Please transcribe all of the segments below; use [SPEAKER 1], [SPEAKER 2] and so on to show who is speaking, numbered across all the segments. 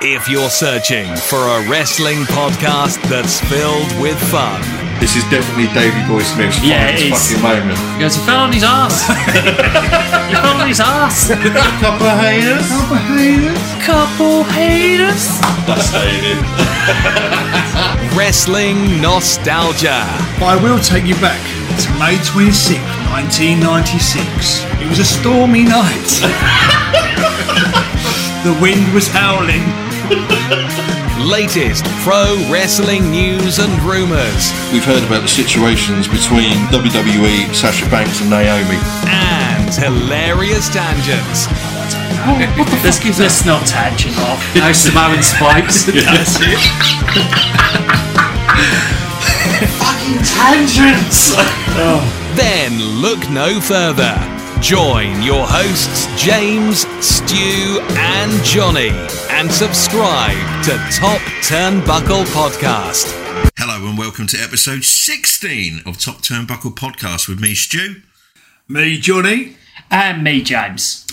[SPEAKER 1] If you're searching for a wrestling podcast that's filled with fun,
[SPEAKER 2] This is definitely Davey Boy Smith's
[SPEAKER 3] Yeah,
[SPEAKER 2] finest
[SPEAKER 3] it is.
[SPEAKER 2] fucking moment.
[SPEAKER 3] He goes, he fell on his ass. he fell on his ass.
[SPEAKER 2] Couple of haters. Couple of haters.
[SPEAKER 3] Couple haters.
[SPEAKER 2] That's hated.
[SPEAKER 1] wrestling nostalgia.
[SPEAKER 4] I will take you back to May 26, 1996. It was a stormy night. the wind was howling.
[SPEAKER 1] Latest pro wrestling news and rumors.
[SPEAKER 2] We've heard about the situations between WWE, Sasha Banks, and Naomi.
[SPEAKER 1] And hilarious tangents.
[SPEAKER 3] Let's give this not tangent off. No Samoan spikes.
[SPEAKER 2] That's it.
[SPEAKER 1] Then look no further. Join your hosts, James, Stu, and Johnny, and subscribe to Top Turnbuckle Podcast.
[SPEAKER 2] Hello and welcome to episode 16 of Top Turnbuckle Podcast with me, Stu.
[SPEAKER 4] Me, Johnny.
[SPEAKER 3] and me, James.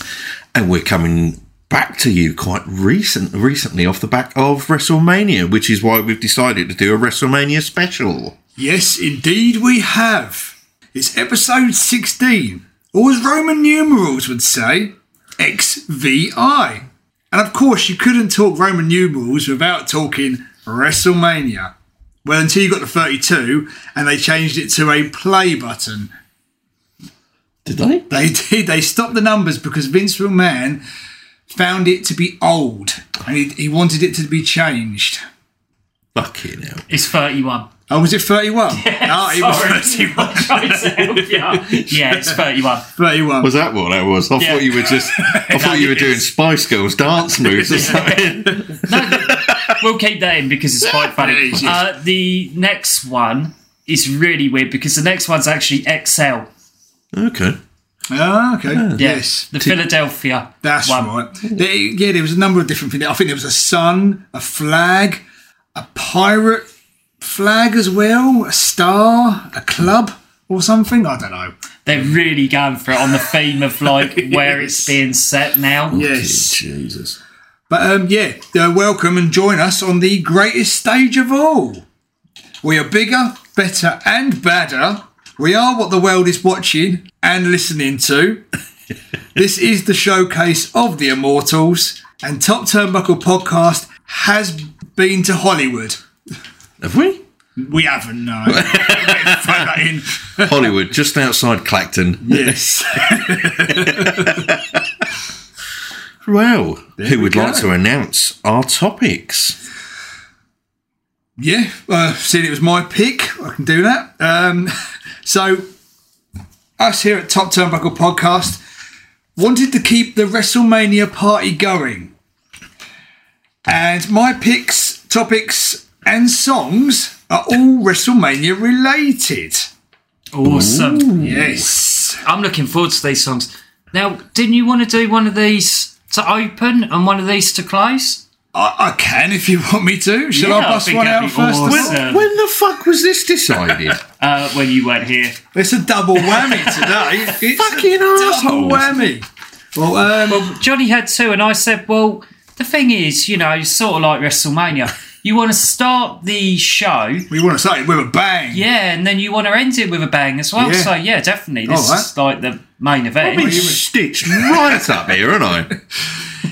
[SPEAKER 2] And we're coming back to you quite recent, recently off the back of WrestleMania, which is why we've decided to do a WrestleMania special.
[SPEAKER 4] Yes, indeed we have. It's episode 16, or as Roman numerals would say, XVI. And of course, you couldn't talk Roman numerals without talking WrestleMania. Well, until you got to 32 and they changed it to a play button.
[SPEAKER 2] Did they?
[SPEAKER 4] They did. They stopped the numbers because Vince McMahon found it to be old and he, he wanted it to be changed.
[SPEAKER 2] Fucking hell.
[SPEAKER 3] It's 31.
[SPEAKER 4] Oh, was it 31? Ah, it was
[SPEAKER 3] Sorry. Trying to help you out. yeah, it's 31.
[SPEAKER 4] 31.
[SPEAKER 2] Was that what that was? I
[SPEAKER 3] Yeah.
[SPEAKER 2] thought you were just. I thought you were doing Spice Girls dance moves or something.
[SPEAKER 3] We'll keep that in because it's quite
[SPEAKER 4] it
[SPEAKER 3] funny.
[SPEAKER 4] is, yes.
[SPEAKER 3] Uh, the next one is really weird because the next one's actually XL.
[SPEAKER 2] okay.
[SPEAKER 4] Ah, okay.
[SPEAKER 3] Yeah,
[SPEAKER 4] Yes.
[SPEAKER 3] The Philadelphia.
[SPEAKER 4] That's
[SPEAKER 3] one.
[SPEAKER 4] right. There- yeah, there was a number of different things. I think there was a sun, a flag, a pirate flag as well, a star, a club or something. I don't know.
[SPEAKER 3] They're really going for it on the theme of like where it's being set now.
[SPEAKER 4] Yes.
[SPEAKER 2] Jesus.
[SPEAKER 4] But um, yeah, uh, welcome and join us on the greatest stage of all. We are bigger, better, and badder. We are what the world is watching and listening to. this is the showcase of the immortals, and Top Turnbuckle Podcast has been to Hollywood.
[SPEAKER 2] Have we?
[SPEAKER 4] We haven't, no. Throw that in.
[SPEAKER 2] Hollywood, just outside Clacton.
[SPEAKER 4] Yes.
[SPEAKER 2] Well, who would
[SPEAKER 4] go.
[SPEAKER 2] like to announce our topics?
[SPEAKER 4] Yeah, uh, seeing it was my pick, I can do that. Um, so, us here at Top Turnbuckle Podcast wanted to keep the WrestleMania party going. And my picks, topics, and songs are all WrestleMania related.
[SPEAKER 3] Awesome.
[SPEAKER 4] Yes.
[SPEAKER 3] I'm looking forward to these songs. Now, didn't you want to do one of these to open and one of these to close?
[SPEAKER 4] I, I can if you want me to. Shall
[SPEAKER 3] Yeah,
[SPEAKER 4] I
[SPEAKER 3] I
[SPEAKER 4] bust
[SPEAKER 3] think
[SPEAKER 4] one
[SPEAKER 3] that'd
[SPEAKER 4] out
[SPEAKER 3] be
[SPEAKER 4] first? of
[SPEAKER 3] awesome.
[SPEAKER 4] all?
[SPEAKER 3] Um,
[SPEAKER 2] when the fuck was this decided?
[SPEAKER 3] Uh, when you weren't here.
[SPEAKER 4] It's a double whammy today. It's
[SPEAKER 2] Fucking
[SPEAKER 4] a double
[SPEAKER 2] assholes.
[SPEAKER 4] whammy. Well, um,
[SPEAKER 3] Johnny had two, and I said, "Well, the thing is, you know, it's sort of like WrestleMania. You want to start the show,
[SPEAKER 4] we want to start it with a bang.
[SPEAKER 3] yeah, and then you want to end it with a bang as well.
[SPEAKER 4] Yeah.
[SPEAKER 3] So yeah, definitely, this
[SPEAKER 4] All right.
[SPEAKER 3] is like the main event.
[SPEAKER 2] I've been stitched right up here, haven't I?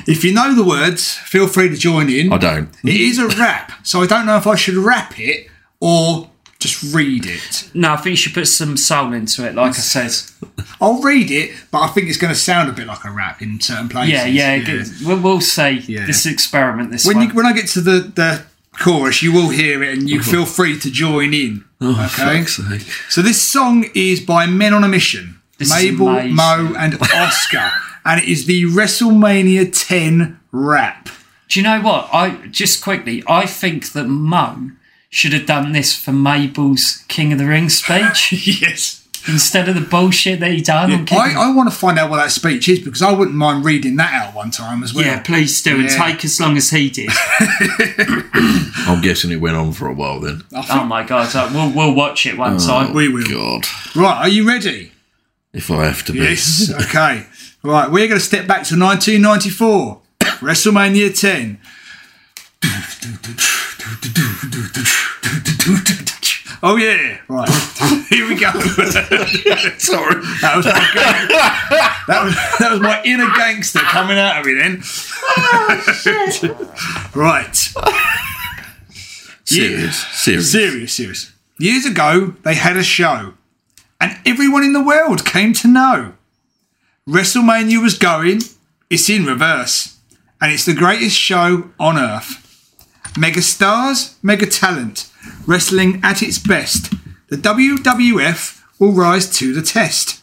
[SPEAKER 4] If you know the words, feel free to join in.
[SPEAKER 2] I don't.
[SPEAKER 4] It is a rap, so I don't know if I should rap it or just read it.
[SPEAKER 3] no, I think you should put some soul into it, like I said.
[SPEAKER 4] I'll read it, but I think it's going to sound a bit like a rap in certain places.
[SPEAKER 3] Yeah, yeah, g- We'll, we'll say
[SPEAKER 4] Yeah.
[SPEAKER 3] this experiment this
[SPEAKER 4] When
[SPEAKER 3] one.
[SPEAKER 4] you, when I get to the the chorus, you will hear it, and you feel free to join in.
[SPEAKER 2] Oh,
[SPEAKER 4] okay. So this song is by Men on a Mission,
[SPEAKER 3] This is
[SPEAKER 4] Mabel,
[SPEAKER 3] amazing.
[SPEAKER 4] Mo, and Oscar, and it is the WrestleMania 10 rap.
[SPEAKER 3] Do you know what? I just quickly, I think that Mo should have done this for Mabel's King of the Ring speech
[SPEAKER 4] Yes.
[SPEAKER 3] instead of the bullshit that he done. on King of the
[SPEAKER 4] I, I want to find out what that speech is because I wouldn't mind reading that out one time as well.
[SPEAKER 3] Yeah, please do, and
[SPEAKER 4] Yeah.
[SPEAKER 3] take as long as he did.
[SPEAKER 2] I'm guessing it went on for a while then.
[SPEAKER 3] oh my god, so we'll, we'll watch it one time.
[SPEAKER 4] We will.
[SPEAKER 2] God,
[SPEAKER 4] Right, are you ready?
[SPEAKER 2] if I have to be.
[SPEAKER 4] Yes. okay. Right, we're going to step back to 1994, WrestleMania 10. Oh yeah! Right, here we go.
[SPEAKER 2] Sorry.
[SPEAKER 4] That was my gang- that was that was my inner gangster coming out of me then. right.
[SPEAKER 2] Serious. Serious.
[SPEAKER 4] Serious, serious. Years ago, they had a show, and everyone in the world came to know. WrestleMania was going, it's in reverse, and it's the greatest show on earth. Mega stars, mega talent, wrestling at its best. The WWF will rise to the test.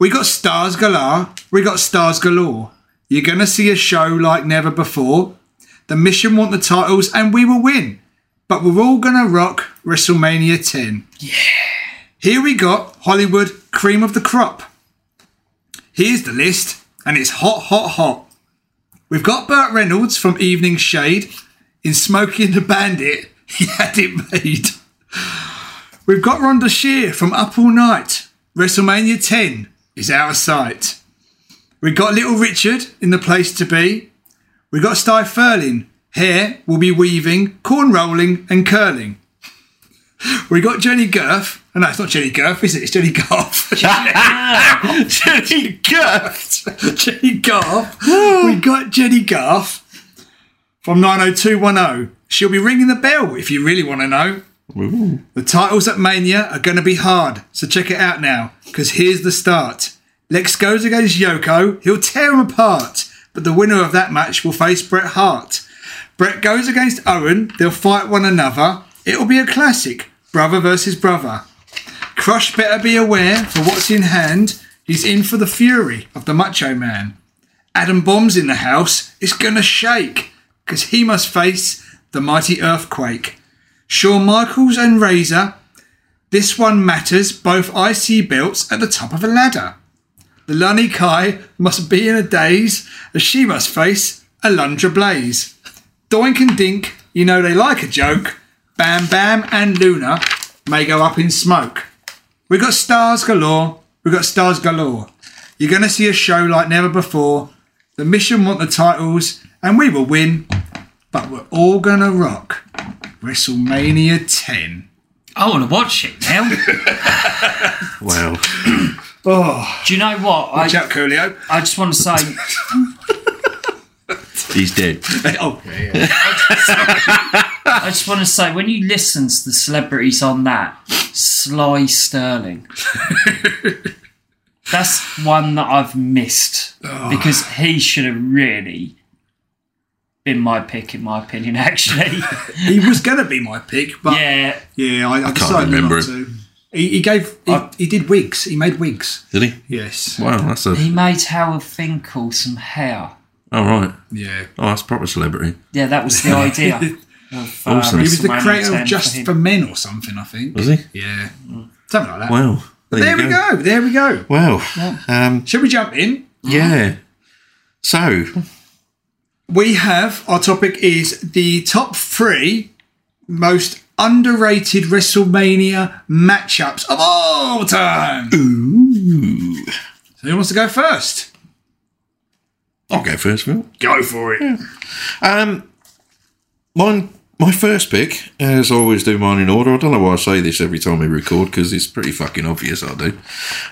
[SPEAKER 4] We got stars galore, we got stars galore. You're gonna see a show like never before. The mission want the titles, and we will win but we're all gonna rock WrestleMania 10. Yeah. Here we got Hollywood cream of the crop. Here's the list, and it's hot, hot, hot. We've got Burt Reynolds from Evening Shade in Smokey and the Bandit. He had it made. We've got Ronda Shear from Up All Night. WrestleMania 10 is our sight. We've got Little Richard in The Place to Be. We've got Sty Furling. Hair will be weaving, corn rolling, and curling. We got Jenny Gurf. Oh, no, it's not Jenny Gurf, is it? It's Jenny Garf. Jenny Garf. Jenny Garf. we got Jenny Garf from 90210. She'll be ringing the bell if you really want to know. The titles at Mania are going to be hard, so check it out now, because here's the start. Lex goes against Yoko. He'll tear him apart, but the winner of that match will face Bret Hart. Brett goes against Owen. They'll fight one another. It'll be a classic, brother versus brother. Crush better be aware for what's in hand. He's in for the fury of the Macho Man. Adam Bomb's in the house. It's gonna shake because he must face the mighty earthquake. Shawn Michaels and Razor. This one matters. Both IC belts at the top of a ladder. The Lunny Kai must be in a daze as she must face Alundra Blaze. Doink and Dink, you know they like a joke. Bam Bam and Luna may go up in smoke. We got stars galore. We got stars galore. You're gonna see a show like never before. The mission want the titles, and we will win. But we're all gonna rock WrestleMania 10.
[SPEAKER 3] I want to watch it now.
[SPEAKER 2] Wow.
[SPEAKER 3] Do you know what?
[SPEAKER 4] Oh. Watch
[SPEAKER 3] I,
[SPEAKER 4] out, Coolio.
[SPEAKER 3] I just want to say
[SPEAKER 2] He's dead.
[SPEAKER 4] Oh,
[SPEAKER 3] I just want to say, when you listen to the celebrities on that, Sly Sterling, that's one that I've missed
[SPEAKER 4] Ah.
[SPEAKER 3] because he should have really been my pick, in my opinion, actually.
[SPEAKER 4] he was gonna be my pick, but yeah,
[SPEAKER 3] yeah.
[SPEAKER 4] I, I decided
[SPEAKER 2] remember
[SPEAKER 4] not to. He, he gave. He, he did wigs. He made wigs.
[SPEAKER 2] Did he?
[SPEAKER 4] Yes.
[SPEAKER 2] Wow, that's a.
[SPEAKER 3] He made Howard Finkel some hair.
[SPEAKER 2] All right.
[SPEAKER 4] Yeah.
[SPEAKER 2] Oh, that's proper celebrity.
[SPEAKER 3] Yeah, that was the idea. Of, uh,
[SPEAKER 2] Awesome.
[SPEAKER 4] He was the
[SPEAKER 3] WrestleMania
[SPEAKER 4] creator
[SPEAKER 3] 10
[SPEAKER 4] of Just
[SPEAKER 3] him.
[SPEAKER 4] for Men or something, I think.
[SPEAKER 2] Was he?
[SPEAKER 4] Yeah. Something like that.
[SPEAKER 2] Wow.
[SPEAKER 4] there we go. uh-huh. There we go.
[SPEAKER 2] Wow. Um,
[SPEAKER 4] Shall we jump in?
[SPEAKER 2] yeah. So,
[SPEAKER 4] We have our topic is the top three most underrated WrestleMania matchups of all time. Ooh. So who wants to go first?
[SPEAKER 2] I'll go first, Phil.
[SPEAKER 4] Go for it.
[SPEAKER 2] Um, mine, my first pick, as I always do mine in order. I don't know why I say this every time we record because it's pretty fucking obvious I do.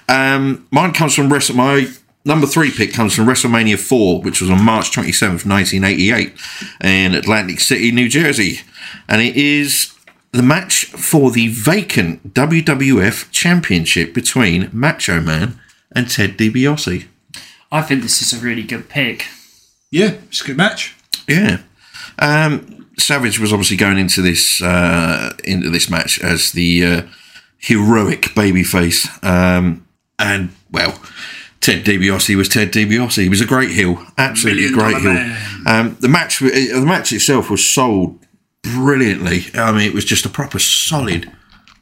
[SPEAKER 2] Um, mine comes from Wrestle. My number three pick comes from WrestleMania four, which was on March twenty seventh, nineteen eighty eight, in Atlantic City, New Jersey, and it is. The match for the vacant WWF Championship between Macho Man and Ted DiBiase.
[SPEAKER 3] I think this is a really good pick.
[SPEAKER 4] Yeah, it's a good match.
[SPEAKER 2] Yeah. Um, Savage was obviously going into this uh, into this match as the uh, heroic babyface, um, and well, Ted DiBiase was Ted DiBiase. He was a great heel, absolutely
[SPEAKER 4] Million
[SPEAKER 2] great
[SPEAKER 4] dollar
[SPEAKER 2] heel.
[SPEAKER 4] man.
[SPEAKER 2] Um, the match, uh, the match itself was sold brilliantly. I mean, it was just a proper solid,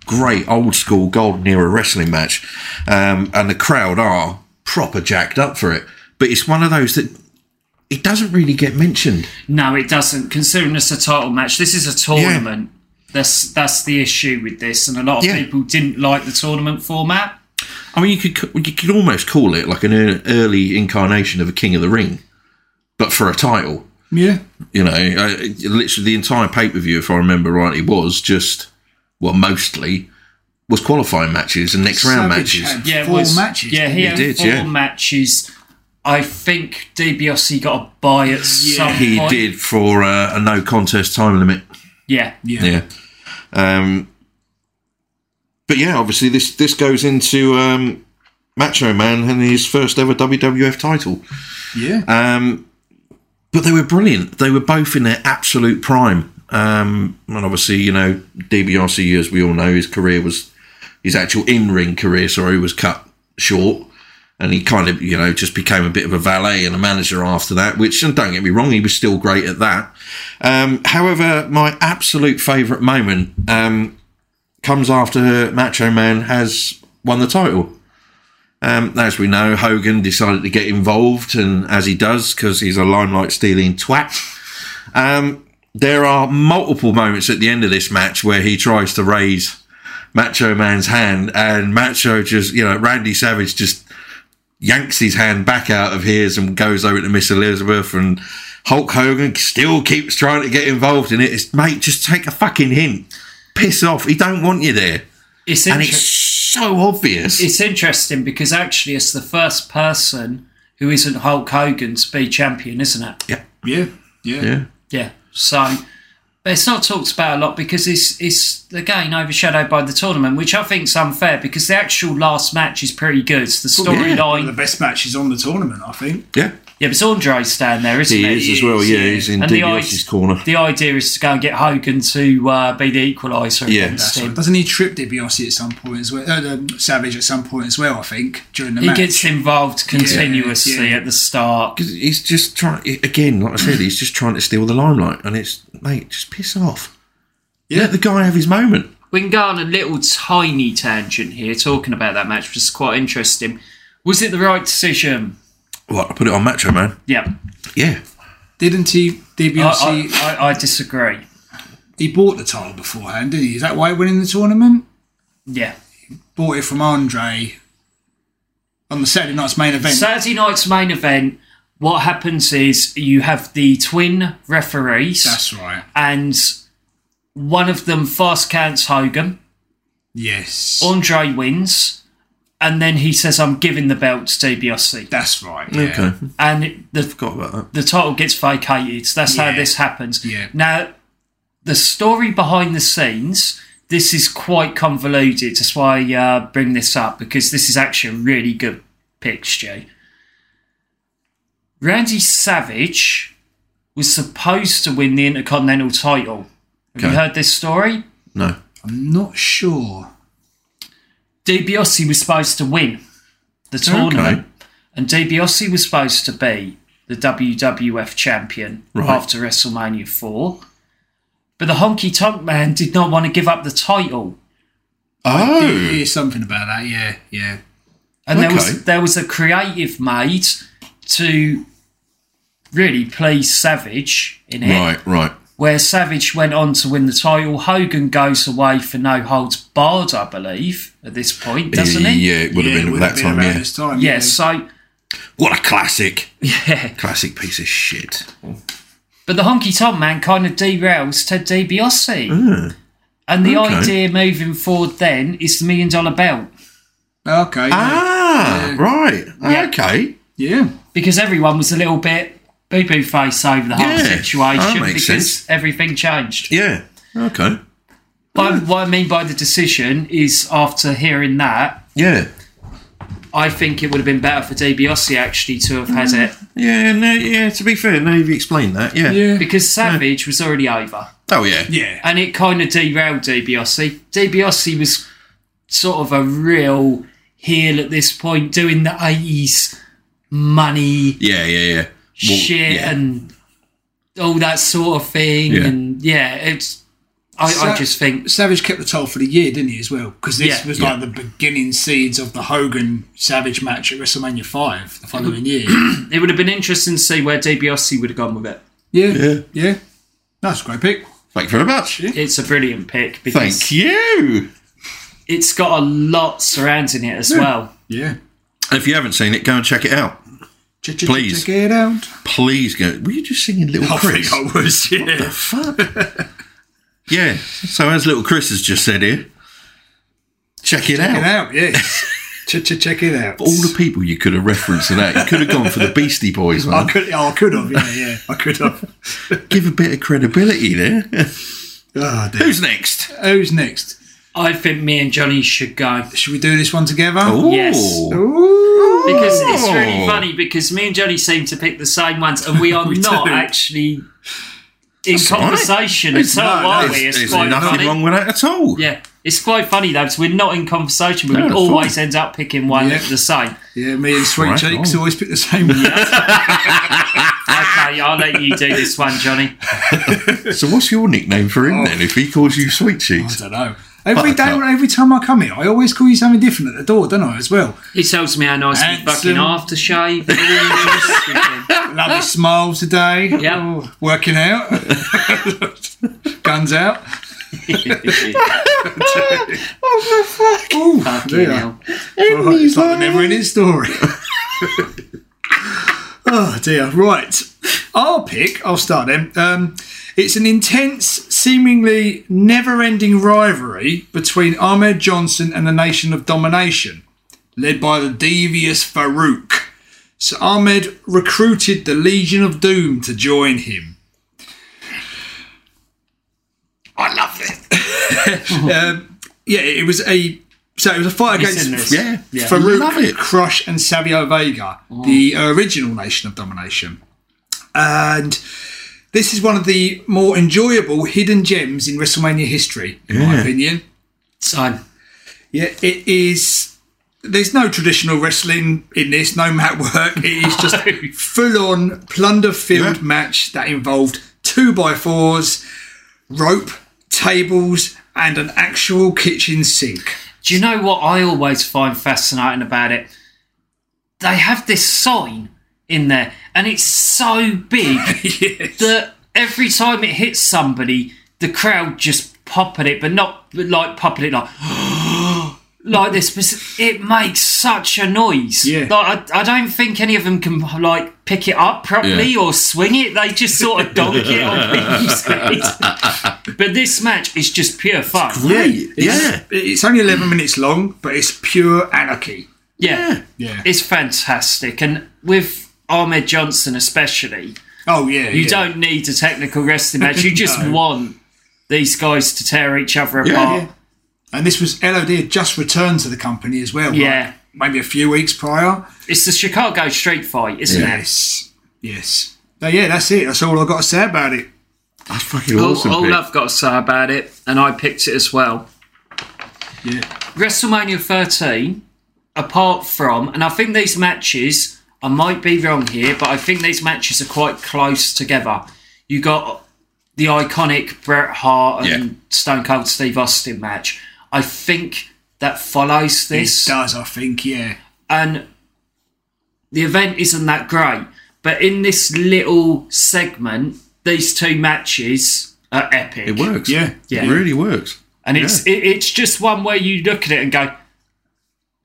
[SPEAKER 2] great old school golden era wrestling match, um, and the crowd are proper jacked up for it. But it's one of those that it doesn't really get mentioned.
[SPEAKER 3] No, it doesn't. Considering it's a title match, this is a tournament. That's that's the issue with this, and a lot of
[SPEAKER 2] Yeah.
[SPEAKER 3] people didn't like the tournament format.
[SPEAKER 2] I mean, you could you could almost call it like an ear- early incarnation of a King of the Ring, but for a title.
[SPEAKER 4] Yeah.
[SPEAKER 2] You know, I, it- literally the entire pay per view, if I remember right, it was just well, mostly was qualifying matches and next round
[SPEAKER 4] Savage
[SPEAKER 2] matches.
[SPEAKER 4] had
[SPEAKER 3] Yeah, it
[SPEAKER 4] four
[SPEAKER 3] was-
[SPEAKER 4] matches.
[SPEAKER 3] Yeah, he,
[SPEAKER 2] He
[SPEAKER 3] had
[SPEAKER 2] did,
[SPEAKER 3] four
[SPEAKER 2] yeah.
[SPEAKER 3] matches. I think DiBiase got a buy at some
[SPEAKER 2] He
[SPEAKER 3] point.
[SPEAKER 2] did for uh, a no contest time limit.
[SPEAKER 3] Yeah.
[SPEAKER 2] Yeah. Um, but yeah, obviously this this goes into um, Macho Man and his first ever WWF title.
[SPEAKER 4] Yeah.
[SPEAKER 2] Um, but they were brilliant. They were both in their absolute prime. Um, and obviously, you know, DBRC, as we all know, his career was his actual in ring career. Sorry, was cut short. And he kind of, you know, just became a bit of a valet and a manager after that, which, and don't get me wrong, he was still great at that. Um, however, my absolute favourite moment um, comes after Macho Man has won the title. Um, as we know, Hogan decided to get involved, and as he does, because he's a limelight stealing twat. Um, there are multiple moments at the end of this match where he tries to raise Macho Man's hand, and Macho just, you know, Randy Savage just yanks his hand back out of his and goes over to Miss Elizabeth, and Hulk Hogan still keeps trying to get involved in it. It's, mate, just take a fucking hint. Piss off. He don't want you there.
[SPEAKER 3] It's
[SPEAKER 2] And
[SPEAKER 3] interesting.
[SPEAKER 2] it's so obvious.
[SPEAKER 3] it's interesting because actually it's the first person who isn't Hulk Hogan to be champion, isn't it?
[SPEAKER 4] yeah. Yeah.
[SPEAKER 2] yeah.
[SPEAKER 3] Yeah. So, but it's not talked about a lot because it's it's again overshadowed by the tournament, which I think is unfair because the actual last match is pretty good. It's the
[SPEAKER 4] One
[SPEAKER 3] storyline.
[SPEAKER 4] of the
[SPEAKER 3] Yeah.
[SPEAKER 4] best matches on the tournament, I think.
[SPEAKER 2] Yeah.
[SPEAKER 3] but it's Andre's down there, isn't
[SPEAKER 2] He
[SPEAKER 3] it?
[SPEAKER 2] is as well. Yeah,
[SPEAKER 4] yeah.
[SPEAKER 2] he's in
[SPEAKER 3] And the
[SPEAKER 2] DiBiase's
[SPEAKER 3] eyes-
[SPEAKER 2] corner.
[SPEAKER 3] The idea is to go and get Hogan to uh, be the equaliser
[SPEAKER 2] Yeah.
[SPEAKER 3] against
[SPEAKER 4] So
[SPEAKER 3] him.
[SPEAKER 4] doesn't he trip DiBiase at some point as well? Uh, um, Savage at some point as well, I think, during the
[SPEAKER 3] He
[SPEAKER 4] match.
[SPEAKER 3] gets involved continuously
[SPEAKER 4] yeah.
[SPEAKER 3] at the start.
[SPEAKER 2] He's just trying again. Like I said, he's just trying to steal the limelight, and it's mate, just piss off. Let the guy have his moment.
[SPEAKER 3] We can go on a little tiny tangent here talking about that match, which is quite interesting. Was it the right decision?
[SPEAKER 2] What? I put it on Macho Man.
[SPEAKER 3] Yeah.
[SPEAKER 2] Yeah.
[SPEAKER 4] Didn't he? DiBiase,
[SPEAKER 3] I, I, I, I disagree.
[SPEAKER 4] he bought the title beforehand, didn't he? Is that why he went in the tournament?
[SPEAKER 3] Yeah.
[SPEAKER 4] Bought it from Andre on the Saturday night's main event.
[SPEAKER 3] Saturday night's main event, what happens is you have the twin referees,
[SPEAKER 4] That's right.
[SPEAKER 3] and one of them fast counts Hogan.
[SPEAKER 4] Yes.
[SPEAKER 3] Andre wins, and then he says, I'm giving the belt to DiBiase.
[SPEAKER 4] That's right. Yeah.
[SPEAKER 2] Okay.
[SPEAKER 3] And it- the
[SPEAKER 2] Forgot about that.
[SPEAKER 3] the title gets vacated. So that's how
[SPEAKER 4] Yeah.
[SPEAKER 3] this happens.
[SPEAKER 4] Yeah.
[SPEAKER 3] Now, the story behind the scenes, this is quite convoluted. That's why I uh, bring this up because this is actually a really good pick, Stu. Randy Savage was supposed to win the Intercontinental title. Have you
[SPEAKER 2] Okay.
[SPEAKER 3] heard this story?
[SPEAKER 2] No.
[SPEAKER 4] I'm not sure.
[SPEAKER 3] DiBiase was supposed to win the tournament, and DiBiase was supposed to be the WWF champion
[SPEAKER 2] Right.
[SPEAKER 3] after WrestleMania 4. But the Honky Tonk Man did not want to give up the title,
[SPEAKER 4] Did
[SPEAKER 2] Oh.
[SPEAKER 4] hear something about that? Yeah. Yeah.
[SPEAKER 3] and there
[SPEAKER 2] Okay.
[SPEAKER 3] was there was a creative made to really please Savage in it,
[SPEAKER 2] Right. Right.
[SPEAKER 3] where Savage went on to win the title. Hogan goes away for no holds barred, I believe, at this point, doesn't
[SPEAKER 2] yeah,
[SPEAKER 3] he?
[SPEAKER 2] it would have
[SPEAKER 4] Yeah,
[SPEAKER 2] been
[SPEAKER 4] it
[SPEAKER 2] at
[SPEAKER 4] would
[SPEAKER 2] that
[SPEAKER 4] have been
[SPEAKER 2] time.
[SPEAKER 4] around
[SPEAKER 2] Yeah.
[SPEAKER 4] this time.
[SPEAKER 3] Yeah, so
[SPEAKER 2] What a classic.
[SPEAKER 3] yeah.
[SPEAKER 2] Classic piece of shit.
[SPEAKER 3] But the honky tonk man kind of derails Ted DiBiase. And the
[SPEAKER 2] Hmm. Okay.
[SPEAKER 3] idea moving forward then is the million dollar belt.
[SPEAKER 4] yeah. Oh, Okay. yeah.
[SPEAKER 2] Ah. Right. Okay.
[SPEAKER 4] yeah.
[SPEAKER 3] Because everyone was a little bit boo boo face over the whole
[SPEAKER 2] Yeah, that
[SPEAKER 3] situation
[SPEAKER 2] makes
[SPEAKER 3] because
[SPEAKER 2] sense. Hmm.
[SPEAKER 3] everything changed.
[SPEAKER 2] Yeah. Okay.
[SPEAKER 3] But what I mean by the decision is after hearing that,
[SPEAKER 2] Yeah.
[SPEAKER 3] I think it would have been better for DiBiase actually to have
[SPEAKER 2] Hmm.
[SPEAKER 3] had it.
[SPEAKER 2] Yeah. No, yeah. To be fair, now you've explained that. Yeah.
[SPEAKER 4] Yeah.
[SPEAKER 3] Because Savage was already over.
[SPEAKER 2] Oh yeah.
[SPEAKER 4] Yeah.
[SPEAKER 3] and it kind of derailed DiBiase. DiBiase was sort of a real heel at this point, doing the eighties money
[SPEAKER 2] Yeah. Yeah. Yeah. Well,
[SPEAKER 3] shit
[SPEAKER 2] yeah.
[SPEAKER 3] and all that sort of thing,
[SPEAKER 2] Yeah.
[SPEAKER 3] and yeah, it's. I, I
[SPEAKER 4] Sa-
[SPEAKER 3] just think
[SPEAKER 4] Savage kept the title for the year, didn't he, as well? Because this
[SPEAKER 3] Yeah.
[SPEAKER 4] was like the beginning seeds of the Hogan Savage match at WrestleMania 5 the following year.
[SPEAKER 3] it would have been interesting to see where DiBiase would have gone with it.
[SPEAKER 4] Yeah. Yeah. Yeah. That's a great pick.
[SPEAKER 2] Thank you very much.
[SPEAKER 3] It's a brilliant pick because
[SPEAKER 2] Thank you.
[SPEAKER 3] it's got a lot surrounding it as well.
[SPEAKER 4] Yeah.
[SPEAKER 2] If you haven't seen it, go and check it out.
[SPEAKER 4] Ch- ch-
[SPEAKER 2] Please.
[SPEAKER 4] Check it out.
[SPEAKER 2] Please go. Were you just singing Little
[SPEAKER 4] I
[SPEAKER 2] Chris?
[SPEAKER 4] think I was, yeah.
[SPEAKER 2] Yeah. So as Little Chris has just said here, check it out.
[SPEAKER 4] Check it out, yes. Ch- ch- Check it out.
[SPEAKER 2] All the people you could have referenced to that. You could have gone for the Beastie Boys, man.
[SPEAKER 4] I could, oh, I could have, yeah, yeah, I could have.
[SPEAKER 2] Give a bit of credibility there.
[SPEAKER 4] Oh, dear.
[SPEAKER 2] Who's next?
[SPEAKER 4] Who's next?
[SPEAKER 3] I think me and Johnny should go.
[SPEAKER 4] Should we do this one together?
[SPEAKER 2] Oh.
[SPEAKER 3] Oh, Yes.
[SPEAKER 2] Ooh.
[SPEAKER 4] Ooh.
[SPEAKER 3] Because it's really
[SPEAKER 2] Oh.
[SPEAKER 3] funny because me and Johnny seem to pick the same ones and we are
[SPEAKER 4] We
[SPEAKER 3] not
[SPEAKER 4] do.
[SPEAKER 3] actually in
[SPEAKER 2] all right.
[SPEAKER 3] conversation
[SPEAKER 2] It's
[SPEAKER 3] at all,
[SPEAKER 4] no,
[SPEAKER 3] are
[SPEAKER 4] no,
[SPEAKER 3] we?
[SPEAKER 2] There's,
[SPEAKER 3] It's
[SPEAKER 2] there's
[SPEAKER 3] Oh, quite
[SPEAKER 2] nothing
[SPEAKER 3] funny.
[SPEAKER 2] wrong with that at all.
[SPEAKER 3] Yeah. It's quite funny though, because we're not in conversation, but
[SPEAKER 2] No,
[SPEAKER 3] we
[SPEAKER 2] it's
[SPEAKER 3] always
[SPEAKER 2] fine.
[SPEAKER 3] end up picking one
[SPEAKER 4] Yeah.
[SPEAKER 3] of the same.
[SPEAKER 4] Yeah, me and Sweet
[SPEAKER 2] Right
[SPEAKER 4] Cheeks
[SPEAKER 2] on.
[SPEAKER 4] always pick the same one.
[SPEAKER 3] Okay, I'll let you do this one, Johnny.
[SPEAKER 2] So what's your nickname for him then? If he calls you Sweet
[SPEAKER 4] I
[SPEAKER 2] Cheeks,
[SPEAKER 4] don't know. Every day,
[SPEAKER 2] Buttercup.
[SPEAKER 4] every time I come here, I always call you something different at the door, don't I? As well,
[SPEAKER 3] He tells me how nice his fucking
[SPEAKER 4] Handsome.
[SPEAKER 3] aftershave is.
[SPEAKER 4] lovely smile today.
[SPEAKER 3] Ah. Yeah.
[SPEAKER 4] Oh, working out, guns out. Ooh,
[SPEAKER 3] Fucking
[SPEAKER 4] there.
[SPEAKER 3] hell.
[SPEAKER 4] Right, it's like the never-ending story. oh dear. Right, I'll pick. I'll start then. Um, it's an intense, seemingly never-ending rivalry between Ahmed Johnson and the Nation of Domination, led by the devious Farouk. So Ahmed recruited the Legion of Doom to join him.
[SPEAKER 2] I love it.
[SPEAKER 4] Um, yeah, it was a so it was a fight
[SPEAKER 3] He's in
[SPEAKER 4] against
[SPEAKER 3] this.
[SPEAKER 2] Yeah.
[SPEAKER 3] Yeah.
[SPEAKER 4] Farouk,
[SPEAKER 2] Love it.
[SPEAKER 4] Crush, and Savio Vega,
[SPEAKER 2] Oh.
[SPEAKER 4] the original Nation of Domination. And this is one of the more enjoyable hidden gems in WrestleMania history, in my opinion.
[SPEAKER 3] So,
[SPEAKER 4] Yeah, it is. There's no traditional wrestling in this, no mat work. It is just full on plunder filled
[SPEAKER 2] Yeah.
[SPEAKER 4] match that involved two by fours, rope, tables, and an actual kitchen sink.
[SPEAKER 3] do you know what I always find fascinating about it? They have this sign in there, and it's so big that every time it hits somebody, the crowd just pop at it, but not but like pop at it like. Like this, because it makes such a noise.
[SPEAKER 4] Yeah.
[SPEAKER 3] Like, I, I don't think any of them can like pick it up properly
[SPEAKER 2] Yeah.
[SPEAKER 3] or swing it. They just sort of donk it on people's heads. But this match is just pure fun.
[SPEAKER 2] Great.
[SPEAKER 4] It's-
[SPEAKER 2] Yeah.
[SPEAKER 4] It's only 11 minutes long, but it's pure anarchy.
[SPEAKER 3] Yeah.
[SPEAKER 2] Yeah.
[SPEAKER 4] Yeah.
[SPEAKER 3] It's fantastic. And with Ahmed Johnson, especially,
[SPEAKER 4] Oh, yeah.
[SPEAKER 3] you
[SPEAKER 4] yeah.
[SPEAKER 3] don't need a technical wrestling match. You just
[SPEAKER 4] No.
[SPEAKER 3] want these guys to tear each other
[SPEAKER 2] Yeah.
[SPEAKER 3] apart.
[SPEAKER 4] And this was LOD had just returned to the company as well.
[SPEAKER 3] Yeah.
[SPEAKER 4] like, maybe a few weeks prior.
[SPEAKER 3] It's the Chicago street fight, isn't it?
[SPEAKER 4] Yes. Yes. So, yeah, that's it. That's all I've got to say about it.
[SPEAKER 2] That's fucking
[SPEAKER 3] All,
[SPEAKER 2] awesome.
[SPEAKER 3] all
[SPEAKER 2] Pete.
[SPEAKER 3] I've got to say about it, and I picked it as well.
[SPEAKER 4] Yeah.
[SPEAKER 3] WrestleMania 13, apart from, and I think these matches, I might be wrong here, but I think these matches are quite close together. You got the iconic Bret Hart and
[SPEAKER 2] Yeah.
[SPEAKER 3] Stone Cold Steve Austin match. I think that follows
[SPEAKER 4] It
[SPEAKER 3] this,
[SPEAKER 4] does, I think, yeah.
[SPEAKER 3] and the event isn't that great. But in this little segment, these two matches are epic.
[SPEAKER 2] It works.
[SPEAKER 4] Yeah.
[SPEAKER 3] Yeah.
[SPEAKER 2] It really works.
[SPEAKER 3] And it's it, it's just one where you look at it and go,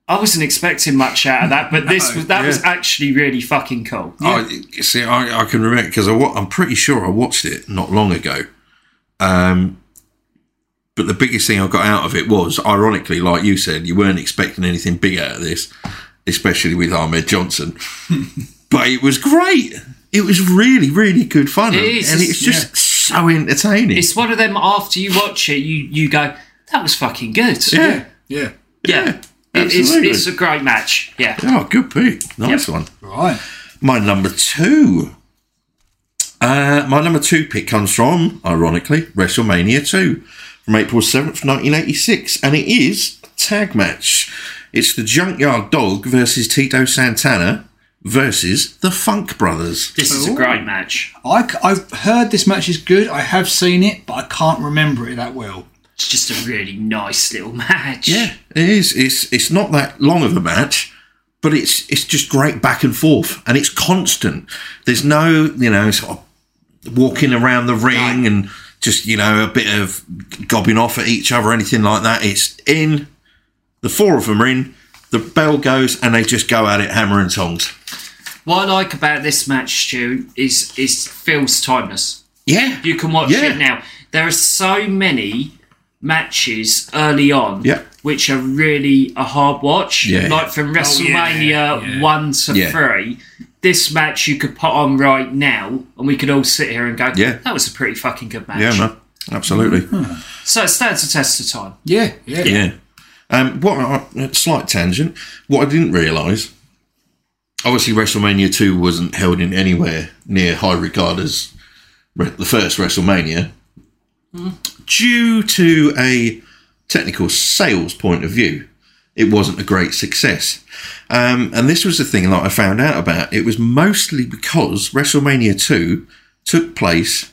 [SPEAKER 3] I wasn't expecting much out of that, but this was that was
[SPEAKER 2] yeah.
[SPEAKER 3] actually really fucking cool.
[SPEAKER 2] I, you see, I, I can remember because wa- I'm pretty sure I watched it not long ago. Um, but the biggest thing I got out of it was, ironically, like you said, you weren't expecting anything big out of this, especially with Ahmed Johnson. but it was great. It was really, really good fun,
[SPEAKER 3] It is,
[SPEAKER 2] and
[SPEAKER 3] it's-
[SPEAKER 2] it's just so entertaining.
[SPEAKER 3] It's one of them after you watch it, you you go, that was fucking good.
[SPEAKER 2] yeah.
[SPEAKER 4] Yeah.
[SPEAKER 3] yeah. It- it's,
[SPEAKER 2] absolutely.
[SPEAKER 3] it's a great match. Yeah.
[SPEAKER 2] Oh, good pick. Nice one.
[SPEAKER 4] Right.
[SPEAKER 2] My number two. Uh, my number two pick comes from, ironically, WrestleMania 2 from April 7th, 1986, and it is a tag match. It's the Junkyard Dog versus Tito Santana versus the Funk Brothers.
[SPEAKER 3] This is a great match.
[SPEAKER 4] I, have heard this match is good. I have seen it, but I can't remember it that well.
[SPEAKER 3] It's just a really nice little match.
[SPEAKER 2] It is. It's it's not that long of a match, but it's it's just great back and forth, and it's constant. There's no you know sort of walking around the ring and just you know a bit of gobbing off at each other, or anything like that. It's in. The four of them are in. The bell goes, and they just go at it hammer and tongs.
[SPEAKER 3] What I like about this match, Stu, is is feels timeless.
[SPEAKER 2] Yeah.
[SPEAKER 3] You can watch
[SPEAKER 2] Yeah.
[SPEAKER 3] it now. There are so many matches early on
[SPEAKER 2] Yeah.
[SPEAKER 3] which are really a hard watch.
[SPEAKER 2] Yeah.
[SPEAKER 3] Like from WrestleMania
[SPEAKER 4] Oh, yeah.
[SPEAKER 3] 1 to
[SPEAKER 2] Yeah.
[SPEAKER 3] 3, this match you could put on right now and we could all sit here and go,
[SPEAKER 2] Yeah.
[SPEAKER 3] that was a pretty fucking good match.
[SPEAKER 2] Yeah, man. Absolutely.
[SPEAKER 3] So it stands the test of time.
[SPEAKER 4] Yeah, yeah.
[SPEAKER 2] Yeah. Um, what I, a slight tangent. What I didn't realise, obviously, WrestleMania two wasn't held in anywhere near high regard as re- the first WrestleMania, due to a technical sales point of view. It wasn't a great success, um, and this was the thing that I found out about. It was mostly because WrestleMania two took place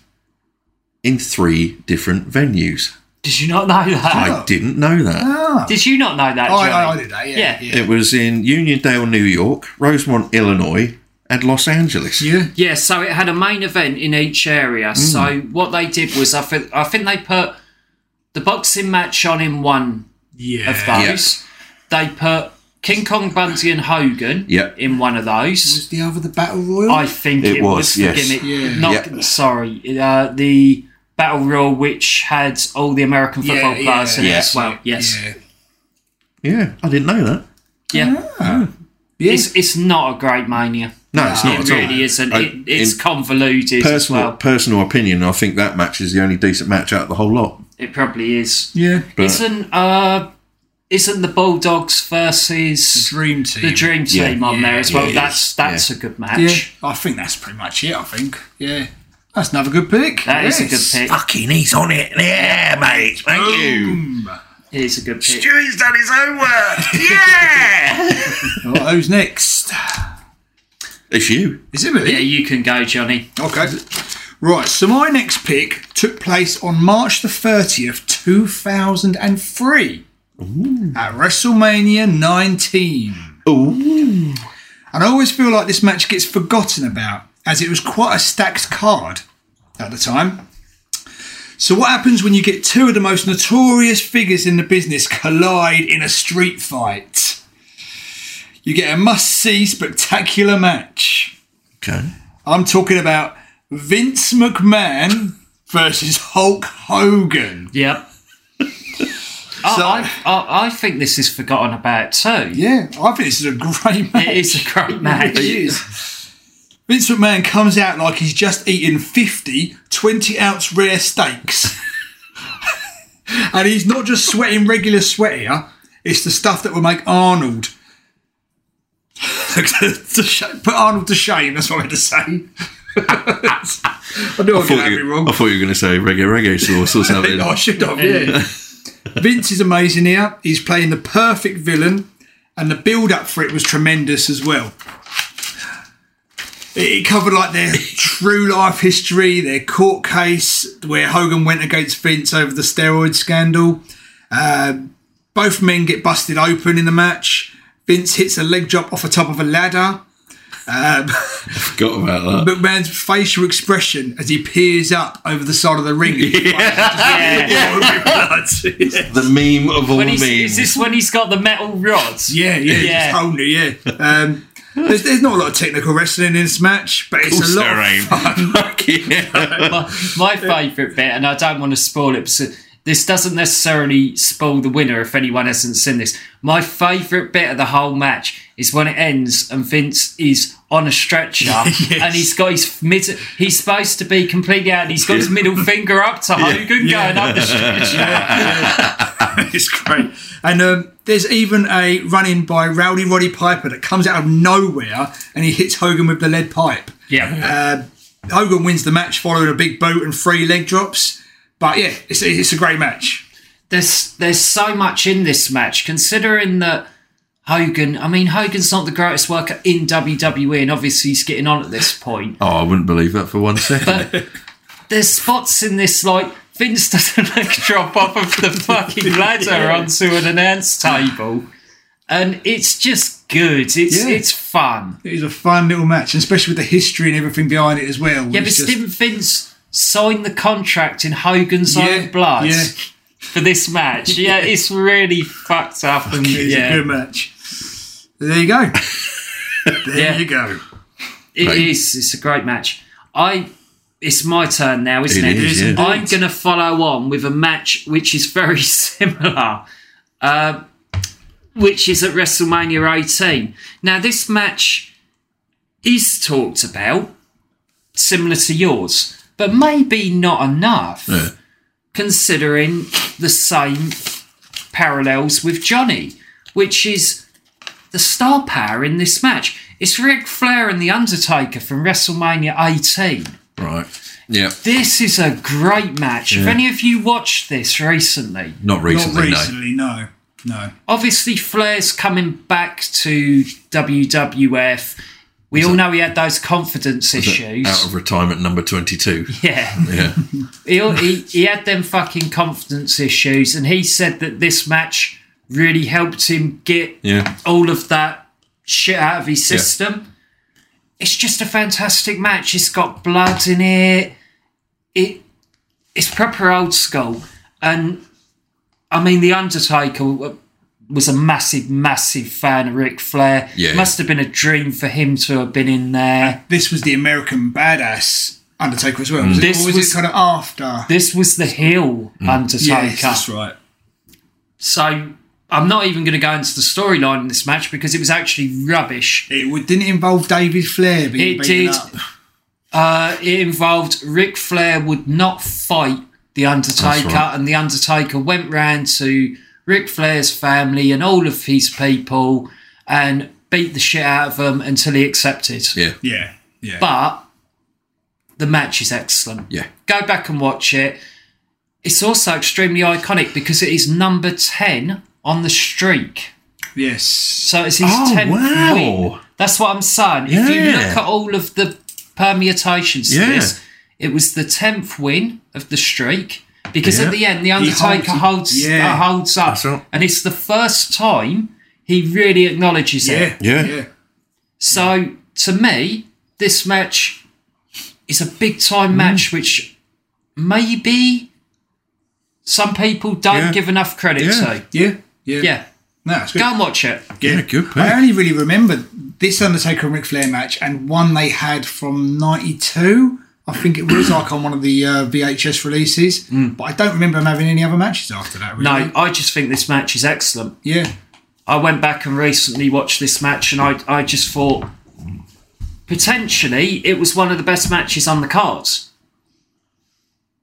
[SPEAKER 2] in three different venues.
[SPEAKER 3] Did you not know that?
[SPEAKER 2] I didn't know that.
[SPEAKER 3] Did you not know that?
[SPEAKER 4] I,
[SPEAKER 3] Johnny?
[SPEAKER 4] I, I did that, yeah.
[SPEAKER 3] Yeah.
[SPEAKER 2] It was in Uniondale, New York, Rosemont, Illinois, and Los Angeles.
[SPEAKER 4] Yeah.
[SPEAKER 3] Yeah, so it had a main event in each area. So
[SPEAKER 2] Mm.
[SPEAKER 3] what they did was, I think, I think they put the boxing match on in one
[SPEAKER 4] Yeah.
[SPEAKER 3] of those. They put King Kong Bunty and Hogan
[SPEAKER 2] Yep.
[SPEAKER 3] in one of those.
[SPEAKER 4] Was the other the Battle Royal?
[SPEAKER 3] I think
[SPEAKER 2] It
[SPEAKER 3] it,
[SPEAKER 2] was,
[SPEAKER 3] was, the
[SPEAKER 2] yes.
[SPEAKER 3] gimmick.
[SPEAKER 4] Yeah.
[SPEAKER 3] Not
[SPEAKER 2] Yep.
[SPEAKER 3] sorry, uh, the battle royal which had all the American football players in it as well. Yes,
[SPEAKER 4] Yeah.
[SPEAKER 2] Yeah, I didn't know that.
[SPEAKER 3] yeah.
[SPEAKER 4] Yeah.
[SPEAKER 3] It's it's not a great mania.
[SPEAKER 2] No, it's not
[SPEAKER 3] It
[SPEAKER 2] at all.
[SPEAKER 3] really isn't.
[SPEAKER 2] I-
[SPEAKER 3] It, it's
[SPEAKER 2] in
[SPEAKER 3] convoluted as
[SPEAKER 2] personal
[SPEAKER 3] well.
[SPEAKER 2] personal opinion. I think that match is the only decent match out of the whole lot.
[SPEAKER 3] It probably is.
[SPEAKER 4] yeah.
[SPEAKER 2] But
[SPEAKER 3] Isn't uh, isn't the Bulldogs versus
[SPEAKER 4] Dream Team.
[SPEAKER 3] the Dream
[SPEAKER 2] Yeah.
[SPEAKER 3] Team on there as well?
[SPEAKER 2] yeah,
[SPEAKER 3] that's
[SPEAKER 2] yeah.
[SPEAKER 3] that's a good
[SPEAKER 4] Yeah.
[SPEAKER 3] match.
[SPEAKER 4] I think that's pretty much it, I think. Yeah. That's another good pick.
[SPEAKER 3] That is a good pick.
[SPEAKER 2] fucking, he's on it. Yeah, mate. Thank you.
[SPEAKER 3] It is a good pick.
[SPEAKER 2] Stewie's done his homework. Yeah.
[SPEAKER 4] pick. Well, who's next?
[SPEAKER 2] it's you.
[SPEAKER 4] Is it really?
[SPEAKER 3] Yeah, you can go, Johnny.
[SPEAKER 4] Okay. Right, so my next pick took place on March the 30th, 2003 at WrestleMania 19.
[SPEAKER 2] Ooh.
[SPEAKER 4] And I always feel like this match gets forgotten about as it was quite a stacked card at the time. So, what happens when you get two of the most notorious figures in the business collide in a street fight? You get a must see spectacular match.
[SPEAKER 2] Okay.
[SPEAKER 4] I'm talking about Vince McMahon versus Hulk Hogan.
[SPEAKER 3] Yep.
[SPEAKER 4] So-
[SPEAKER 3] I, I, I, I think this is forgotten about too.
[SPEAKER 4] Yeah, I think this is a great match.
[SPEAKER 3] It is a great match.
[SPEAKER 4] It is. Vince McMahon comes out like he's just eaten 50 20 ounce rare steaks. and he's not just sweating regular sweat here, it's the stuff that will make Arnold. to sh- put Arnold to shame, that's what I meant to say. I knew I was
[SPEAKER 2] I
[SPEAKER 4] going
[SPEAKER 2] thought,
[SPEAKER 4] to be
[SPEAKER 2] you,
[SPEAKER 4] wrong.
[SPEAKER 2] I thought you were going to say reggae reggae sauce or something.
[SPEAKER 4] I should have, yeah. Vince is amazing here. He's playing the perfect villain, and the build up for it was tremendous as well. It covered like their true life history, their court case where Hogan went against Vince over the steroid scandal. Uh, both men get busted open in the match. Vince hits a leg drop off the top of a ladder.
[SPEAKER 2] Forgot about that.
[SPEAKER 4] McMahon's facial expression as he peers up over the side of the ring.
[SPEAKER 2] The meme of all
[SPEAKER 3] When
[SPEAKER 2] memes.
[SPEAKER 3] he's, is this when he's got the metal rods?
[SPEAKER 4] Yeah, yeah, yeah.
[SPEAKER 3] Yeah.
[SPEAKER 4] It's whole new, yeah. Um, there's, there's not a lot of technical wrestling in this match, but it's a lot. of
[SPEAKER 3] My, my favourite bit, and I don't want to spoil it, so this doesn't necessarily spoil the winner if anyone hasn't seen this. My favourite bit of the whole match is when it ends and Vince is on a stretcher and he's got his mid. He's supposed to be completely out. and He's got his middle finger up to Hogan going up the stretcher.
[SPEAKER 4] it's great. And um, there's even a run in by Rowdy Roddy Piper that comes out of nowhere and he hits Hogan with the lead pipe.
[SPEAKER 3] Yeah,
[SPEAKER 4] Uh, Hogan wins the match following a big boot and three leg drops. But yeah, it's, it's a great match.
[SPEAKER 3] there's there's so much in this match considering that. Hogan, I mean, Hogan's not the greatest worker in WWE, and obviously he's getting on at this point.
[SPEAKER 2] Oh, I wouldn't believe that for one second.
[SPEAKER 3] there's spots in this like Vince doesn't like drop off of the fucking ladder onto an announce table, and it's just good. It's
[SPEAKER 4] Yeah.
[SPEAKER 3] it's fun.
[SPEAKER 4] It is a fun little match, and especially with the history and everything behind it as well.
[SPEAKER 3] Yeah, but
[SPEAKER 4] It's just-
[SPEAKER 3] didn't Vince sign the contract in Hogan's
[SPEAKER 4] yeah,
[SPEAKER 3] own blood
[SPEAKER 4] Yeah,
[SPEAKER 3] for this match? Yeah, it's really fucked up. And
[SPEAKER 4] it's
[SPEAKER 3] yeah,
[SPEAKER 4] a good match. There you go. there
[SPEAKER 3] Yeah.
[SPEAKER 4] you go.
[SPEAKER 3] It
[SPEAKER 2] Right.
[SPEAKER 3] is. It's a great match. I. It's my turn now, isn't
[SPEAKER 2] It
[SPEAKER 3] it?
[SPEAKER 2] is, yeah.
[SPEAKER 3] I'm going to follow on with a match which is very similar, uh, which is at WrestleMania 18. Now, this match is talked about, similar to yours, but maybe not enough,
[SPEAKER 2] Yeah.
[SPEAKER 3] considering the same parallels with Johnny, which is the star power in this match. It's Ric Flair and The Undertaker from WrestleMania 18.
[SPEAKER 2] Right. Yeah.
[SPEAKER 3] This is a great match. If any of you watched this recently,
[SPEAKER 2] Not recently,
[SPEAKER 4] Not recently, no. No.
[SPEAKER 3] obviously Flair's coming back to WWF. We all know he had those confidence issues.
[SPEAKER 2] no. Out of retirement, number 22.
[SPEAKER 3] yeah.
[SPEAKER 2] Yeah.
[SPEAKER 3] he, he, he had them fucking confidence issues, and he said that this match really helped him get
[SPEAKER 2] Yeah.
[SPEAKER 3] all of that shit out of his system. It's just a fantastic match. It's got blood in it. It it's proper old school, and I mean the Undertaker w- was a massive, massive fan of Ric Flair.
[SPEAKER 2] Yeah.
[SPEAKER 3] must have been a dream for him to have been in there.
[SPEAKER 4] This was the American Badass Undertaker as well. Was
[SPEAKER 3] This
[SPEAKER 4] it, or was,
[SPEAKER 3] was-
[SPEAKER 4] it kind of after?
[SPEAKER 3] This was the heel Undertaker.
[SPEAKER 4] Yes, that's right.
[SPEAKER 3] So I'm not even going to go into the storyline in this match because it was actually rubbish.
[SPEAKER 4] It would, didn't it involve David Flair being
[SPEAKER 3] It
[SPEAKER 4] beaten
[SPEAKER 3] did.
[SPEAKER 4] up.
[SPEAKER 3] Uh, it involved Ric Flair would not fight The Undertaker,
[SPEAKER 2] right.
[SPEAKER 3] and The Undertaker went round to Ric Flair's family and all of his people and beat the shit out of them until he accepted.
[SPEAKER 2] Yeah.
[SPEAKER 4] Yeah, yeah.
[SPEAKER 3] But the match is excellent.
[SPEAKER 2] Yeah.
[SPEAKER 3] Go back and watch it. It's also extremely iconic because it is number 10 on the streak.
[SPEAKER 4] yes.
[SPEAKER 3] So it's his
[SPEAKER 2] Oh,
[SPEAKER 3] 10th
[SPEAKER 2] wow.
[SPEAKER 3] win. That's what I'm saying. If you
[SPEAKER 2] Yeah.
[SPEAKER 3] look at all of the permutations
[SPEAKER 2] Yeah.
[SPEAKER 3] to this, it was the 10th win of the streak because
[SPEAKER 2] Yeah.
[SPEAKER 3] at the end, The
[SPEAKER 4] holds-
[SPEAKER 3] Undertaker holds,
[SPEAKER 4] yeah.
[SPEAKER 3] uh, holds up.
[SPEAKER 2] That's right.
[SPEAKER 3] And it's the first time he really acknowledges
[SPEAKER 4] Yeah,
[SPEAKER 3] it.
[SPEAKER 2] Yeah.
[SPEAKER 3] So to me, this match is a big time
[SPEAKER 2] Mm.
[SPEAKER 3] match, which maybe some people don't
[SPEAKER 2] Yeah.
[SPEAKER 3] give enough credit
[SPEAKER 2] Yeah.
[SPEAKER 3] to.
[SPEAKER 4] Yeah, yeah.
[SPEAKER 3] Yeah.
[SPEAKER 4] No, it's good.
[SPEAKER 3] Go and watch it.
[SPEAKER 2] Yeah, good pick.
[SPEAKER 4] I only really remember this Undertaker and Ric Flair match and one they had from 92. I think it was like on one of the uh, VHS releases, but I don't remember them having any other matches after that. Really.
[SPEAKER 3] No, I just think this match is excellent.
[SPEAKER 4] Yeah.
[SPEAKER 3] I went back and recently watched this match, and I, I just thought potentially it was one of the best matches on the cards.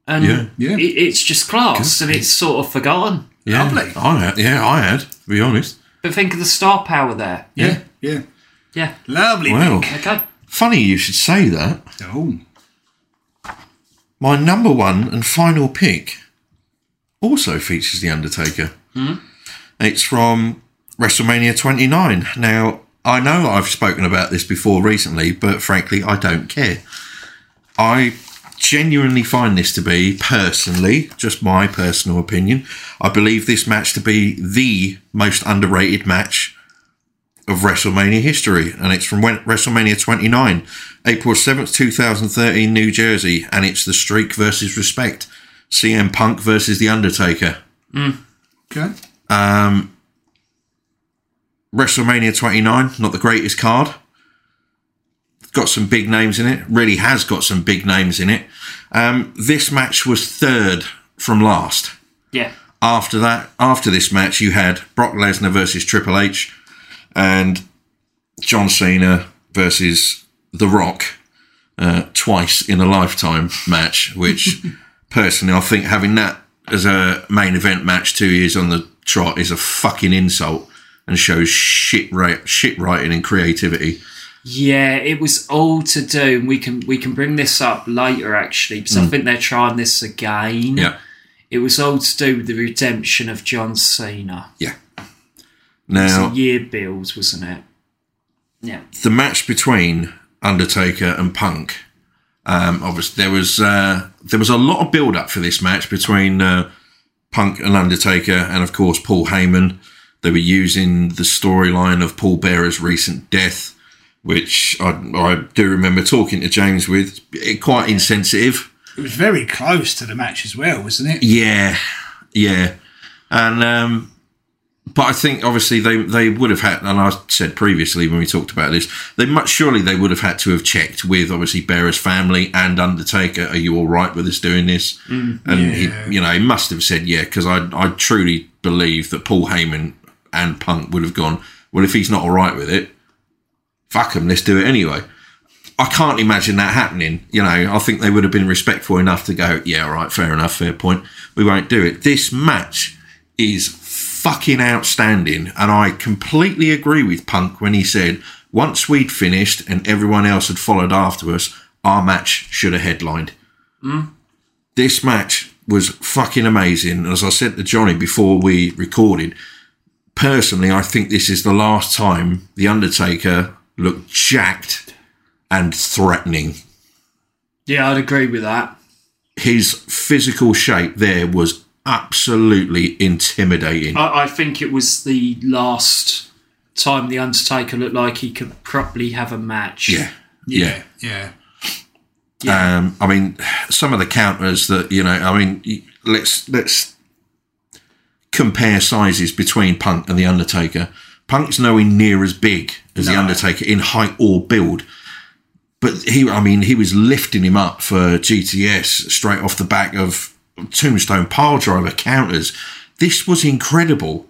[SPEAKER 4] Hmm.
[SPEAKER 3] And
[SPEAKER 2] Yeah.
[SPEAKER 4] Yeah.
[SPEAKER 3] It, it's just class, and it's sort of forgotten.
[SPEAKER 2] Yeah.
[SPEAKER 4] Lovely.
[SPEAKER 2] I had. Yeah, I had, to be honest.
[SPEAKER 3] But think of the star power there.
[SPEAKER 4] Yeah. Yeah.
[SPEAKER 3] Yeah.
[SPEAKER 4] Lovely.
[SPEAKER 2] Wow.
[SPEAKER 3] Okay.
[SPEAKER 2] Funny you should say that.
[SPEAKER 4] Oh.
[SPEAKER 2] My number one and final pick also features The Undertaker. It's from WrestleMania 29. Now, I know I've spoken about this before recently, but frankly, I don't care. I genuinely find this to be, personally, just my personal opinion, I believe this match to be the most underrated match of WrestleMania history, and it's from when- WrestleMania 29, April 7th, 2013, New Jersey, and it's the Streak versus Respect, CM Punk versus The Undertaker.
[SPEAKER 4] Okay.
[SPEAKER 2] WrestleMania 29, not the greatest card. Got some big names in it. Really has got some big names in it. Um, this match was third from last.
[SPEAKER 3] Yeah.
[SPEAKER 2] after that, after this match, you had Brock Lesnar versus Triple H and John Cena versus The Rock uh, twice in a lifetime match, which personally, I think having that as a main event match two years on the trot is a fucking insult and shows shit, ra- shit writing and creativity.
[SPEAKER 3] Yeah, it was all to do, and we can we can bring this up later actually, because I
[SPEAKER 4] Mm.
[SPEAKER 3] think they're trying this again.
[SPEAKER 2] Yeah.
[SPEAKER 3] It was all to do with the redemption of John Cena.
[SPEAKER 2] Yeah.
[SPEAKER 3] It's a
[SPEAKER 4] Oh.
[SPEAKER 2] Now,
[SPEAKER 3] year build, wasn't it? Yeah.
[SPEAKER 2] the match between Undertaker and Punk. Um, obviously, there was uh, there was a lot of build up for this match between uh, Punk and Undertaker, and of course Paul Heyman. They were using the storyline of Paul Bearer's recent death, which I, I do remember talking to James with. It, quite insensitive.
[SPEAKER 4] It was very close to the match as well, wasn't it?
[SPEAKER 2] Yeah, yeah, and um, But I think obviously they they would have had, and I said previously when we talked about this, they much surely they would have had to have checked with obviously Bearer's family and Undertaker. Are you all right with us doing this? and he, you know, he must have said yeah, because I I truly believe that Paul Heyman and Punk would have gone. Well, if he's not all right with it, fuck him. Let's do it anyway. I can't imagine that happening. You know, I think they would have been respectful enough to go, yeah, all right, fair enough, fair point. We won't do it. This match is fucking outstanding. And I completely agree with Punk when he said, once we'd finished and everyone else had followed after us, our match should have headlined. This match was fucking amazing. As I said to Johnny before we recorded, personally, I think this is the last time The Undertaker looked jacked and threatening.
[SPEAKER 3] Yeah, I'd agree with that.
[SPEAKER 2] His physical shape there was absolutely intimidating.
[SPEAKER 3] I, I think it was the last time the Undertaker looked like he could properly have a match.
[SPEAKER 2] yeah. Yeah.
[SPEAKER 4] Yeah.
[SPEAKER 2] Um, I mean, some of the counters that you know. I mean, y- let's let's compare sizes between Punk and the Undertaker. Punk's nowhere near as big as the Undertaker in height or build, but he, I mean, he was lifting him up for GTS straight off the back of Tombstone Pile Driver counters. This was incredible.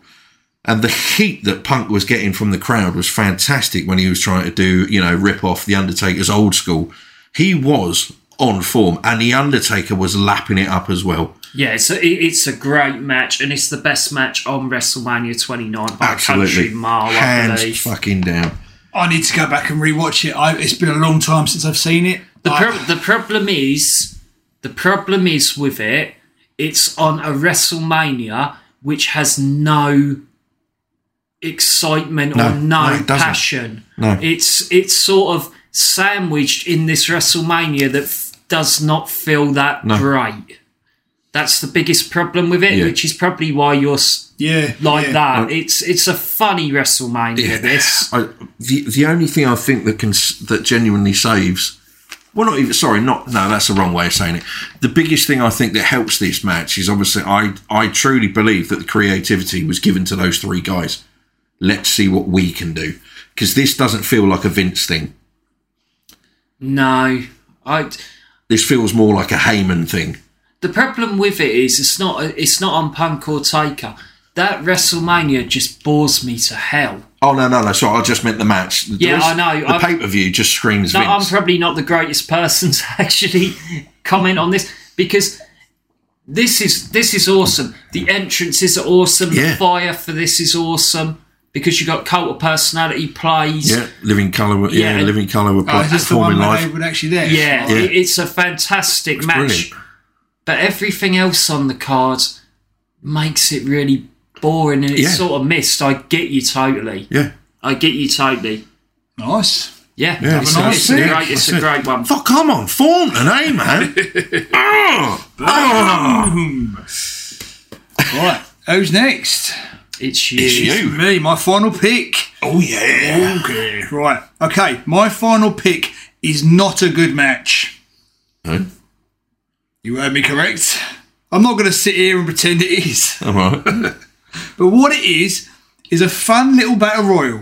[SPEAKER 2] And the heat that Punk was getting from the crowd was fantastic when he was trying to do, you know, rip off The Undertaker's old school. He was on form, and The Undertaker was lapping it up as well.
[SPEAKER 3] Yeah, it's a, it- it's a great match, and it's the best match on WrestleMania 29 by a
[SPEAKER 2] Absolutely.
[SPEAKER 3] country mile, I
[SPEAKER 2] Hands
[SPEAKER 3] believe.
[SPEAKER 2] fucking down.
[SPEAKER 4] I need to go back and rewatch it. I, it's been a long time since I've seen it.
[SPEAKER 3] The,
[SPEAKER 4] I-
[SPEAKER 3] prob- the problem is, the problem is with it, it's on a WrestleMania which has no excitement
[SPEAKER 2] No,
[SPEAKER 3] or no,
[SPEAKER 2] no, it doesn't.
[SPEAKER 3] passion.
[SPEAKER 2] No.
[SPEAKER 3] It's it's sort of sandwiched in this WrestleMania that f- does not feel that
[SPEAKER 2] No.
[SPEAKER 3] great. That's the biggest problem with it,
[SPEAKER 2] Yeah.
[SPEAKER 3] which is probably why you're s-
[SPEAKER 4] yeah.
[SPEAKER 3] like
[SPEAKER 4] yeah.
[SPEAKER 3] that. It's it's a funny WrestleMania. This
[SPEAKER 2] I, the the only thing I think that can s- that genuinely saves, well, not even sorry, not no, that's the wrong way of saying it. The biggest thing I think that helps this match is obviously I I truly believe that the creativity was given to those three guys. Let's see what we can do because this doesn't feel like a Vince thing.
[SPEAKER 3] no, I.
[SPEAKER 2] This feels more like a Heyman thing.
[SPEAKER 3] The problem with it is it's not it's not on Punk or Taker. That WrestleMania just bores me to hell.
[SPEAKER 2] Oh no no no! Sorry, I just meant the match. The
[SPEAKER 3] Yeah, I know,
[SPEAKER 2] The
[SPEAKER 3] I've-
[SPEAKER 2] pay per view just screams
[SPEAKER 3] No, I'm
[SPEAKER 2] Vince.
[SPEAKER 3] probably not the greatest person to actually comment on this because this is this is awesome. The entrances are awesome.
[SPEAKER 2] Yeah.
[SPEAKER 3] The fire for this is awesome because you got cult of personality plays.
[SPEAKER 2] yeah, living color. were- Yeah,
[SPEAKER 3] Yeah.
[SPEAKER 2] living color. Were
[SPEAKER 4] Oh, is this the one
[SPEAKER 2] performing
[SPEAKER 4] where they
[SPEAKER 2] live.
[SPEAKER 4] were actually there?
[SPEAKER 3] Yeah,
[SPEAKER 2] Yeah.
[SPEAKER 3] it- it's a fantastic match.
[SPEAKER 2] Brilliant.
[SPEAKER 3] But everything else on the card makes it really boring and it's
[SPEAKER 2] Yeah.
[SPEAKER 3] sort of missed. I get you totally.
[SPEAKER 2] Yeah,
[SPEAKER 3] I get you totally.
[SPEAKER 4] Nice.
[SPEAKER 3] Yeah,
[SPEAKER 2] Yeah,
[SPEAKER 3] it's,
[SPEAKER 2] that's
[SPEAKER 3] it's a
[SPEAKER 2] it.
[SPEAKER 3] great, it's a
[SPEAKER 2] That's it.
[SPEAKER 3] great one.
[SPEAKER 2] Fuck, I'm on form today, man. oh, oh.
[SPEAKER 4] Right. Who's next?
[SPEAKER 3] It's you.
[SPEAKER 2] It's you.
[SPEAKER 4] Me, my final pick.
[SPEAKER 2] Oh, yeah.
[SPEAKER 4] Okay. Right. Okay. My final pick is not a good match.
[SPEAKER 2] No?
[SPEAKER 4] You heard me correct. I'm not going to sit here and pretend it is.
[SPEAKER 2] All right.
[SPEAKER 4] But what it is, is a fun little battle royal.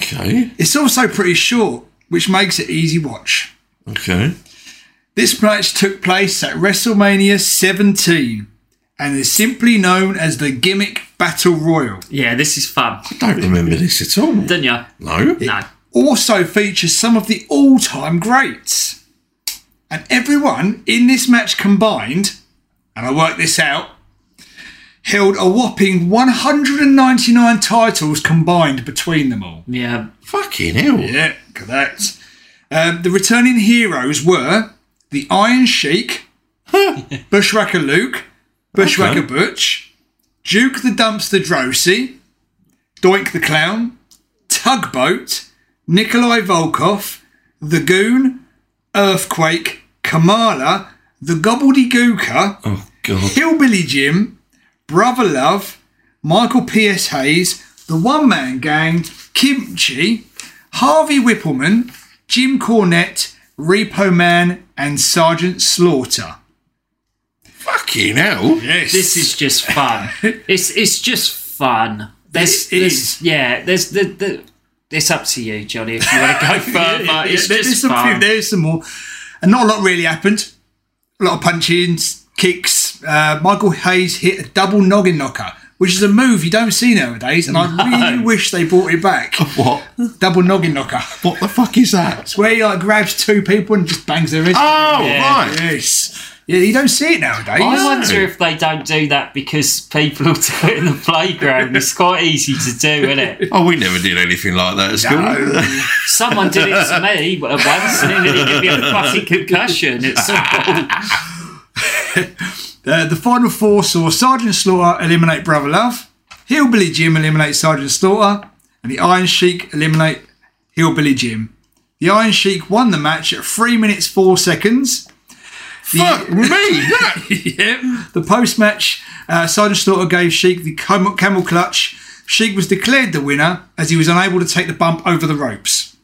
[SPEAKER 2] Okay.
[SPEAKER 4] It's also pretty short, which makes it easy watch.
[SPEAKER 2] Okay.
[SPEAKER 4] This match took place at WrestleMania 17 and is simply known as the Gimmick Battle Royal.
[SPEAKER 3] Yeah, this is fun.
[SPEAKER 2] I don't remember this at all.
[SPEAKER 3] Didn't you?
[SPEAKER 2] No.
[SPEAKER 3] No.
[SPEAKER 4] also features some of the all time greats. And everyone in this match combined, and I worked this out, held a whopping 199 titles combined between them all.
[SPEAKER 3] Yeah.
[SPEAKER 2] Fucking hell.
[SPEAKER 4] Yeah, correct. Um, the returning heroes were the Iron Sheik, Bushwhacker Luke, Bushwhacker Butch, Duke the Dumpster Drosy, Doink the Clown, Tugboat, Nikolai Volkov, The Goon, Earthquake, Kamala, The Gobbledygooker,
[SPEAKER 2] Oh, God.
[SPEAKER 4] Hillbilly Jim, Brother Love, Michael P.S. Hayes, The One Man Gang, Kimchi, Harvey Whippleman, Jim Cornette, Repo Man, and Sergeant Slaughter.
[SPEAKER 2] Fucking hell.
[SPEAKER 4] Yes.
[SPEAKER 3] This is just fun. it's it's just fun. There's,
[SPEAKER 4] It- it
[SPEAKER 3] there's-
[SPEAKER 4] is.
[SPEAKER 3] yeah. There's the, the it's up to you, Johnny. If you want to go further, it's
[SPEAKER 4] there's
[SPEAKER 3] just
[SPEAKER 4] some few-
[SPEAKER 3] fun.
[SPEAKER 4] there's some more, and not a lot really happened. A lot of punch-ins, kicks. Uh, Michael Hayes hit a double noggin knocker, which is a move you don't see nowadays, and I really wish they brought it back.
[SPEAKER 2] What?
[SPEAKER 4] double noggin knocker.
[SPEAKER 2] What the fuck is that?
[SPEAKER 4] It's where he like grabs two people and just bangs their wrist.
[SPEAKER 2] Oh,
[SPEAKER 3] Yeah.
[SPEAKER 2] right.
[SPEAKER 4] yes. Yeah, you don't see it nowadays.
[SPEAKER 3] I wonder if they don't do that because people will do it in the playground. It's quite easy to do, isn't it?
[SPEAKER 2] Oh, we never did anything like that at school.
[SPEAKER 3] Someone did it to me once and it nearly gave me a fucking concussion. It's awful.
[SPEAKER 4] Uh, the final four saw Sergeant Slaughter eliminate Brother Love, Hillbilly Jim eliminate Sergeant Slaughter, and the Iron Sheik eliminate Hillbilly Jim. The Iron Sheik won the match at 3 minutes 4 seconds. The,
[SPEAKER 2] Fuck me. That.
[SPEAKER 4] The post match, uh, Sergeant Slaughter gave Sheik the camel, camel clutch. Sheik was declared the winner as he was unable to take the bump over the ropes.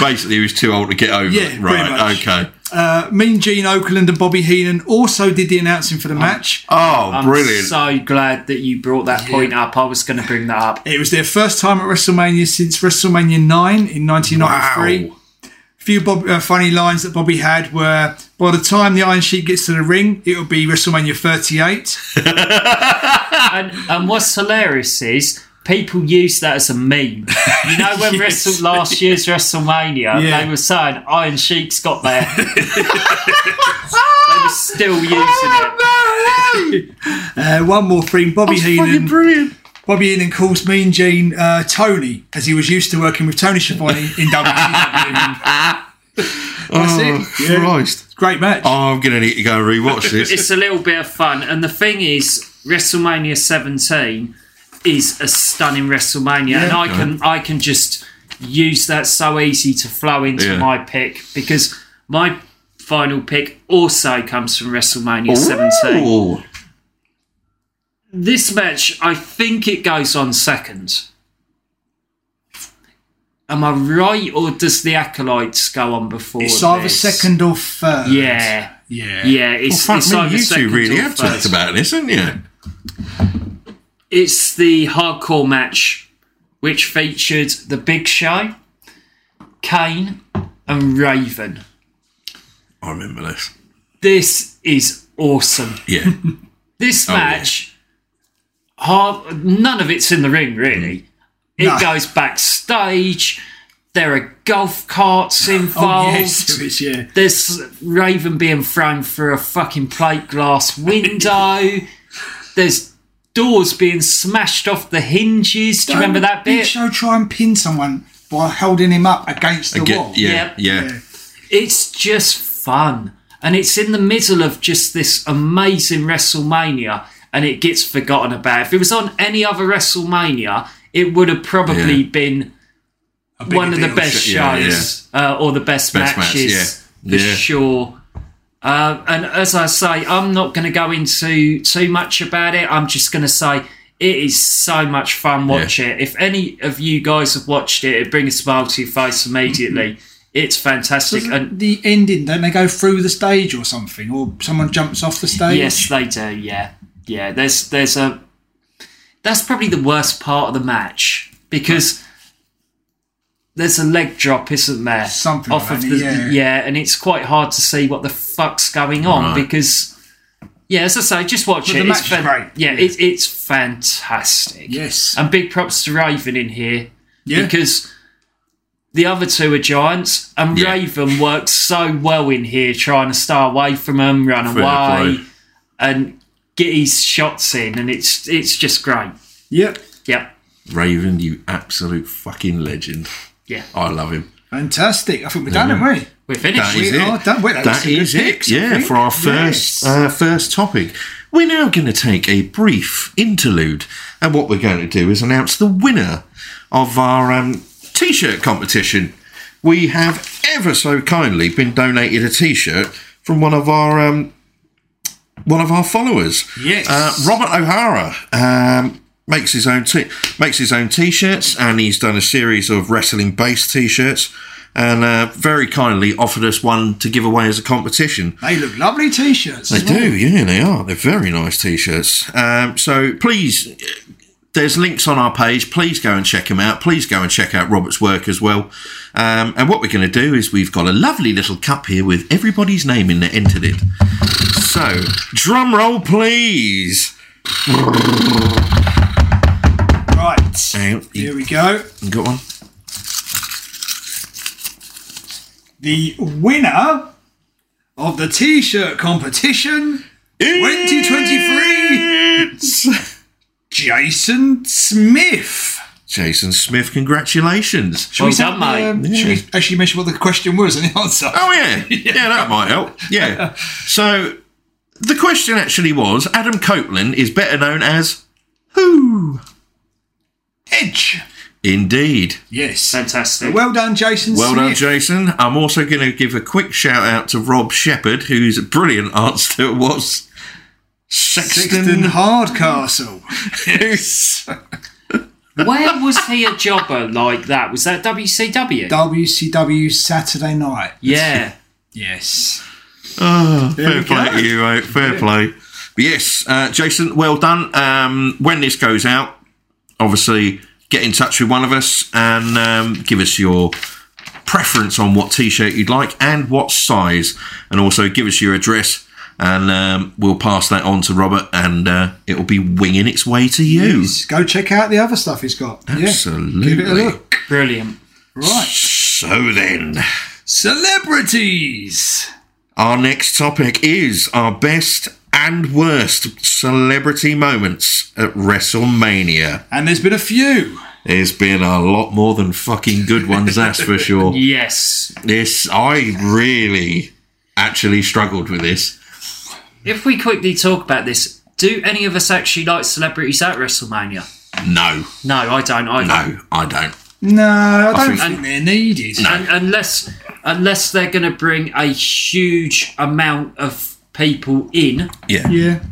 [SPEAKER 2] Basically, he was too old to get over.
[SPEAKER 4] Yeah,
[SPEAKER 2] it.
[SPEAKER 4] pretty
[SPEAKER 2] right.
[SPEAKER 4] much.
[SPEAKER 2] Okay.
[SPEAKER 4] Mean Gene Oakland and Bobby Heenan also did the announcing for the match.
[SPEAKER 2] Oh, brilliant.
[SPEAKER 3] So glad that you brought that point up. I was going to bring that up.
[SPEAKER 4] It was their first time at WrestleMania since WrestleMania 9 in 1993.
[SPEAKER 2] Wow.
[SPEAKER 4] A few Bob, uh, funny lines that Bobby had were by the time the Iron Sheik gets to the ring, it'll be WrestleMania 38.
[SPEAKER 3] And, and what's hilarious is people use that as a meme. You know, when
[SPEAKER 4] Yes.
[SPEAKER 3] Wrestle, last year's WrestleMania,
[SPEAKER 4] Yeah.
[SPEAKER 3] they were saying Iron Sheik's got there. they were still using it.
[SPEAKER 4] Uh, one more thing Bobby
[SPEAKER 2] Fucking
[SPEAKER 4] Heenan.
[SPEAKER 2] brilliant.
[SPEAKER 4] Bobby Heenan calls Mean Gene uh, Tony, as he was used to working with Tony Schiavone in E. WCW. That's
[SPEAKER 2] Oh,
[SPEAKER 4] it. Yeah.
[SPEAKER 2] Christ.
[SPEAKER 4] Great match.
[SPEAKER 2] Oh, I'm going to need to go and rewatch this.
[SPEAKER 3] It's a little bit of fun. And the thing is, WrestleMania 17 is a stunning WrestleMania, and I can I can just use that so easy to flow into
[SPEAKER 2] Yeah.
[SPEAKER 3] my pick because my final pick also comes from WrestleMania 17.
[SPEAKER 2] Ooh.
[SPEAKER 3] This match, I think it goes on second. Am I right, or does the acolytes go on before?
[SPEAKER 4] It's either
[SPEAKER 3] this?
[SPEAKER 4] second or third.
[SPEAKER 3] Yeah,
[SPEAKER 4] Yeah.
[SPEAKER 3] yeah. It's,
[SPEAKER 2] Fuck
[SPEAKER 3] it's
[SPEAKER 2] me,
[SPEAKER 3] either
[SPEAKER 2] you two
[SPEAKER 3] second
[SPEAKER 2] really
[SPEAKER 3] or
[SPEAKER 2] have talked
[SPEAKER 3] first.
[SPEAKER 2] about this, haven't you?
[SPEAKER 3] It's the hardcore match, which featured The Big Show, Kane, and Raven.
[SPEAKER 2] I remember this.
[SPEAKER 3] This is awesome.
[SPEAKER 2] Yeah.
[SPEAKER 3] This
[SPEAKER 4] Oh,
[SPEAKER 2] yeah.
[SPEAKER 3] match, har- none of it's in the ring really. It
[SPEAKER 4] No.
[SPEAKER 3] goes backstage. There are golf carts
[SPEAKER 4] Oh,
[SPEAKER 3] involved.
[SPEAKER 4] yes, it was, yeah.
[SPEAKER 3] There's Raven being thrown through a fucking plate glass window. There's doors being smashed off the hinges. Do you remember that
[SPEAKER 4] Big
[SPEAKER 3] bit?
[SPEAKER 4] Show try and pin someone by holding him up against the wall.
[SPEAKER 2] Get, yeah,
[SPEAKER 3] Yeah.
[SPEAKER 2] yeah.
[SPEAKER 3] It's just fun. And it's in the middle of just this amazing WrestleMania and it gets forgotten about. If it was on any other WrestleMania, it would have probably
[SPEAKER 2] Yeah.
[SPEAKER 3] been
[SPEAKER 4] A bigger
[SPEAKER 3] one of the
[SPEAKER 4] deal.
[SPEAKER 3] best
[SPEAKER 2] Yeah, yeah.
[SPEAKER 3] shows uh, or the best,
[SPEAKER 2] Best match,
[SPEAKER 3] matches
[SPEAKER 2] yeah.
[SPEAKER 3] for
[SPEAKER 2] Yeah.
[SPEAKER 3] sure. Uh, and as I say, I'm not going to go into too much about it. I'm just going to say it is so much fun. Watch it. If any of you guys have watched it, it brings a smile to your face immediately.
[SPEAKER 2] Mm-hmm.
[SPEAKER 3] it's fantastic.
[SPEAKER 4] Doesn't
[SPEAKER 3] and
[SPEAKER 4] the ending, don't they go through the stage or something, or someone jumps off the stage?
[SPEAKER 3] Yes, they do. Yeah, yeah. There's there's a that's probably the worst part of the match because there's a leg drop, isn't there?
[SPEAKER 4] Something
[SPEAKER 3] off
[SPEAKER 4] like
[SPEAKER 3] of
[SPEAKER 4] that,
[SPEAKER 3] the
[SPEAKER 4] yeah.
[SPEAKER 3] and it's quite hard to see what the fuck's going on because yeah, as I say, just watch it.
[SPEAKER 4] But the
[SPEAKER 3] It's
[SPEAKER 4] match is
[SPEAKER 3] fan-
[SPEAKER 4] great.
[SPEAKER 3] Yeah, It's, it's fantastic.
[SPEAKER 4] Yes.
[SPEAKER 3] and big props to Raven in here
[SPEAKER 4] Yeah.
[SPEAKER 3] because. The other two are giants, and
[SPEAKER 2] Yeah.
[SPEAKER 3] Raven works so well in here, trying to stay away from them, run
[SPEAKER 2] Fair
[SPEAKER 3] away,
[SPEAKER 2] play.
[SPEAKER 3] and get his shots in, and it's it's just great.
[SPEAKER 4] Yep.
[SPEAKER 3] Yep.
[SPEAKER 2] Raven, you absolute fucking legend.
[SPEAKER 3] Yeah.
[SPEAKER 2] I love him.
[SPEAKER 4] Fantastic. I think we're done, haven't we?
[SPEAKER 3] We're finished.
[SPEAKER 2] That is
[SPEAKER 4] We
[SPEAKER 2] it.
[SPEAKER 4] are done. Wait, that was
[SPEAKER 2] that
[SPEAKER 4] a good
[SPEAKER 2] is it.
[SPEAKER 4] picks, I
[SPEAKER 2] Yeah,
[SPEAKER 4] think.
[SPEAKER 2] for our first
[SPEAKER 4] Yes.
[SPEAKER 2] uh, first topic. We're now going to take a brief interlude, and what we're going to do is announce the winner of our um, t-shirt competition. We have ever so kindly been donated a t-shirt from one of our um, one of our followers.
[SPEAKER 4] Yes.
[SPEAKER 2] uh, Robert O'Hara. Um, Makes his own t- makes his own t-shirts, and he's done a series of wrestling-based t-shirts. and uh, very kindly offered us one to give away as a competition.
[SPEAKER 4] They look lovely t-shirts.
[SPEAKER 2] They do, yeah, they are. They're very nice t-shirts. Um, so please, there's links on our page. Please go and check them out. Please go and check out Robert's work as well. Um, and what we're going to do is we've got a lovely little cup here with everybody's name in it entered it. So drum roll, please.
[SPEAKER 4] Right.
[SPEAKER 2] Hang on,
[SPEAKER 4] Here
[SPEAKER 2] you
[SPEAKER 4] we go.
[SPEAKER 2] got one?
[SPEAKER 4] The winner of the t-shirt competition 2023.
[SPEAKER 2] It's
[SPEAKER 4] Jason Smith.
[SPEAKER 2] Jason Smith. Congratulations.
[SPEAKER 4] Should
[SPEAKER 3] Well done,
[SPEAKER 4] say,
[SPEAKER 3] mate.
[SPEAKER 4] should um, we actually mention what the question was and the answer?
[SPEAKER 2] Oh yeah, yeah, that might help. Yeah. So the question actually was: Adam Copeland is better known as who?
[SPEAKER 4] Edge.
[SPEAKER 2] Indeed.
[SPEAKER 4] Yes.
[SPEAKER 3] Fantastic.
[SPEAKER 4] Well done, Jason
[SPEAKER 2] Well done,
[SPEAKER 4] Smith.
[SPEAKER 2] Jason. I'm also going to give a quick shout out to Rob Shepherd, whose brilliant answer was Sexton.
[SPEAKER 4] Sexton Hardcastle.
[SPEAKER 2] Yes.
[SPEAKER 3] Where was he a jobber like that? Was that WCW?
[SPEAKER 4] WCW Saturday night.
[SPEAKER 3] yeah.
[SPEAKER 4] Yes.
[SPEAKER 2] Ah, fair
[SPEAKER 4] we
[SPEAKER 2] play
[SPEAKER 4] go.
[SPEAKER 2] to you, mate. Fair play. But yes, uh, Jason, well done. Um, when this goes out, obviously get in touch with one of us and um, give us your preference on what t-shirt you'd like and what size, and also give us your address. And um, we'll pass that on to Robert, and uh, it'll be winging its way to you.
[SPEAKER 4] Please Go check out the other stuff he's got. Yeah.
[SPEAKER 2] Absolutely.
[SPEAKER 4] Give it a look.
[SPEAKER 3] Brilliant.
[SPEAKER 4] Right.
[SPEAKER 2] So then,
[SPEAKER 4] Celebrities.
[SPEAKER 2] our next topic is our best and worst celebrity moments at WrestleMania.
[SPEAKER 4] And there's been a few.
[SPEAKER 2] There's been a lot more than fucking good ones, that's for sure.
[SPEAKER 3] Yes.
[SPEAKER 2] This I really actually struggled with this.
[SPEAKER 3] If we quickly talk about this, do any of us actually like celebrities at WrestleMania?
[SPEAKER 2] No,
[SPEAKER 3] No, I don't. I
[SPEAKER 2] no, I don't.
[SPEAKER 4] No, I don't
[SPEAKER 2] think-
[SPEAKER 4] think, they're needed.
[SPEAKER 3] Un- unless unless they're going to bring a huge amount of people in.
[SPEAKER 2] Yeah,
[SPEAKER 4] Yeah.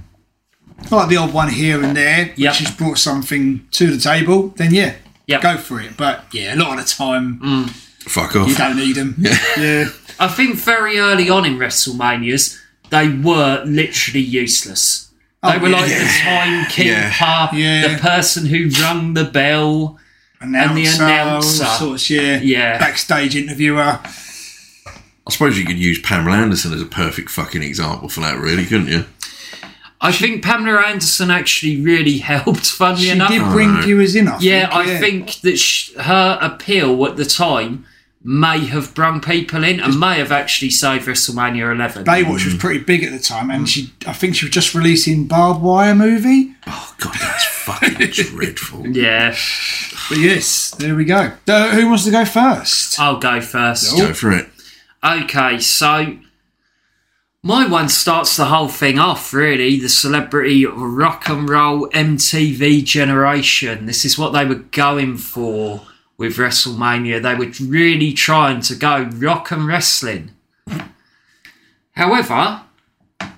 [SPEAKER 4] Like the odd one here and there,
[SPEAKER 3] Yep.
[SPEAKER 4] which has brought something to the table, then yeah,
[SPEAKER 3] Yep. Mm.
[SPEAKER 4] go for it. But yeah, a lot of the time,
[SPEAKER 2] fuck off.
[SPEAKER 4] you don't need them. Yeah.
[SPEAKER 3] I think very early on in WrestleManias, they were literally useless. They were like the timekeeper,
[SPEAKER 4] Oh, Yeah.
[SPEAKER 3] the person who rung the bell.
[SPEAKER 4] Announcer,
[SPEAKER 3] announcer.
[SPEAKER 4] all sorts, yeah.
[SPEAKER 3] Yeah.
[SPEAKER 4] Backstage interviewer.
[SPEAKER 2] I suppose you could use Pamela Anderson as a perfect fucking example for that, really, couldn't you?
[SPEAKER 3] I think Pamela Anderson actually really helped, funnily
[SPEAKER 4] She
[SPEAKER 3] enough.
[SPEAKER 4] did bring viewers in, I
[SPEAKER 3] Yeah,
[SPEAKER 4] think.
[SPEAKER 3] I think that sh- her appeal at the time may have brung people in and may have actually saved WrestleMania 11.
[SPEAKER 4] Baywatch was pretty big at the time, and she, I think she was just releasing Barbed Wire movie.
[SPEAKER 2] Oh god, that's fucking dreadful.
[SPEAKER 3] yeah,
[SPEAKER 4] But yes, there we go. Uh, who wants to go first?
[SPEAKER 3] I'll go first.
[SPEAKER 2] Go for it.
[SPEAKER 3] Okay, so my one starts the whole thing off, really. The celebrity rock and roll MTV generation. This is what they were going for with WrestleMania. They were really trying to go rock and wrestling. However,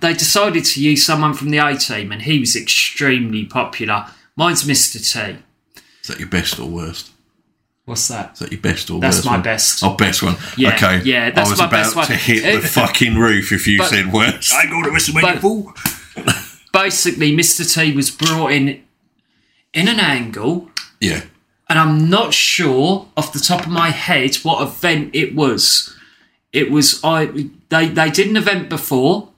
[SPEAKER 3] they decided to use someone from the A team, and he was extremely popular. Mine's Mr. T.
[SPEAKER 2] Is that your best or worst?
[SPEAKER 3] What's that?
[SPEAKER 2] Is that your best or
[SPEAKER 3] That's
[SPEAKER 2] worst?
[SPEAKER 3] my
[SPEAKER 2] one?
[SPEAKER 3] best.
[SPEAKER 2] Oh, best one.
[SPEAKER 3] Yeah,
[SPEAKER 2] okay.
[SPEAKER 3] yeah, that's
[SPEAKER 2] I was
[SPEAKER 3] my
[SPEAKER 2] about
[SPEAKER 3] best one.
[SPEAKER 2] to hit the fucking roof if you
[SPEAKER 3] But-
[SPEAKER 2] said worst.
[SPEAKER 4] I go to WrestleMania
[SPEAKER 3] But-
[SPEAKER 4] Fool.
[SPEAKER 3] Basically, Mr. T was brought in in an angle
[SPEAKER 2] Yeah.
[SPEAKER 3] and I'm not sure off the top of my head what event it was. It was I they they did an event before,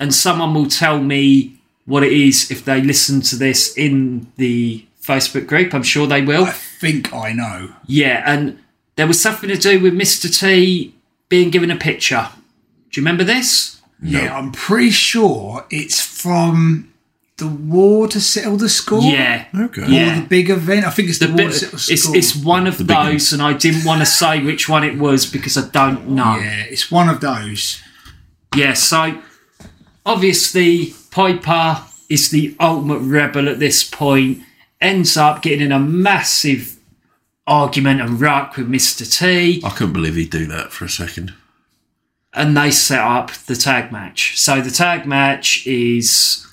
[SPEAKER 3] and someone will tell me what it is if they listen to this in the Facebook group. I'm sure they will.
[SPEAKER 4] I think I know.
[SPEAKER 3] Yeah, and there was something to do with Mr. T being given a picture. Do you remember this?
[SPEAKER 4] Yeah, I'm pretty sure it's from the war to settle the score.
[SPEAKER 3] Yeah.
[SPEAKER 2] Okay.
[SPEAKER 3] Yeah.
[SPEAKER 4] The big event. I think it's the,
[SPEAKER 3] The
[SPEAKER 4] war
[SPEAKER 3] bit,
[SPEAKER 4] to settle the
[SPEAKER 3] it's,
[SPEAKER 4] score.
[SPEAKER 3] it's one of
[SPEAKER 2] big one.
[SPEAKER 3] those, and I didn't want to say which one it was because I don't know.
[SPEAKER 4] Oh, yeah, it's one of those.
[SPEAKER 3] Yeah, so obviously Piper is the ultimate rebel at this point, ends up getting in a massive argument and ruck with Mr. T,
[SPEAKER 2] I couldn't believe he'd do that for a second.
[SPEAKER 3] and they set up the tag match. So the tag match is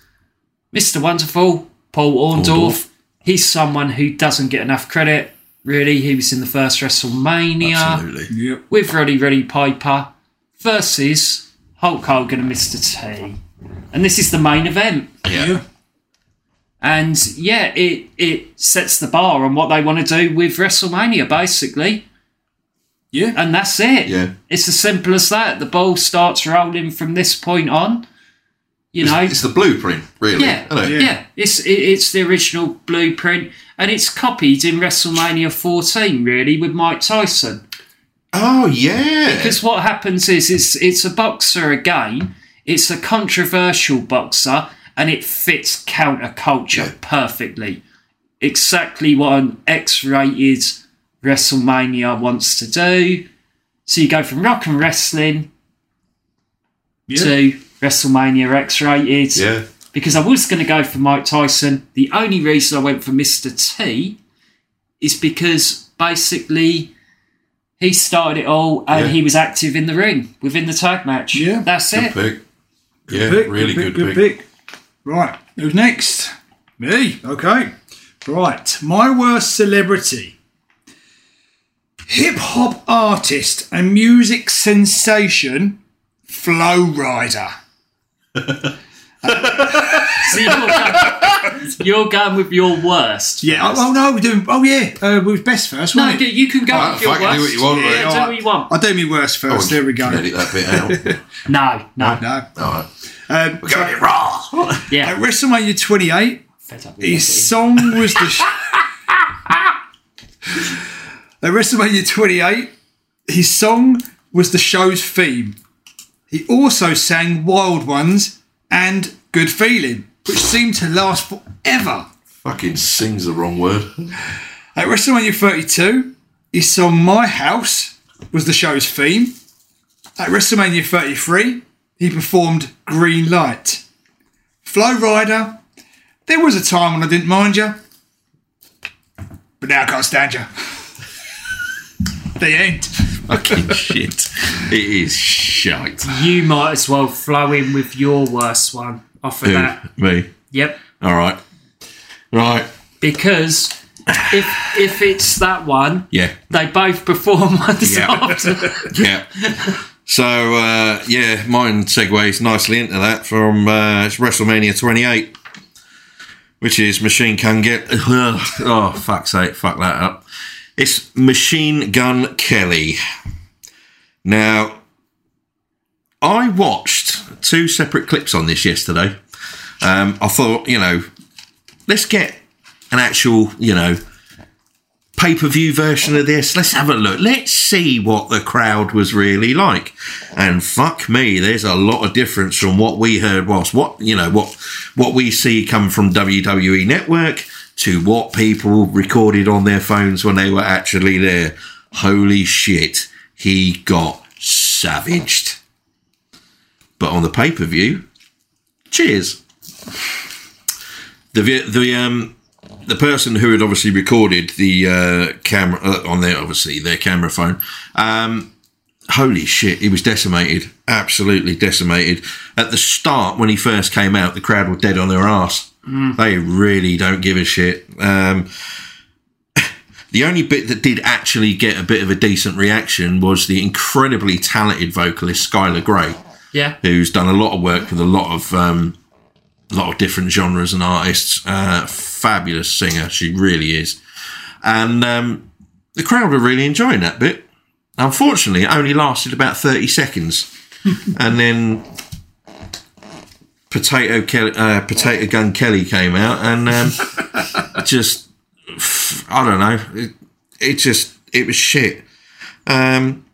[SPEAKER 3] Mr. Wonderful, Paul Orndorff.
[SPEAKER 2] Orndorff.
[SPEAKER 3] He's someone who doesn't get enough credit. really. He was in the first WrestleMania
[SPEAKER 2] Absolutely.
[SPEAKER 4] Yep.
[SPEAKER 3] with Roddy Roddy Piper versus Hulk Hogan and Mr. T. And this is the main event.
[SPEAKER 2] Yeah.
[SPEAKER 3] And yeah, it it sets the bar on what they want to do with WrestleMania, basically.
[SPEAKER 4] Yeah.
[SPEAKER 3] And that's it.
[SPEAKER 2] Yeah.
[SPEAKER 3] It's as simple as that. The ball starts rolling from this point on. You know,
[SPEAKER 2] It's the blueprint, really.
[SPEAKER 3] yeah,
[SPEAKER 2] isn't
[SPEAKER 3] yeah,
[SPEAKER 2] it?
[SPEAKER 3] It's it, it's the original blueprint, and it's copied in WrestleMania 14, really, with Mike Tyson.
[SPEAKER 2] Oh, yeah.
[SPEAKER 3] Because what happens is, it's it's a boxer again. It's a controversial boxer, and it fits counterculture
[SPEAKER 2] Yeah.
[SPEAKER 3] perfectly. Exactly what an X-rated WrestleMania wants to do. So you go from rock and wrestling
[SPEAKER 4] Yeah.
[SPEAKER 3] to WrestleMania X-rated
[SPEAKER 2] yeah.
[SPEAKER 3] because I was going to go for Mike Tyson. The only reason I went for Mr. T is because basically he started it all and
[SPEAKER 2] Yeah.
[SPEAKER 3] he was active in the ring within the tag match.
[SPEAKER 4] Yeah.
[SPEAKER 3] That's
[SPEAKER 2] Good
[SPEAKER 3] it.
[SPEAKER 2] pick. Yeah,
[SPEAKER 4] pick,
[SPEAKER 2] really good, pick.
[SPEAKER 4] Right, who's next? Me. Okay. Right, my worst celebrity. Hip hop artist and music sensation, Flow Rider.
[SPEAKER 3] So you're going, you're going with your worst.
[SPEAKER 4] Yeah. Oh, oh, no, we're doing. Oh yeah, uh, we was best first,
[SPEAKER 3] No,
[SPEAKER 4] wasn't
[SPEAKER 3] you
[SPEAKER 4] it?
[SPEAKER 3] you can go
[SPEAKER 2] Alright,
[SPEAKER 3] with your
[SPEAKER 2] fucking do
[SPEAKER 3] worst.
[SPEAKER 2] what you want,
[SPEAKER 3] yeah,
[SPEAKER 2] mate.
[SPEAKER 3] do what you want.
[SPEAKER 4] I'll do me worst
[SPEAKER 2] Oh,
[SPEAKER 4] first. there we go.
[SPEAKER 2] Edit that bit out.
[SPEAKER 3] No, no.
[SPEAKER 4] No.
[SPEAKER 2] All right.
[SPEAKER 4] Um,
[SPEAKER 2] We're going it raw.
[SPEAKER 4] at
[SPEAKER 3] Yeah.
[SPEAKER 4] WrestleMania 28,
[SPEAKER 3] Fed up with
[SPEAKER 4] His
[SPEAKER 3] that.
[SPEAKER 4] song was the. Sh- At WrestleMania 28, his song was the show's theme. He also sang Wild Ones and Good Feeling, which seemed to last forever.
[SPEAKER 2] Fucking sings the wrong word.
[SPEAKER 4] At WrestleMania 32, his song My House was the show's theme. At WrestleMania 33, he performed Green Light. Flow Rider, there was a time when I didn't mind you, but now I can't stand you. the end.
[SPEAKER 2] Fucking shit. It is shite.
[SPEAKER 3] You might as well flow in with your worst one off of that.
[SPEAKER 2] Me.
[SPEAKER 3] Yep.
[SPEAKER 2] All right. Right.
[SPEAKER 3] Because if if it's that one,
[SPEAKER 2] Yeah.
[SPEAKER 3] they both perform once
[SPEAKER 2] Yeah.
[SPEAKER 3] after.
[SPEAKER 2] Yeah. So uh, yeah, mine segues nicely into that from uh, it's WrestleMania 28, which is Machine Gun Get. oh fuck's sake, fuck that up. It's Machine Gun Kelly. Now, I watched two separate clips on this yesterday. Um, I thought, you know, let's get an actual, you know, pay per view version of this. Let's have a look. Let's see what the crowd was really like. And fuck me, there's a lot of difference from what we heard whilst what you know what what we see come from WWE Network to what people recorded on their phones when they were actually there. Holy shit, he got savaged. But on the pay per view, cheers. The vi- the um the person who had obviously recorded the uh, camera uh, on their obviously their camera phone um, holy shit he was decimated absolutely decimated at the start when he first came out the crowd were dead on their ass they really don't give a shit um, the only bit that did actually get a bit of a decent reaction was the incredibly talented vocalist skylar gray
[SPEAKER 3] Yeah.
[SPEAKER 2] who's done a lot of work with a lot of um, lot of different genres and artists. Uh, fabulous singer, she really is, and um, the crowd were really enjoying that bit. Unfortunately, it only lasted about thirty seconds, and then potato Kelly, uh, potato gun Kelly came out and um, just I don't know, it, it just it was shit. Um,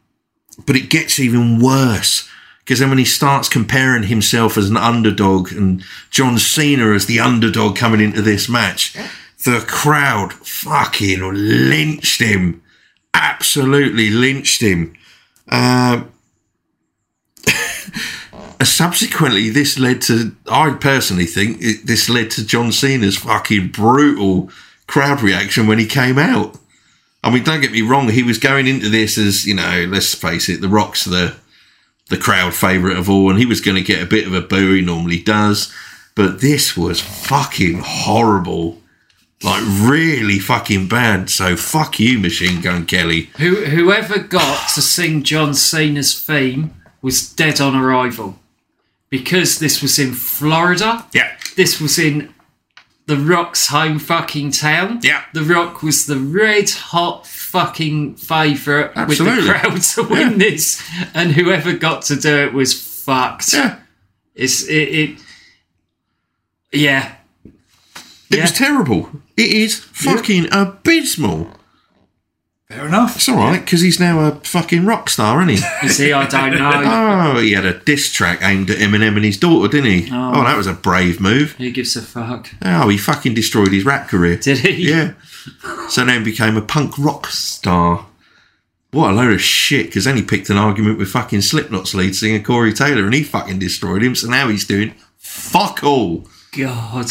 [SPEAKER 2] but it gets even worse because then when he starts comparing himself as an underdog and John Cena as the underdog coming into this match, the crowd fucking lynched him, absolutely lynched him. Um, subsequently, this led to I personally think it, this led to John Cena's fucking brutal crowd reaction when he came out. I mean, don't get me wrong, he was going into this as you know, let's face it, The Rock's the the crowd favourite of all, and he was going to get a bit of a boo. He normally does, but this was fucking horrible. Like really fucking bad. So fuck you, Machine Gun Kelly.
[SPEAKER 3] Who, whoever got to sing John Cena's theme was dead on arrival because this was in Florida.
[SPEAKER 2] Yeah.
[SPEAKER 3] This was in The Rock's home fucking town.
[SPEAKER 2] Yeah.
[SPEAKER 3] The Rock was the red hot fucking favourite with the
[SPEAKER 2] Absolutely.
[SPEAKER 3] crowd to win this. And whoever got to do it was fucked.
[SPEAKER 2] Yeah.
[SPEAKER 3] It's, it, it, yeah.
[SPEAKER 2] It was
[SPEAKER 3] Yeah.
[SPEAKER 2] terrible. It is fucking abysmal.
[SPEAKER 4] Fair enough.
[SPEAKER 2] It's all right because he's now a fucking rock star, isn't he?
[SPEAKER 3] You see, I don't know.
[SPEAKER 2] oh, he had a diss track aimed at Eminem and his daughter, didn't he? Oh, that was a brave move.
[SPEAKER 3] Who gives a fuck?
[SPEAKER 2] Oh, he fucking destroyed his rap career.
[SPEAKER 3] Did he?
[SPEAKER 2] Yeah. So then became a punk rock star. What a load of shit! Because then he picked an argument with fucking Slipknot's lead singer Corey Taylor, and he fucking destroyed him. So now he's doing fuck all,
[SPEAKER 3] God.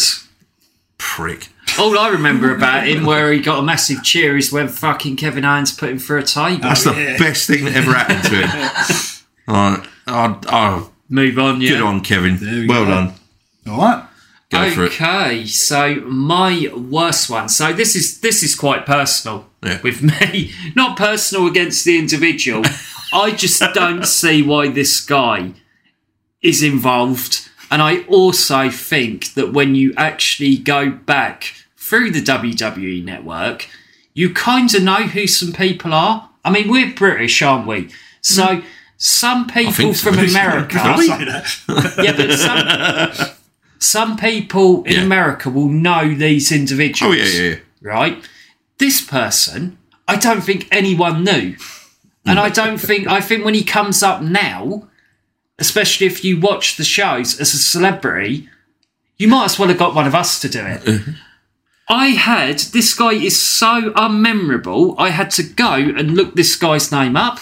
[SPEAKER 2] prick.
[SPEAKER 3] All I remember about him, where he got a massive cheer, is when fucking Kevin Irons put him through a table.
[SPEAKER 2] That's the best thing that ever happened to him. Oh, oh, oh,
[SPEAKER 3] Move on, yeah.
[SPEAKER 2] good on Kevin.
[SPEAKER 4] we
[SPEAKER 2] well
[SPEAKER 4] go.
[SPEAKER 2] done.
[SPEAKER 4] All right.
[SPEAKER 2] Go for it.
[SPEAKER 3] Okay, so my worst one. So this is this is quite personal
[SPEAKER 2] Yeah.
[SPEAKER 3] with me. Not personal against the individual. I just don't see why this guy is involved. And I also think that when you actually go back through the WWE network, you kind of know who some people are. I mean, we're British, aren't we? So some people
[SPEAKER 2] Mm. think so.
[SPEAKER 3] from America
[SPEAKER 4] Say that.
[SPEAKER 3] yeah, but some, some people in
[SPEAKER 2] Yeah.
[SPEAKER 3] America will know these
[SPEAKER 2] Oh
[SPEAKER 3] individuals.
[SPEAKER 2] yeah, yeah, yeah.
[SPEAKER 3] Right? This person, I don't think anyone knew. And I don't think, I think when he comes up now, especially if you watch the shows as a celebrity, you might as well have got one of us to do it. I had, this guy is so unmemorable, I had to go and look this guy's name up.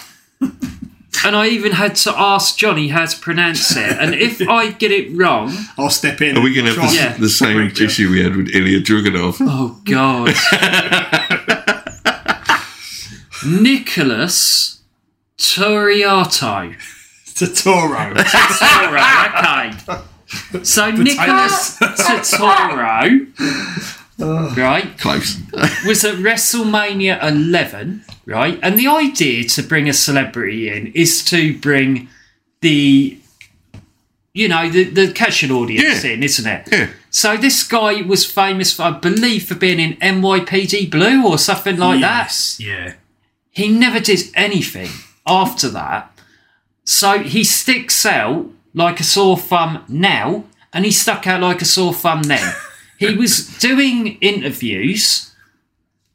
[SPEAKER 3] And I even had to ask Johnny how to pronounce it. And if I get it wrong,
[SPEAKER 4] I'll step in.
[SPEAKER 2] Are we going to have
[SPEAKER 4] Try
[SPEAKER 2] the,
[SPEAKER 3] Yeah.
[SPEAKER 2] the same
[SPEAKER 4] Break down.
[SPEAKER 2] issue we had with Ilya Dragunov?
[SPEAKER 3] Oh God. Nicholas Toriato.
[SPEAKER 4] Totoro.
[SPEAKER 3] Toro, okay. So Nicholas Totoro, right,
[SPEAKER 2] Close.
[SPEAKER 3] was at WrestleMania 11, right? And the idea to bring a celebrity in is to bring the, you know, the, the casual audience
[SPEAKER 2] Yeah.
[SPEAKER 3] in, isn't it?
[SPEAKER 2] yeah.
[SPEAKER 3] So this guy was famous, for, I believe, for being in NYPD Blue or something like
[SPEAKER 4] Yes.
[SPEAKER 3] that.
[SPEAKER 4] Yeah.
[SPEAKER 3] He never did anything after that. So he sticks out like a sore thumb now, and he stuck out like a sore thumb then. he was doing interviews.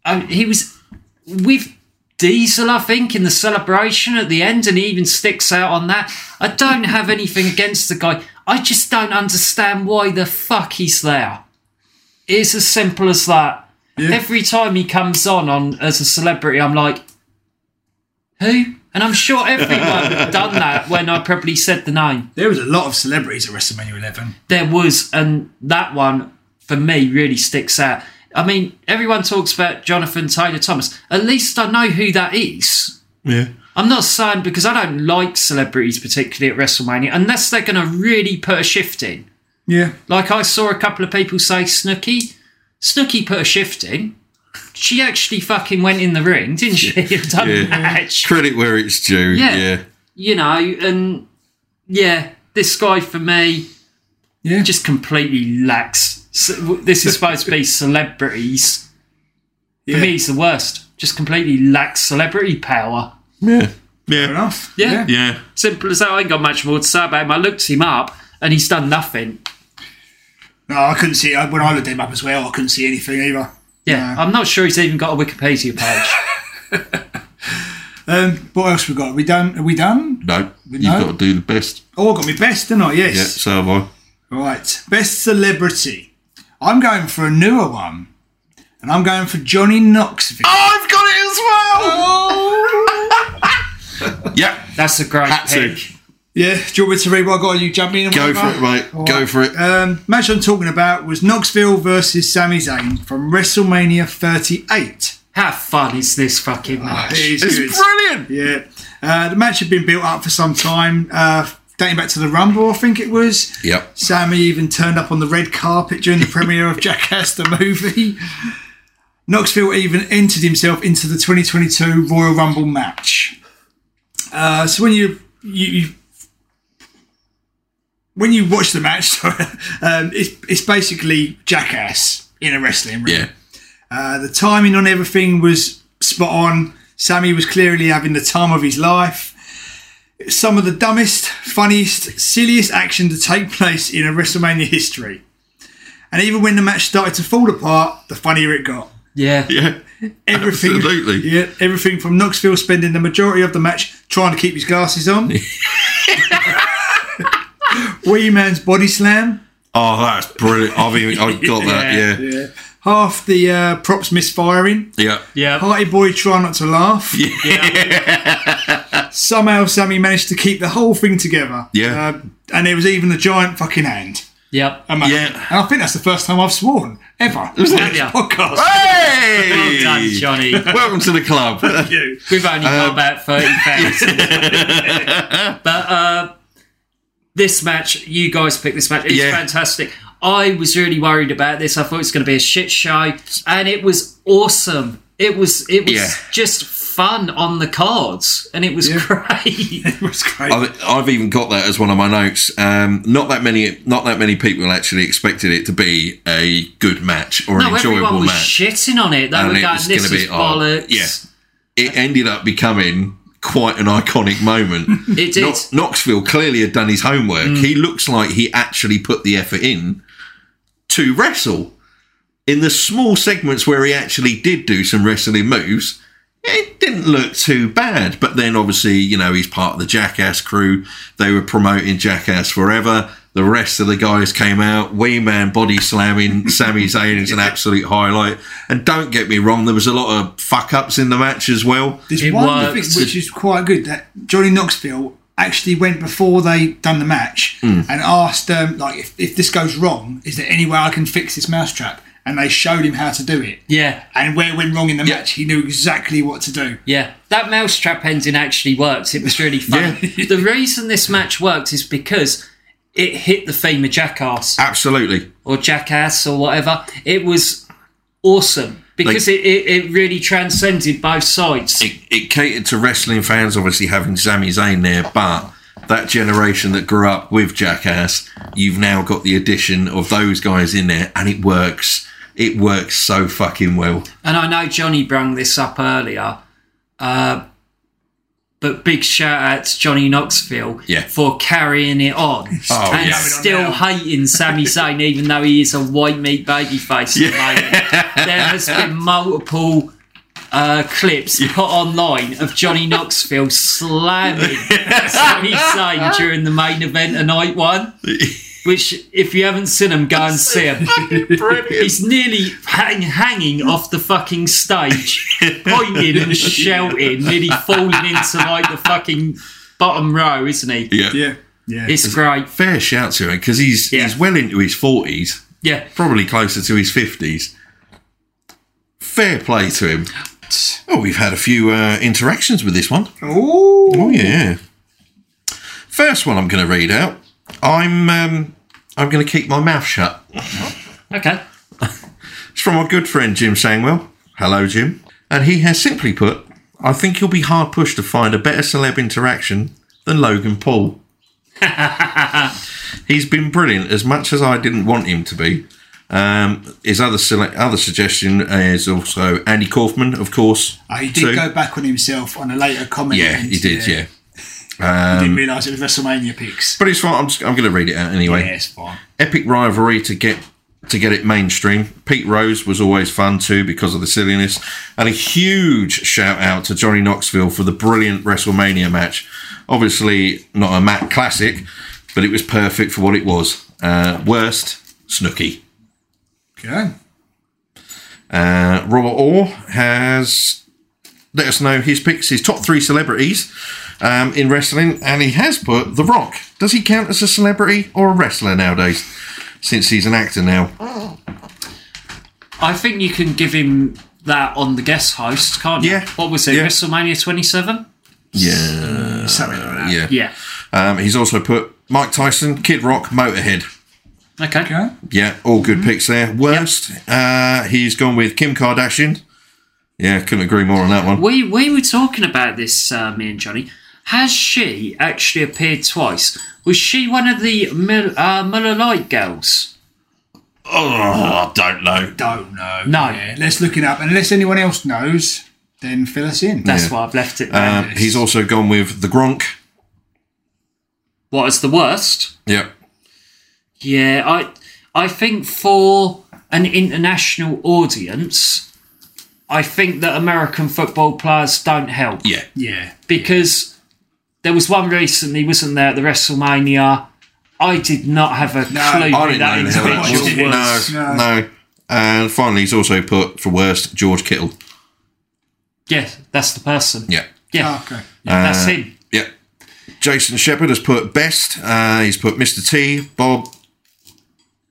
[SPEAKER 3] Um, he was with Diesel, I think, in the celebration at the end, and he even sticks out on that. I don't have anything against the guy. I just don't understand why the fuck he's there. It's as simple as that. Every time he comes on, on as a celebrity, I'm like, who? And I'm sure everyone had done that when I probably said the name.
[SPEAKER 4] There was a lot of celebrities at WrestleMania 11.
[SPEAKER 3] There was, and that one for me really sticks out. I mean, everyone talks about Jonathan Taylor Thomas. At least I know who that is.
[SPEAKER 2] Yeah.
[SPEAKER 3] I'm not saying because I don't like celebrities particularly at WrestleMania unless they're going to really put a shift in.
[SPEAKER 4] Yeah.
[SPEAKER 3] Like I saw a couple of people say Snooki. Snooki put a shift in. She actually fucking went in the ring, didn't she? Done
[SPEAKER 2] Yeah.
[SPEAKER 3] a match.
[SPEAKER 2] Credit where it's due.
[SPEAKER 3] Yeah.
[SPEAKER 2] Yeah.
[SPEAKER 3] You know, and yeah, this guy for me
[SPEAKER 4] Yeah.
[SPEAKER 3] just completely lacks. s- w- This is supposed to be celebrities. For
[SPEAKER 4] Yeah.
[SPEAKER 3] me, he's the worst. Just completely lacks celebrity power.
[SPEAKER 2] Yeah. Yeah.
[SPEAKER 4] Fair enough.
[SPEAKER 3] Yeah.
[SPEAKER 2] Yeah.
[SPEAKER 3] Simple as that. I ain't got much more to say about him. I looked him up and he's done nothing.
[SPEAKER 4] No, I couldn't see. I- When I looked him up as well, I couldn't see anything either.
[SPEAKER 3] Yeah, I'm not sure he's even got a Wikipedia page.
[SPEAKER 4] Um, what else we got? Are we done? Are we done?
[SPEAKER 2] No. You've
[SPEAKER 4] know.
[SPEAKER 2] got to do the best.
[SPEAKER 4] Oh, I got my best, didn't I?
[SPEAKER 2] Yeah.
[SPEAKER 4] Yes.
[SPEAKER 2] So have I.
[SPEAKER 4] Right. Best celebrity. I'm going for a newer one. And I'm going for Johnny Knoxville.
[SPEAKER 2] I've got it as well. yeah.
[SPEAKER 3] That's a great
[SPEAKER 2] Had to.
[SPEAKER 3] pick.
[SPEAKER 4] Yeah, do you want me to read what I got? You jump in and
[SPEAKER 2] Go for
[SPEAKER 4] whatever?
[SPEAKER 2] it, mate. Go for it.
[SPEAKER 4] Um, match I'm talking about was Knoxville versus Sami Zayn from WrestleMania 38.
[SPEAKER 3] How fun is this fucking match?
[SPEAKER 2] it's brilliant.
[SPEAKER 4] Yeah, uh, the match had been built up for some time, uh, dating back to the Rumble, I think it was.
[SPEAKER 2] Yep.
[SPEAKER 4] Sammy even turned up on the red carpet during the premiere of Jackass the movie. Knoxville even entered himself into the 2022 Royal Rumble match. Uh, so when you, you, you when you watch the match, sorry, um, it's it's basically jackass in a wrestling ring.
[SPEAKER 2] Yeah.
[SPEAKER 4] Uh, the timing on everything was spot on. Sammy was clearly having the time of his life. Some of the dumbest, funniest, silliest action to take place in a WrestleMania history. And even when the match started to fall apart, the funnier it got.
[SPEAKER 3] Yeah.
[SPEAKER 2] Yeah.
[SPEAKER 4] Everything,
[SPEAKER 2] Absolutely.
[SPEAKER 4] Yeah, everything from Knoxville spending the majority of the match trying to keep his glasses on. Wee Man's body slam.
[SPEAKER 2] Oh, that's brilliant. I've even, I got that. Yeah.
[SPEAKER 4] half the uh, props misfiring.
[SPEAKER 2] Yeah.
[SPEAKER 3] Yeah.
[SPEAKER 4] Party boy try not to laugh. Somehow Sammy managed to keep the whole thing together.
[SPEAKER 2] Yeah.
[SPEAKER 4] Uh, and there was even a giant fucking hand.
[SPEAKER 3] Yep.
[SPEAKER 4] Amazing.
[SPEAKER 2] Yeah.
[SPEAKER 4] And I think that's the first time I've sworn ever. Was
[SPEAKER 3] that ya?
[SPEAKER 4] podcast?
[SPEAKER 2] Hey!
[SPEAKER 3] Well done, Johnny.
[SPEAKER 2] Welcome to the club.
[SPEAKER 4] You.
[SPEAKER 3] We've only
[SPEAKER 2] Um,
[SPEAKER 3] got about 30,000. but uh, this match, you guys picked this match. It's
[SPEAKER 2] Yeah.
[SPEAKER 3] fantastic. I was really worried about this. I thought it was going to be a shit show, and it was awesome. It was it was
[SPEAKER 2] Yeah.
[SPEAKER 3] just fun on the cards, and it was great.
[SPEAKER 4] It was great.
[SPEAKER 2] I've, I've even got that as one of my notes. Um, not that many, not that many people actually expected it to be a good match or an
[SPEAKER 3] no, everyone
[SPEAKER 2] enjoyable
[SPEAKER 3] was
[SPEAKER 2] match.
[SPEAKER 3] shitting on it. They
[SPEAKER 2] And
[SPEAKER 3] were
[SPEAKER 2] it
[SPEAKER 3] going,
[SPEAKER 2] was
[SPEAKER 3] "This
[SPEAKER 2] gonna be
[SPEAKER 3] is
[SPEAKER 2] odd."
[SPEAKER 3] bollocks."
[SPEAKER 2] Yeah. It ended up becoming quite an iconic moment.
[SPEAKER 3] It did.
[SPEAKER 2] Knox- Knoxville clearly had done his homework. He looks like he actually put the effort in to wrestle. In the small segments where he actually did do some wrestling moves, it didn't look too bad. But then, obviously, you know, he's part of the Jackass crew. They were promoting Jackass forever. The rest of the guys came out. Wee Man body slamming Sami Zayn is an absolute highlight. And don't get me wrong, there was a lot of fuck ups in the match as well.
[SPEAKER 4] There's
[SPEAKER 3] It
[SPEAKER 4] one
[SPEAKER 3] worked.
[SPEAKER 4] thing which is quite good that Johnny Knoxville actually went before they done the match and asked um, like if, if this goes wrong, is there any way I can fix this mousetrap? And they showed him how to do it.
[SPEAKER 3] yeah.
[SPEAKER 4] And where it went wrong in the
[SPEAKER 2] Yeah.
[SPEAKER 4] match, he knew exactly what to do.
[SPEAKER 3] Yeah, that mousetrap ending actually worked. It was really fun. the reason this match worked is because it hit the theme of Jackass
[SPEAKER 2] Absolutely.
[SPEAKER 3] or Jackass or whatever. It was awesome because it, it, it really transcended both sides.
[SPEAKER 2] it, it catered to wrestling fans, obviously having Sami Zayn there, but that generation that grew up with Jackass, you've now got the addition of those guys in there, and it works. It works so fucking well.
[SPEAKER 3] and I know Johnny brung this up earlier, uh, but big shout out to Johnny Knoxville
[SPEAKER 2] Yeah.
[SPEAKER 3] for carrying it on
[SPEAKER 2] Oh,
[SPEAKER 3] and
[SPEAKER 2] yeah.
[SPEAKER 3] still hating Sami Zayn, even though he is a white meat babyface at the moment. There has been multiple. Uh, clips put online of Johnny Knoxville slamming Sami Zayn during the main event of night one. Which, if you haven't seen him, go and see him. He's nearly hang, hanging off the fucking stage, pointing and shouting, nearly falling into like the fucking bottom row, isn't he?
[SPEAKER 4] Yeah. Yeah.
[SPEAKER 3] It's great.
[SPEAKER 2] Fair shout to him because he's
[SPEAKER 3] Yeah.
[SPEAKER 2] he's well into his forties,
[SPEAKER 3] Yeah.
[SPEAKER 2] probably closer to his fifties. Fair play to him. Oh, we've had a few uh, interactions with this one.
[SPEAKER 4] Ooh.
[SPEAKER 2] Oh yeah. First one I'm going to read out. I'm um, I'm going to keep my mouth shut.
[SPEAKER 3] Okay.
[SPEAKER 2] It's from our good friend Jim Sangwell. Hello, Jim. And he has simply put, I think you'll be hard pushed to find a better celeb interaction than Logan Paul. He's been brilliant as much as I didn't want him to be. Um, his other sele- other suggestion is also Andy Kaufman, of course.
[SPEAKER 4] Uh, he did
[SPEAKER 2] too.
[SPEAKER 4] go back on himself on a later comment.
[SPEAKER 2] Yeah, he did. Yeah, Um,
[SPEAKER 4] He didn't realise it was WrestleMania picks.
[SPEAKER 2] but it's fine. I'm just, I'm going to read it out anyway.
[SPEAKER 4] Yeah, it's fine.
[SPEAKER 2] epic rivalry to get to get it mainstream. Pete Rose was always fun too because of the silliness, and a huge shout out to Johnny Knoxville for the brilliant WrestleMania match. Obviously, not a Matt classic, but it was perfect for what it was. Uh, worst Snooky.
[SPEAKER 4] Okay.
[SPEAKER 2] Uh, Robert Orr has let us know his picks, his top three celebrities um, in wrestling, and he has put The Rock. Does he count as a celebrity or a wrestler nowadays? Since he's an actor now,
[SPEAKER 3] I think you can give him that on the guest host, can't you?
[SPEAKER 2] Yeah.
[SPEAKER 3] What was it?
[SPEAKER 2] Yeah.
[SPEAKER 3] WrestleMania 27?
[SPEAKER 2] yeah. Uh,
[SPEAKER 4] Something like that.
[SPEAKER 2] Yeah.
[SPEAKER 3] Yeah.
[SPEAKER 2] Um, he's also put Mike Tyson, Kid Rock, Motorhead.
[SPEAKER 3] Okay.
[SPEAKER 4] Okay.
[SPEAKER 2] Yeah, all good picks there. Worst, uh, he's gone with Kim Kardashian. Yeah, couldn't agree more on that one.
[SPEAKER 3] We we were talking about this, uh, me and Johnny. Has she actually appeared twice? Was she one of the Mil- uh, Miller Lite girls?
[SPEAKER 2] Oh, I don't know.
[SPEAKER 4] Don't know.
[SPEAKER 3] No.
[SPEAKER 4] Yeah, let's look it up. And unless anyone else knows, then fill us in.
[SPEAKER 3] That's
[SPEAKER 2] Yeah.
[SPEAKER 3] why I've left it.
[SPEAKER 2] Uh,
[SPEAKER 3] there.
[SPEAKER 2] he's also gone with the Gronk.
[SPEAKER 3] what is the worst?
[SPEAKER 2] Yeah,
[SPEAKER 3] Yeah, I I think for an international audience, I think that American football players don't help
[SPEAKER 2] yeah,
[SPEAKER 4] yeah.
[SPEAKER 3] because there was one recently, wasn't there, at the WrestleMania. I did not have a clue
[SPEAKER 2] I
[SPEAKER 3] who
[SPEAKER 2] didn't
[SPEAKER 3] that
[SPEAKER 2] know how that
[SPEAKER 3] individual
[SPEAKER 2] was.
[SPEAKER 4] it
[SPEAKER 3] was.
[SPEAKER 2] No, no. And finally, he's also put for worst George Kittle.
[SPEAKER 3] Yeah, that's the person.
[SPEAKER 2] Yeah, Uh,
[SPEAKER 3] Yeah,
[SPEAKER 4] Ah, okay.
[SPEAKER 3] that's him.
[SPEAKER 2] yeah. Jason Shepard has put best. Uh, he's put Mr. T, Bob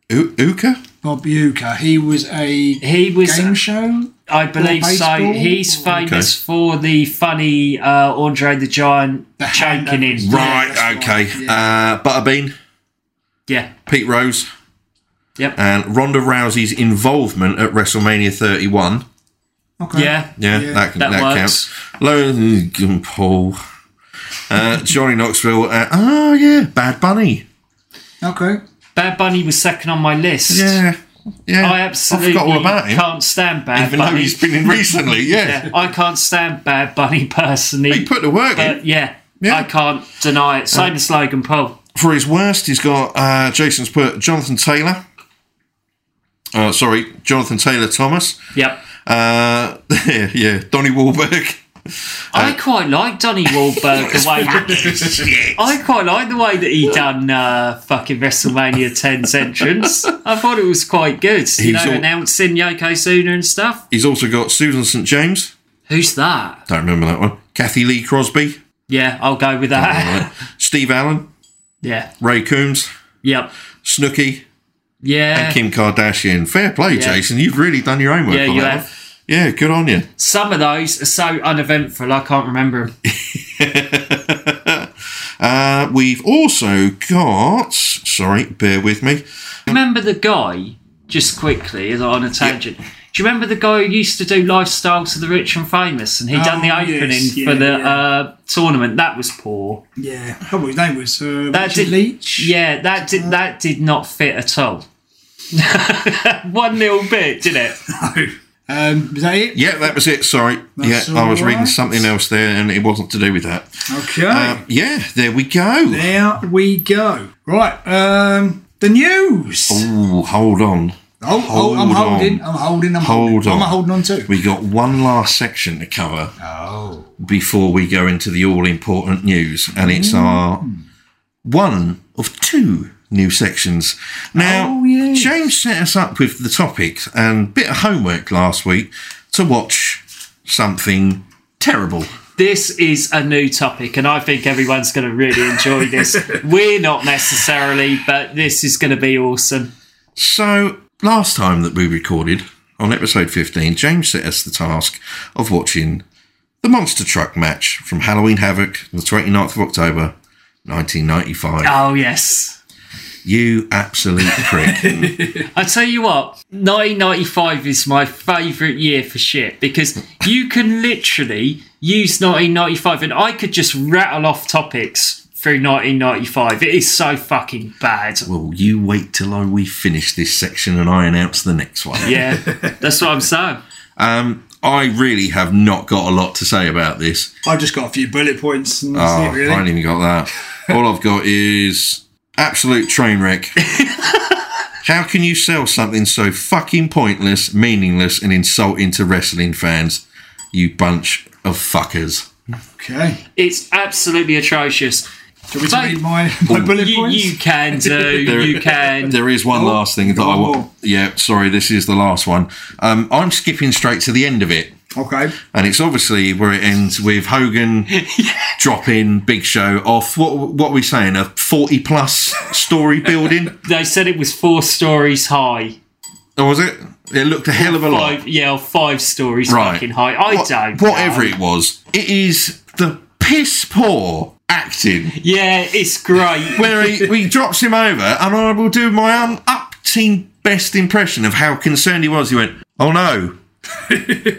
[SPEAKER 2] U- Uka.
[SPEAKER 4] Bob Uecker. He was a
[SPEAKER 3] He was,
[SPEAKER 4] game show.
[SPEAKER 3] I believe,
[SPEAKER 4] or
[SPEAKER 3] so.
[SPEAKER 4] baseball,
[SPEAKER 3] He's
[SPEAKER 4] or-
[SPEAKER 3] famous for the funny uh, Andre the Giant
[SPEAKER 4] The hand
[SPEAKER 3] choking him.
[SPEAKER 4] up.
[SPEAKER 2] Right,
[SPEAKER 4] that's
[SPEAKER 2] okay.
[SPEAKER 4] right,
[SPEAKER 2] Uh, Butterbean,
[SPEAKER 3] Yeah,
[SPEAKER 2] Pete Rose,
[SPEAKER 3] yep,
[SPEAKER 2] and Ronda Rousey's involvement at WrestleMania 31.
[SPEAKER 4] Okay.
[SPEAKER 3] yeah.
[SPEAKER 2] Yeah,
[SPEAKER 4] Yeah.
[SPEAKER 2] that, can, that,
[SPEAKER 3] That works.
[SPEAKER 2] counts. Logan Paul. Uh, Johnny Knoxville. Uh, oh, yeah. Bad Bunny.
[SPEAKER 4] Okay.
[SPEAKER 3] Bad Bunny was second on my list.
[SPEAKER 2] Yeah. Yeah.
[SPEAKER 3] I absolutely
[SPEAKER 2] I forgot all about him.
[SPEAKER 3] can't stand Bad
[SPEAKER 2] Even though
[SPEAKER 3] Bunny.
[SPEAKER 2] he's been in recently. Yeah.
[SPEAKER 3] Yeah, I can't stand Bad Bunny personally.
[SPEAKER 2] He put the work in.
[SPEAKER 3] but yeah,
[SPEAKER 2] Yeah. Uh,
[SPEAKER 3] I can't deny it. Same as Logan Paul.
[SPEAKER 2] For his worst, he's got uh, Jason's put Jonathan Taylor. Uh, sorry, Jonathan Taylor Thomas.
[SPEAKER 3] Yep.
[SPEAKER 2] Uh, yeah, yeah, Donnie Wahlberg.
[SPEAKER 3] I
[SPEAKER 4] Uh,
[SPEAKER 3] quite like Donny Wahlberg the way that, I quite like the way that he done uh, fucking WrestleMania 10's entrance. I thought it was quite good. You
[SPEAKER 2] He's
[SPEAKER 3] know,
[SPEAKER 2] all-
[SPEAKER 3] announcing Yokozuna and stuff.
[SPEAKER 2] He's also got Susan St. James.
[SPEAKER 3] Who's that?
[SPEAKER 2] Don't remember that one. Kathy Lee Crosby.
[SPEAKER 3] Yeah, I'll go with that.
[SPEAKER 2] Steve Allen.
[SPEAKER 3] yeah.
[SPEAKER 2] Ray Coombs.
[SPEAKER 3] Yep.
[SPEAKER 2] Snooki.
[SPEAKER 3] Yeah.
[SPEAKER 2] Kim Kardashian. Fair play,
[SPEAKER 3] Yeah.
[SPEAKER 2] Jason. You've really done your own work
[SPEAKER 3] Yeah,
[SPEAKER 2] on
[SPEAKER 3] you
[SPEAKER 2] that
[SPEAKER 3] have.
[SPEAKER 2] one. Yeah, good on you.
[SPEAKER 3] Some of those are so uneventful, I can't remember 'em.
[SPEAKER 2] Uh, we've also got. Sorry, bear with me.
[SPEAKER 3] Remember the guy, just quickly, as on a tangent. Do you remember the guy who used to do Lifestyle to the Rich and Famous and he done the
[SPEAKER 4] Oh, yes,
[SPEAKER 3] opening
[SPEAKER 4] yeah,
[SPEAKER 3] for the
[SPEAKER 4] yeah.
[SPEAKER 3] uh, tournament? That was poor.
[SPEAKER 4] Yeah. I what his name was. Uh,
[SPEAKER 3] That
[SPEAKER 4] Richard
[SPEAKER 3] did-
[SPEAKER 4] Leach.
[SPEAKER 3] Yeah, that did that did not fit at all. One little bit, did it?
[SPEAKER 4] Um, was that it?
[SPEAKER 2] Yeah, that was it. Sorry.
[SPEAKER 4] That's
[SPEAKER 2] yeah, I was
[SPEAKER 4] all
[SPEAKER 2] reading
[SPEAKER 4] right.
[SPEAKER 2] something else there and it wasn't to do with that.
[SPEAKER 4] Okay.
[SPEAKER 2] Uh, yeah, there we go.
[SPEAKER 4] there we go. Right. Um, the news.
[SPEAKER 2] Ooh, hold on.
[SPEAKER 4] Oh, oh, I'm
[SPEAKER 2] Oh, Hold
[SPEAKER 4] holding.
[SPEAKER 2] on.
[SPEAKER 4] I'm holding. I'm
[SPEAKER 2] Hold
[SPEAKER 4] holding.
[SPEAKER 2] on.
[SPEAKER 4] I'm holding on too.
[SPEAKER 2] We got one last section to cover
[SPEAKER 4] Oh.
[SPEAKER 2] before we go into the all important news, and it's
[SPEAKER 4] Mm.
[SPEAKER 2] our one of two new sections. Now,
[SPEAKER 4] Oh, yes.
[SPEAKER 2] James set us up with the topics and bit of homework last week to watch something terrible.
[SPEAKER 3] This is a new topic, and I think everyone's going to really enjoy this. We're not necessarily, but this is going to be awesome.
[SPEAKER 2] So, last time that we recorded on episode 15, James set us the task of watching the Monster Truck match from Halloween Havoc, the 29th of October, 1995.
[SPEAKER 4] Ah.
[SPEAKER 3] Oh yes,
[SPEAKER 2] You absolute prick.
[SPEAKER 3] I tell you what, 1995 is my favourite year for shit because you can literally use 1995, and I could just rattle off topics through 1995. It is so fucking bad.
[SPEAKER 2] well, you wait till I, we finish this section and I announce the next one.
[SPEAKER 3] Yeah, that's what I'm saying.
[SPEAKER 2] I really have not got a lot to say about this.
[SPEAKER 4] I've just got a few bullet points. And that's
[SPEAKER 2] Oh,
[SPEAKER 4] it, really.
[SPEAKER 2] I ain't even got that. All I've got is absolute train wreck. How can you sell something so fucking pointless, meaningless, and insulting to wrestling fans? You bunch of fuckers.
[SPEAKER 4] Okay.
[SPEAKER 3] It's absolutely atrocious.
[SPEAKER 4] Do we
[SPEAKER 3] Mate,
[SPEAKER 4] read my, my bullet
[SPEAKER 3] You,
[SPEAKER 4] points?
[SPEAKER 3] you can do.
[SPEAKER 2] There-
[SPEAKER 3] you can. Oh,
[SPEAKER 2] There is one last thing that I
[SPEAKER 4] one
[SPEAKER 2] want.
[SPEAKER 4] more.
[SPEAKER 2] Yeah, sorry, this is the last one. Um, I'm skipping straight to the end of it.
[SPEAKER 4] Okay.
[SPEAKER 2] And it's obviously where it ends with Hogan dropping Big Show off. What what are we saying? A forty plus story building,
[SPEAKER 3] They said it was four stories high.
[SPEAKER 2] or was it? It looked a hell of a lot.
[SPEAKER 3] Five, yeah, or five stories
[SPEAKER 2] Right.
[SPEAKER 3] fucking high. I
[SPEAKER 2] What-
[SPEAKER 3] don't.
[SPEAKER 2] Whatever
[SPEAKER 3] know.
[SPEAKER 2] it was, it is the piss poor acting
[SPEAKER 3] Yeah, it's great.
[SPEAKER 2] where he, he drops him over, and I will do my un- fitting best impression of how concerned he was. He went, "Oh no,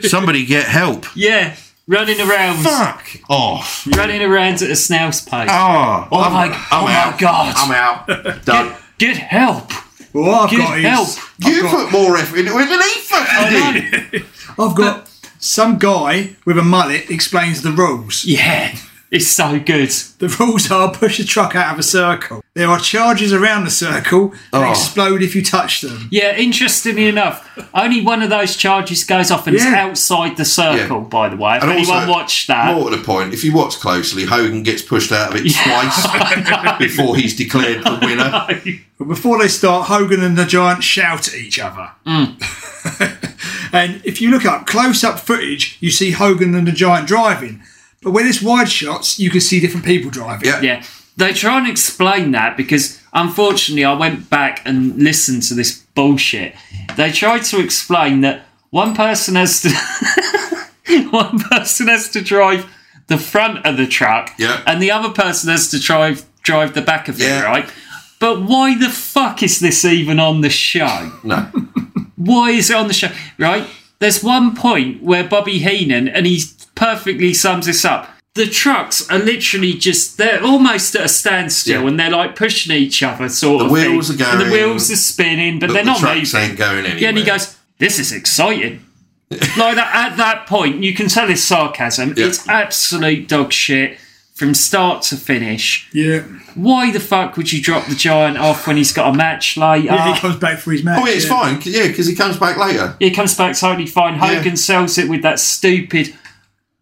[SPEAKER 2] somebody get help!
[SPEAKER 3] Yeah, running around,
[SPEAKER 2] Fuck off!
[SPEAKER 3] running around at a snouse pace.
[SPEAKER 2] Oh,
[SPEAKER 3] Oh my- oh my God.
[SPEAKER 2] I'm out. Done.
[SPEAKER 3] Get help!
[SPEAKER 4] Well, I've
[SPEAKER 3] Get
[SPEAKER 4] got is-
[SPEAKER 3] help!
[SPEAKER 2] you put more effort into it than he fucking did.
[SPEAKER 4] I've got some guy with a mullet explains the rules.
[SPEAKER 3] Yeah, it's so good.
[SPEAKER 4] The rules are push a truck out of a circle. There are charges around the circle that
[SPEAKER 2] Oh.
[SPEAKER 4] explode if you touch them.
[SPEAKER 3] Yeah, interestingly enough, only one of those charges goes off and is
[SPEAKER 4] Yeah.
[SPEAKER 3] outside the circle.
[SPEAKER 2] Yeah.
[SPEAKER 3] By the way, if
[SPEAKER 2] And
[SPEAKER 3] anyone
[SPEAKER 2] also,
[SPEAKER 3] watched that,
[SPEAKER 2] More to the point, if you watch closely, Hogan gets pushed out of it twice before he's declared the winner.
[SPEAKER 4] But before they start, Hogan and the Giant shout at each other.
[SPEAKER 3] Mm.
[SPEAKER 4] and if you look up close up footage, you see Hogan and the Giant driving. But when it's wide shots, you can see different people driving.
[SPEAKER 2] Yeah.
[SPEAKER 3] yeah, they try and explain that because unfortunately, I went back and listened to this bullshit. They tried to explain that one person has to one person has to drive the front of the truck,
[SPEAKER 2] Yeah.
[SPEAKER 3] and the other person has to drive drive the back of
[SPEAKER 2] Yeah.
[SPEAKER 3] it, right? But why the fuck is this even on the show?
[SPEAKER 2] No.
[SPEAKER 3] why is it on the show? Right? There's one point where Bobby Heenan, and he perfectly sums this up. The trucks are literally just, they're almost at a standstill
[SPEAKER 2] Yeah.
[SPEAKER 3] and they're like pushing each other, sort
[SPEAKER 2] The
[SPEAKER 3] of. thing.
[SPEAKER 2] wheels are going,
[SPEAKER 3] The wheels are spinning, but,
[SPEAKER 2] But
[SPEAKER 3] they're
[SPEAKER 2] the
[SPEAKER 3] not
[SPEAKER 2] trucks
[SPEAKER 3] moving.
[SPEAKER 2] ain't going anywhere.
[SPEAKER 3] Yeah, and he goes, This is exciting. like that, at that point, you can tell it's sarcasm.
[SPEAKER 2] Yeah.
[SPEAKER 3] It's absolute dog shit from start to finish.
[SPEAKER 4] Yeah.
[SPEAKER 3] Why the fuck would you drop the giant off when he's got a match later?
[SPEAKER 4] Yeah, he comes back for his match.
[SPEAKER 2] Oh, yeah, it's fine. 'cause- Yeah, because he comes back later.
[SPEAKER 3] It comes back totally fine. Hogan
[SPEAKER 2] Yeah.
[SPEAKER 3] sells it with that stupid,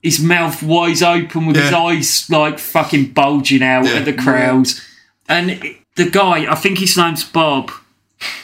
[SPEAKER 3] his mouth wide open with his
[SPEAKER 2] Yeah.
[SPEAKER 3] eyes like fucking bulging out
[SPEAKER 2] Yeah.
[SPEAKER 3] at the crowd. And it- the guy, I think his name's Bob.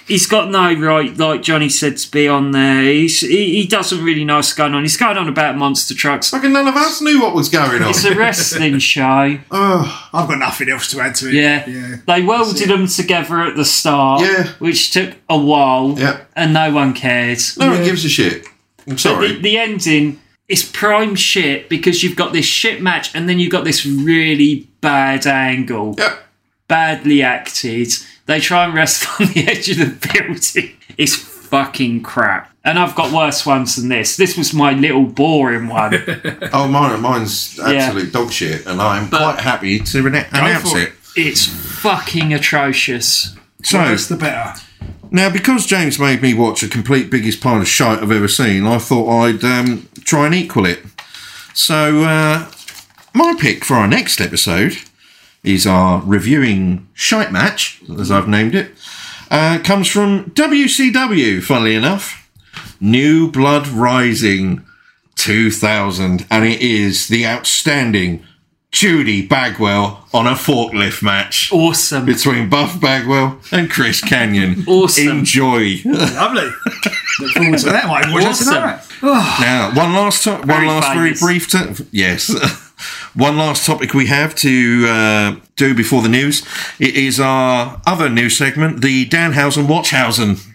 [SPEAKER 3] He's got no right, like Johnny said, to be on there. He's, he, he doesn't really know what's going on. He's going on about monster trucks.
[SPEAKER 2] Fucking none of us knew what was going on.
[SPEAKER 3] It's a wrestling show.
[SPEAKER 4] I've got nothing else to add to it.
[SPEAKER 3] Yeah.
[SPEAKER 4] Yeah.
[SPEAKER 3] They welded them together at the start,
[SPEAKER 2] Yeah.
[SPEAKER 3] which took a while,
[SPEAKER 2] Yeah.
[SPEAKER 3] and no one cared.
[SPEAKER 2] no one gives a shit. I'm sorry.
[SPEAKER 3] The, the ending is prime shit because you've got this shit match and then you've got this really bad angle,
[SPEAKER 2] yeah.
[SPEAKER 3] badly acted. They try and rest on the edge of the building. It's fucking crap. And I've got worse ones than this. This was my little boring one.
[SPEAKER 2] Oh, mine, mine's absolute dog shit, and I'm quite happy to rena- announce
[SPEAKER 4] for
[SPEAKER 2] it.
[SPEAKER 4] it.
[SPEAKER 3] it's fucking atrocious.
[SPEAKER 2] So,
[SPEAKER 4] That's the better.
[SPEAKER 2] now because James made me watch a complete biggest pile of shite I've ever seen, I thought I'd um, try and equal it. So, uh, my pick for our next episode is our reviewing shite match, as I've named it, uh, comes from WCW, funnily enough. New Blood Rising 2000, and it is the outstanding Judy Bagwell on a forklift match
[SPEAKER 3] Awesome.
[SPEAKER 2] between Buff Bagwell and Chris Canyon.
[SPEAKER 3] Awesome.
[SPEAKER 2] Enjoy.
[SPEAKER 4] Lovely. Look forward to that one. Watch
[SPEAKER 3] Awesome.
[SPEAKER 4] that tonight.
[SPEAKER 2] now, one last to- one
[SPEAKER 3] Very
[SPEAKER 2] last very
[SPEAKER 3] famous.
[SPEAKER 2] brief to- yes. one last topic we have to uh, do before the news. It is our other news segment, the Danhausen Watchhausen.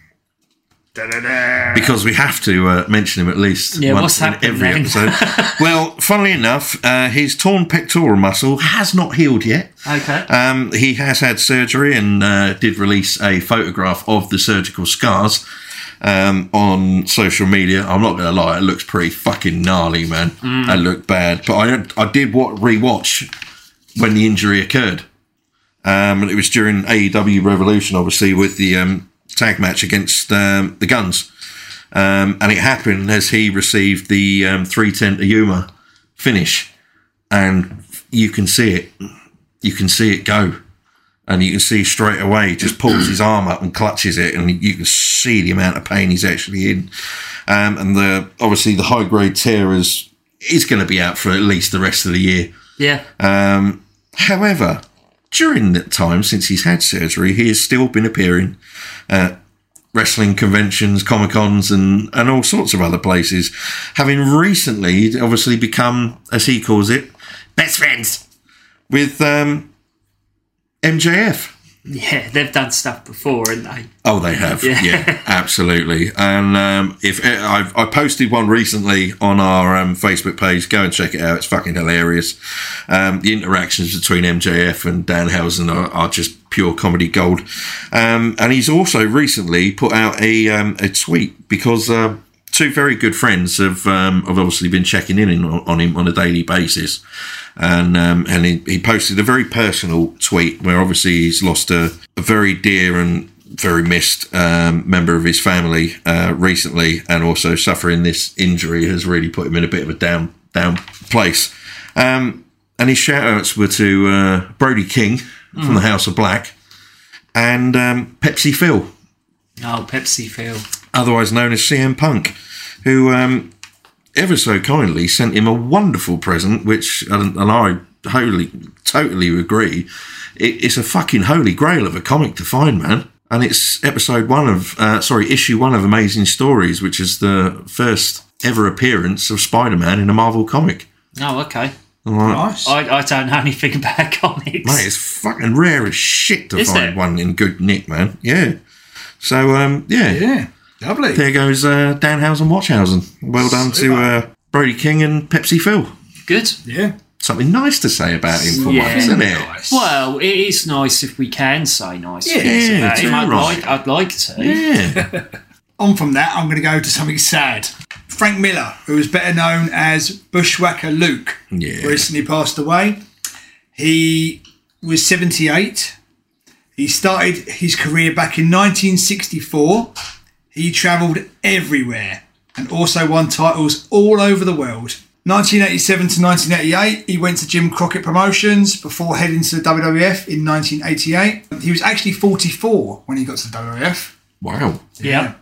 [SPEAKER 2] Because we have to uh, mention him at least
[SPEAKER 3] Yeah,
[SPEAKER 2] once
[SPEAKER 3] what's
[SPEAKER 2] in
[SPEAKER 3] happened
[SPEAKER 2] every
[SPEAKER 3] then?
[SPEAKER 2] episode. well, funnily enough, uh, his torn pectoral muscle has not healed yet.
[SPEAKER 3] Okay.
[SPEAKER 2] Um, he has had surgery and uh, did release a photograph of the surgical scars um, on social media. I'm not going to lie, it looks pretty fucking gnarly, man. It looked bad, but I I did what rewatch when the injury occurred, um, and it was during AEW Revolution, obviously with the um, tag match against um, the Guns, um, and it happened as he received the um, 310 to Yuma finish, and you can see it you can see it go. And you can see straight away, he just pulls his arm up and clutches it, and you can see the amount of pain he's actually in. Um, and the obviously the high grade tear is is going to be out for at least the rest of the year.
[SPEAKER 3] yeah.
[SPEAKER 2] However, during that time since he's had surgery, he has still been appearing at wrestling conventions, comic cons, and and all sorts of other places. Having recently, obviously, become as he calls it, best friends with um, MJF.
[SPEAKER 3] Yeah, they've done stuff before, haven't they?
[SPEAKER 2] Oh, they have. Yeah, absolutely. And um, if I've, I posted one recently on our um, Facebook page, go and check it out. It's fucking hilarious. Um, the interactions between MJF and Danhausen are, are just pure comedy gold. Um, and he's also recently put out a um, a tweet because. Uh, Two very good friends have, um, have obviously been checking in on, on him on a daily basis, and um, and he, he posted a very personal tweet where obviously he's lost a, a very dear and very missed um, member of his family uh, recently, and also suffering this injury has really put him in a bit of a down down place. Um, and his shout outs were to uh, Brody King from the House of Black and um, Pepsi Phil,
[SPEAKER 3] Oh, Pepsi Phil.
[SPEAKER 2] otherwise known as CM Punk, who um, ever so kindly sent him a wonderful present, which, and, and I wholly, totally agree, it, it's a fucking holy grail of a comic to find, man. And it's episode one of, uh, sorry, issue one of Amazing Stories, which is the first ever appearance of Spider Man in a Marvel comic.
[SPEAKER 3] Oh, okay.
[SPEAKER 4] Nice.
[SPEAKER 3] I, I don't know anything about comics.
[SPEAKER 2] Mate, it's fucking rare as shit to
[SPEAKER 3] Is
[SPEAKER 2] find
[SPEAKER 3] it?
[SPEAKER 2] one in good nick, man. Yeah. So, um,
[SPEAKER 4] yeah, lovely.
[SPEAKER 2] there goes uh, Danhausen Watchhausen. Well done to uh, Brody King and Pepsi Phil.
[SPEAKER 3] Good.
[SPEAKER 4] Yeah,
[SPEAKER 2] Something nice to say about him for
[SPEAKER 3] Yeah.
[SPEAKER 2] once, isn't it?
[SPEAKER 4] nice.
[SPEAKER 3] Well, it is nice if we can say nice things
[SPEAKER 2] Yeah,
[SPEAKER 3] about him. I'd,
[SPEAKER 2] right.
[SPEAKER 3] like, I'd like to.
[SPEAKER 2] Yeah.
[SPEAKER 4] On from that, I'm going to go to something sad. Frank Miller, who is better known as Bushwhacker Luke,
[SPEAKER 2] Yeah.
[SPEAKER 4] recently passed away. He was 78. He started his career back in 1964. He travelled everywhere and also won titles all over the world. 1987 to 1988, he went to Jim Crockett Promotions before heading to the WWF in 1988. He was actually 44 when he got to the WWF.
[SPEAKER 2] wow.
[SPEAKER 3] Yeah.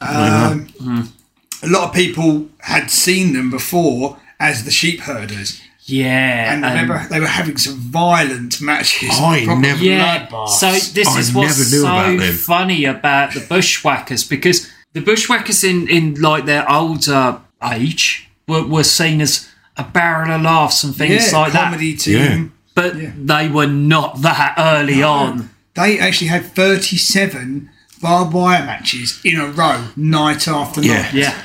[SPEAKER 4] a lot of people had seen them before as the sheep herders.
[SPEAKER 3] Yeah.
[SPEAKER 4] And
[SPEAKER 3] um,
[SPEAKER 4] remember, they were having some violent matches.
[SPEAKER 2] I
[SPEAKER 4] Proper
[SPEAKER 2] never-
[SPEAKER 3] Yeah.
[SPEAKER 4] bloodbaths.
[SPEAKER 3] So this
[SPEAKER 2] I
[SPEAKER 3] is what's
[SPEAKER 2] never knew
[SPEAKER 3] so
[SPEAKER 2] about them.
[SPEAKER 3] funny about the bushwhackers because the bushwhackers in, in like their older age were, were seen as a barrel of laughs and
[SPEAKER 4] yeah,
[SPEAKER 3] things like
[SPEAKER 4] comedy
[SPEAKER 2] Yeah.
[SPEAKER 4] team.
[SPEAKER 3] that. But they were not that early on.
[SPEAKER 4] They actually had 37 barbed wire matches in a row, night after
[SPEAKER 2] Yeah.
[SPEAKER 4] night.
[SPEAKER 3] Yeah.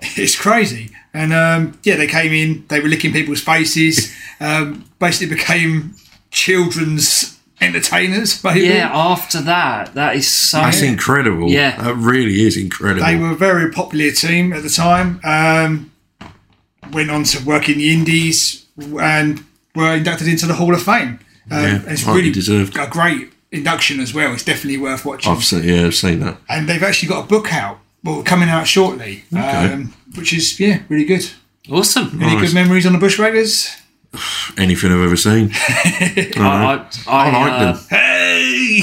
[SPEAKER 4] It's crazy. And um, yeah, they came in, they were licking people's faces, um, basically became children's entertainers, maybe.
[SPEAKER 3] Yeah, after that, that is so.
[SPEAKER 2] That's incredible.
[SPEAKER 3] Yeah.
[SPEAKER 2] That really is incredible.
[SPEAKER 4] They were a very popular team at the time. Um, went on to work in the Indies and were inducted into the Hall of Fame. Um,
[SPEAKER 2] Yeah,
[SPEAKER 4] it's
[SPEAKER 2] rightly
[SPEAKER 4] really
[SPEAKER 2] deserved.
[SPEAKER 4] a great induction as well. It's definitely worth watching.
[SPEAKER 2] I've seen, yeah, I've seen that.
[SPEAKER 4] And they've actually got a book out, well, coming out shortly, um, which is yeah, really good.
[SPEAKER 3] Awesome.
[SPEAKER 4] Any
[SPEAKER 2] Nice.
[SPEAKER 4] good memories on the Bushwhackers?
[SPEAKER 2] Anything I've ever seen.
[SPEAKER 3] I, I,
[SPEAKER 2] I
[SPEAKER 3] I, uh,
[SPEAKER 2] like them.
[SPEAKER 4] Hey,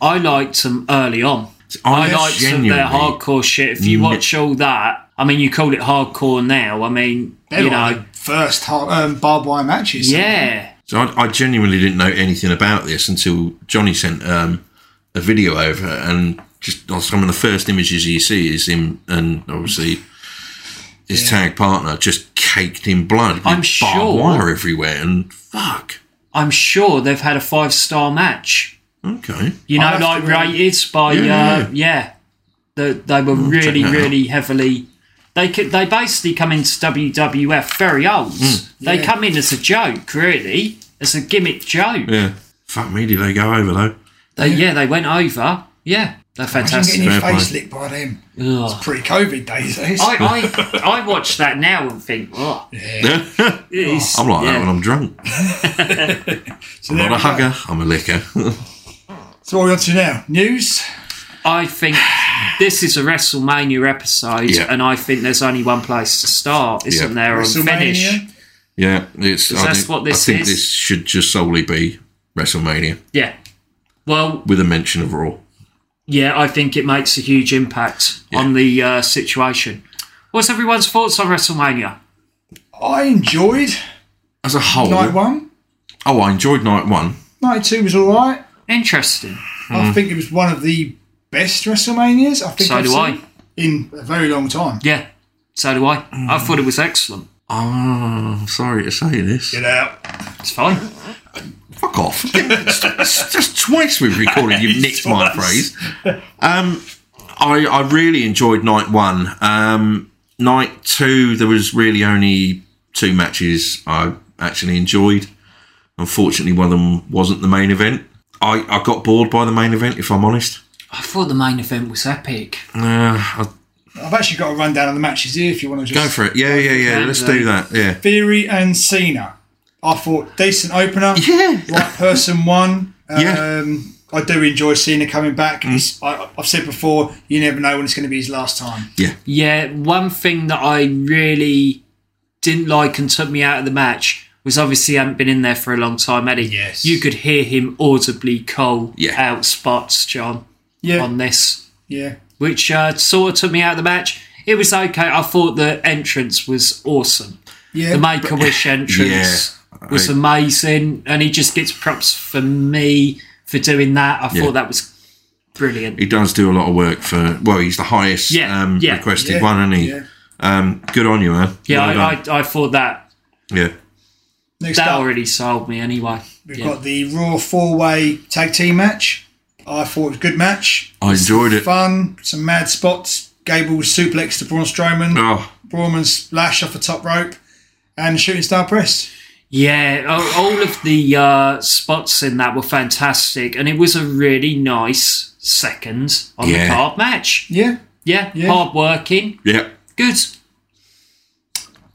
[SPEAKER 3] I liked them early on. I
[SPEAKER 2] I
[SPEAKER 3] liked some of
[SPEAKER 2] genuinely-
[SPEAKER 3] their hardcore shit. If you watch all that, I mean, you call it hardcore now. I mean,
[SPEAKER 4] they
[SPEAKER 3] you
[SPEAKER 4] were
[SPEAKER 3] know,
[SPEAKER 4] the first hard, um, barbed wire matches.
[SPEAKER 3] yeah,
[SPEAKER 2] So I, I genuinely didn't know anything about this until Johnny sent um, a video over, and just on some of the first images you see is him and obviously his tag partner just caked in blood. With
[SPEAKER 3] I'm
[SPEAKER 2] barbed
[SPEAKER 3] sure.
[SPEAKER 2] wire everywhere, and fuck.
[SPEAKER 3] I'm sure they've had a five star match.
[SPEAKER 2] Okay.
[SPEAKER 3] You know,
[SPEAKER 4] I'll have
[SPEAKER 3] like
[SPEAKER 4] to, um,
[SPEAKER 3] rated by
[SPEAKER 2] Yeah, yeah,
[SPEAKER 3] uh, yeah. The, they were really,
[SPEAKER 2] that out.
[SPEAKER 3] really heavily. They could, they basically come into WWF very old. They
[SPEAKER 4] Yeah.
[SPEAKER 3] come in as a joke, really, as a gimmick joke.
[SPEAKER 2] Yeah. Fuck me, did they go over though?
[SPEAKER 3] They, yeah, they went over. Yeah, they're
[SPEAKER 4] Imagine
[SPEAKER 3] fantastic.
[SPEAKER 4] getting your
[SPEAKER 2] Fair
[SPEAKER 4] face
[SPEAKER 2] play.
[SPEAKER 4] licked by them.
[SPEAKER 3] Ugh.
[SPEAKER 4] Pre-COVID days, eh?
[SPEAKER 3] I, I, I watch that now and think, oh, it's,
[SPEAKER 2] I'm like
[SPEAKER 3] yeah.
[SPEAKER 2] that when I'm drunk. I'm not a hugger, I'm a licker.
[SPEAKER 4] So what are we on to now? News?
[SPEAKER 3] I think this is a WrestleMania episode,
[SPEAKER 2] Yeah.
[SPEAKER 3] and I think there's only one place to start, isn't
[SPEAKER 2] Yeah.
[SPEAKER 3] there? On finish,
[SPEAKER 4] WrestleMania?
[SPEAKER 2] yeah, it's. I
[SPEAKER 3] that's
[SPEAKER 2] think,
[SPEAKER 3] what this
[SPEAKER 2] I think
[SPEAKER 3] is.
[SPEAKER 2] this should just solely be WrestleMania
[SPEAKER 3] yeah. Well,
[SPEAKER 2] with a mention of Raw.
[SPEAKER 3] yeah, I think it makes a huge impact on the uh, situation. What's everyone's thoughts on WrestleMania?
[SPEAKER 4] I enjoyed
[SPEAKER 2] As a whole,
[SPEAKER 4] night one.
[SPEAKER 2] oh, I enjoyed night one.
[SPEAKER 4] Night two was all right.
[SPEAKER 3] Interesting.
[SPEAKER 4] I think it was one of the best WrestleManias. I think
[SPEAKER 3] So
[SPEAKER 4] I've
[SPEAKER 3] do I.
[SPEAKER 4] seen in a very long time.
[SPEAKER 3] Yeah, so do I. I thought it was excellent.
[SPEAKER 2] Oh, I'm sorry to say this.
[SPEAKER 4] Get out.
[SPEAKER 3] It's fine.
[SPEAKER 2] Fuck off. it's, it's just twice we've recorded. You've nicked my
[SPEAKER 4] Twice.
[SPEAKER 2] phrase. Um, I, I really enjoyed night one. Um, night two, there was really only two matches I actually enjoyed. Unfortunately, one of them wasn't the main event. I, I got bored by the main event, if I'm honest.
[SPEAKER 3] I thought the main event was epic.
[SPEAKER 2] Uh, I,
[SPEAKER 4] I've actually got a rundown of the matches here if you want to just
[SPEAKER 2] go for it. Yeah, yeah, yeah. Let's do that. Yeah.
[SPEAKER 4] Theory and Cena. I thought decent opener.
[SPEAKER 2] Yeah.
[SPEAKER 4] Right person won. Um,
[SPEAKER 2] Yeah.
[SPEAKER 4] I do enjoy Cena coming back. It's- I, I've said before, you never know when it's going to be his last time.
[SPEAKER 2] Yeah.
[SPEAKER 3] Yeah, one thing that I really didn't like and took me out of the match was obviously he hadn't been in there for a long time, Eddie.
[SPEAKER 4] Yes.
[SPEAKER 3] You could hear him audibly call
[SPEAKER 2] Yeah.
[SPEAKER 3] out spots, John,
[SPEAKER 4] Yeah.
[SPEAKER 3] on this,
[SPEAKER 4] Yeah.
[SPEAKER 3] which uh, sort of took me out of the match. It was okay. I thought the entrance was awesome.
[SPEAKER 4] Yeah.
[SPEAKER 3] the Make a Wish entrance
[SPEAKER 2] Yeah,
[SPEAKER 3] was
[SPEAKER 2] I-
[SPEAKER 3] amazing, and he just gets props for me for doing that. I
[SPEAKER 2] Yeah.
[SPEAKER 3] thought that was brilliant.
[SPEAKER 2] He does do a lot of work for. Well, he's the highest
[SPEAKER 3] Yeah,
[SPEAKER 2] um,
[SPEAKER 3] yeah.
[SPEAKER 2] requested
[SPEAKER 4] Yeah,
[SPEAKER 2] one, isn't he?
[SPEAKER 4] yeah.
[SPEAKER 2] Um, good on you, man.
[SPEAKER 3] yeah,
[SPEAKER 2] Well
[SPEAKER 3] I,
[SPEAKER 2] done.
[SPEAKER 3] I, I thought that
[SPEAKER 2] yeah.
[SPEAKER 4] Next
[SPEAKER 3] that
[SPEAKER 4] up,
[SPEAKER 3] already sold me anyway.
[SPEAKER 4] we've
[SPEAKER 3] Yeah.
[SPEAKER 4] got the Raw four way tag team match. I thought it was a good match.
[SPEAKER 2] I enjoyed it.
[SPEAKER 4] Fun. Some mad spots. Gable's suplex to Braun Strowman.
[SPEAKER 2] Oh,
[SPEAKER 4] Braunman's splash off the top rope. And shooting star press.
[SPEAKER 3] Yeah, a- all of the uh, spots in that were fantastic, and it was a really nice second on
[SPEAKER 2] Yeah.
[SPEAKER 3] the card match.
[SPEAKER 4] Yeah.
[SPEAKER 3] Yeah,
[SPEAKER 4] Yeah.
[SPEAKER 3] hard working,
[SPEAKER 2] yeah.
[SPEAKER 3] good.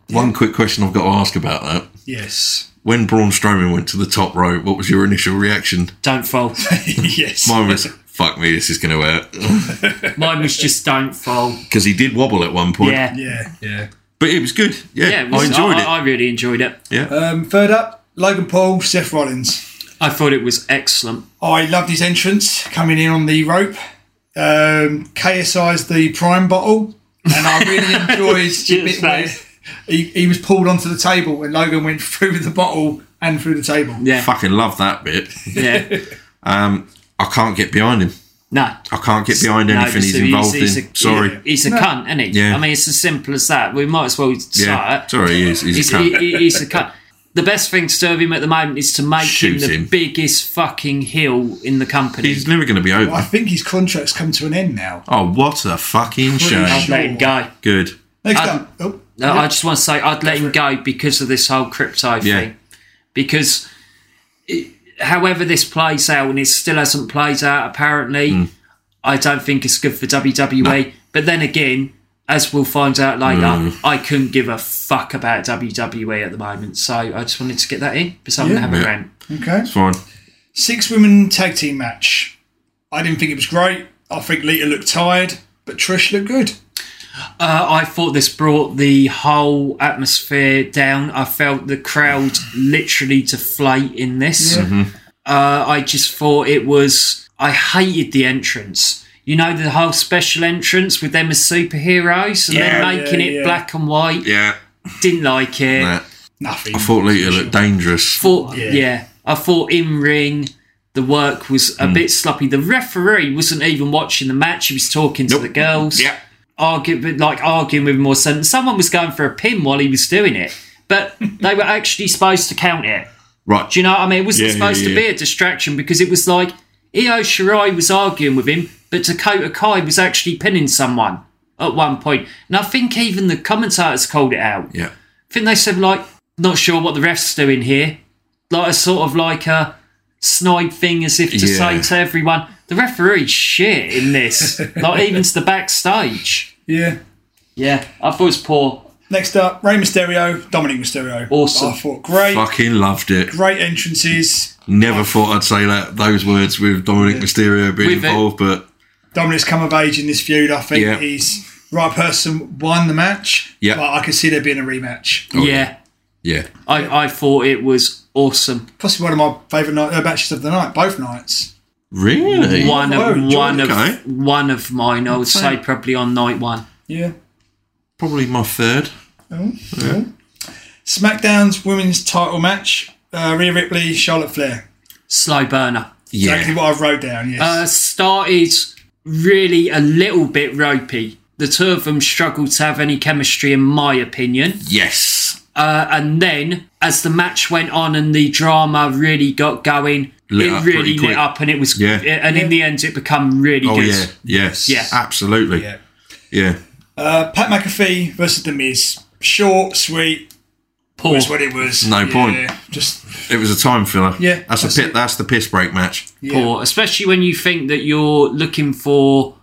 [SPEAKER 2] One quick question I've got to ask about that.
[SPEAKER 4] Yes.
[SPEAKER 2] When Braun Strowman went to the top rope, what was your initial reaction?
[SPEAKER 3] Don't fall.
[SPEAKER 4] yes.
[SPEAKER 2] Mine was, fuck me, this is going to hurt.
[SPEAKER 3] Mine was just don't fall.
[SPEAKER 2] Because he did wobble at one point.
[SPEAKER 3] Yeah,
[SPEAKER 4] yeah. Yeah.
[SPEAKER 2] But it was good. Yeah.
[SPEAKER 3] yeah. it was-
[SPEAKER 2] I enjoyed
[SPEAKER 3] I,
[SPEAKER 2] it.
[SPEAKER 3] I really enjoyed it.
[SPEAKER 4] Um, third up, Logan Paul, Seth Rollins.
[SPEAKER 3] I thought it was excellent.
[SPEAKER 4] I loved his entrance coming in on the rope. Um, KSI's the prime bottle, and I really enjoyed the bit where
[SPEAKER 3] Cheers,
[SPEAKER 4] he, he was pulled onto the table and Logan went through the bottle and through the table.
[SPEAKER 3] Yeah,
[SPEAKER 2] Fucking love that bit.
[SPEAKER 3] yeah.
[SPEAKER 2] I can't get behind him.
[SPEAKER 3] No,
[SPEAKER 2] I can't get behind
[SPEAKER 3] No,
[SPEAKER 2] anything
[SPEAKER 3] just
[SPEAKER 2] he's
[SPEAKER 3] he's-
[SPEAKER 2] involved
[SPEAKER 3] he's
[SPEAKER 2] in.
[SPEAKER 3] a-
[SPEAKER 2] Sorry.
[SPEAKER 3] he's a cunt, isn't he?
[SPEAKER 2] Yeah.
[SPEAKER 3] I mean, it's as simple as that. We might as well
[SPEAKER 2] Yeah.
[SPEAKER 3] start.
[SPEAKER 2] Sorry, he is. He's,
[SPEAKER 3] He's,
[SPEAKER 2] a cunt.
[SPEAKER 3] he- he- he's a cunt. The best thing to do with him at the moment is to make him
[SPEAKER 2] Shoot
[SPEAKER 3] the
[SPEAKER 2] him.
[SPEAKER 3] biggest fucking heel in the company.
[SPEAKER 2] he's never going to be
[SPEAKER 4] I
[SPEAKER 2] over.
[SPEAKER 4] think his contract's come to an end now.
[SPEAKER 2] Oh, what a fucking
[SPEAKER 4] I'd
[SPEAKER 2] shame.
[SPEAKER 3] I'd let him go.
[SPEAKER 2] Good.
[SPEAKER 4] Next
[SPEAKER 3] Um,
[SPEAKER 4] up, oh,
[SPEAKER 3] No, I just want to say I'd let him go because of this whole crypto
[SPEAKER 2] Yeah.
[SPEAKER 3] thing. Because, it- however, this plays out, and it still hasn't played out apparently,
[SPEAKER 2] Hmm.
[SPEAKER 3] I don't think it's good for WWE. But then again, as we'll find out later,
[SPEAKER 2] Hmm.
[SPEAKER 3] I couldn't give a fuck about WWE at the moment. So I just wanted to get that in because I'm going to have
[SPEAKER 2] Yeah.
[SPEAKER 3] a rant.
[SPEAKER 4] okay.
[SPEAKER 2] It's fine.
[SPEAKER 4] Six women tag team match. I didn't think it was great. I think Lita looked tired, but Trish looked good.
[SPEAKER 3] Uh, I thought this brought the whole atmosphere down. I felt the crowd literally deflate in this.
[SPEAKER 4] Mm-hmm.
[SPEAKER 3] Uh, I just thought it was. I hated the entrance. You know the whole special entrance with them as superheroes and
[SPEAKER 2] Yeah,
[SPEAKER 3] then making
[SPEAKER 4] yeah,
[SPEAKER 3] it
[SPEAKER 4] yeah.
[SPEAKER 3] black and white.
[SPEAKER 2] Yeah.
[SPEAKER 3] Didn't like it.
[SPEAKER 2] Nah.
[SPEAKER 4] Nothing.
[SPEAKER 2] I thought Lita looked dangerous.
[SPEAKER 3] Thought
[SPEAKER 4] Yeah.
[SPEAKER 3] yeah. I thought in ring the work was
[SPEAKER 2] Hmm.
[SPEAKER 3] a bit sloppy. The referee wasn't even watching the match. He was talking to
[SPEAKER 2] Nope.
[SPEAKER 3] the girls
[SPEAKER 2] Yeah.
[SPEAKER 3] arguing, like arguing with more sense. Someone was going for a pin while he was doing it, but they were actually supposed to count it.
[SPEAKER 2] Right.
[SPEAKER 3] Do you know what I mean? It wasn't
[SPEAKER 2] Yeah,
[SPEAKER 3] supposed
[SPEAKER 2] yeah,
[SPEAKER 3] to be a distraction because it was like Io Shirai was arguing with him, but Dakota Kai was actually pinning someone at one point. And I think even the commentators called it out.
[SPEAKER 2] Yeah.
[SPEAKER 3] I think they said like, not sure what the ref's doing here. Like a sort of like a snide thing as if to
[SPEAKER 2] Yeah.
[SPEAKER 3] say to everyone, the referee's shit in this. like even to the backstage.
[SPEAKER 4] yeah.
[SPEAKER 3] Yeah, I thought it was poor.
[SPEAKER 4] Next up, Rey Mysterio, Dominic Mysterio.
[SPEAKER 3] Awesome.
[SPEAKER 4] I thought great,
[SPEAKER 2] Fucking loved it.
[SPEAKER 4] great entrances.
[SPEAKER 2] Never thought I'd say that those words with Dominic Mysterio being
[SPEAKER 3] With it.
[SPEAKER 2] involved, but
[SPEAKER 4] Dominic's come of age in this feud. I think
[SPEAKER 2] Yeah.
[SPEAKER 4] he's right person won the match.
[SPEAKER 2] Yeah.
[SPEAKER 4] but I could see there being a rematch.
[SPEAKER 2] Oh,
[SPEAKER 3] yeah,
[SPEAKER 2] yeah.
[SPEAKER 3] I, I thought it was awesome.
[SPEAKER 4] Possibly one of my favourite night, uh, matches of the night. Both nights.
[SPEAKER 2] Really?
[SPEAKER 3] One
[SPEAKER 4] Wow,
[SPEAKER 3] of
[SPEAKER 4] Jordan,
[SPEAKER 3] one of
[SPEAKER 2] okay.
[SPEAKER 3] one of mine. I would say probably on night one.
[SPEAKER 4] Yeah.
[SPEAKER 2] Probably my third.
[SPEAKER 4] SmackDown's women's title match. Uh, Rhea Ripley, Charlotte Flair.
[SPEAKER 3] Slow burner.
[SPEAKER 4] Exactly what I've wrote down. Yes.
[SPEAKER 3] Uh, started really a little bit ropey. The two of them struggled to have any chemistry, in my opinion.
[SPEAKER 2] Yes.
[SPEAKER 3] Uh, and then, as the match went on and the drama really got going,
[SPEAKER 2] Lit
[SPEAKER 3] it
[SPEAKER 2] up
[SPEAKER 3] really
[SPEAKER 2] pretty
[SPEAKER 3] lit
[SPEAKER 2] quick.
[SPEAKER 3] up, and it was.
[SPEAKER 2] Yeah.
[SPEAKER 3] And in the end, it became really
[SPEAKER 2] Oh
[SPEAKER 3] good.
[SPEAKER 2] yeah, yes,
[SPEAKER 3] Yeah.
[SPEAKER 2] absolutely, yeah.
[SPEAKER 5] Yeah. Uh, Pat McAfee versus The Miz. Short, sweet.
[SPEAKER 3] Poor.
[SPEAKER 5] That's what it was.
[SPEAKER 2] No
[SPEAKER 5] Yeah,
[SPEAKER 2] point.
[SPEAKER 5] Just
[SPEAKER 2] It was a time filler.
[SPEAKER 5] Yeah,
[SPEAKER 2] that's,
[SPEAKER 5] that's
[SPEAKER 2] a pit.
[SPEAKER 5] it.
[SPEAKER 2] That's the piss break match.
[SPEAKER 3] poor, especially when you think that you're looking for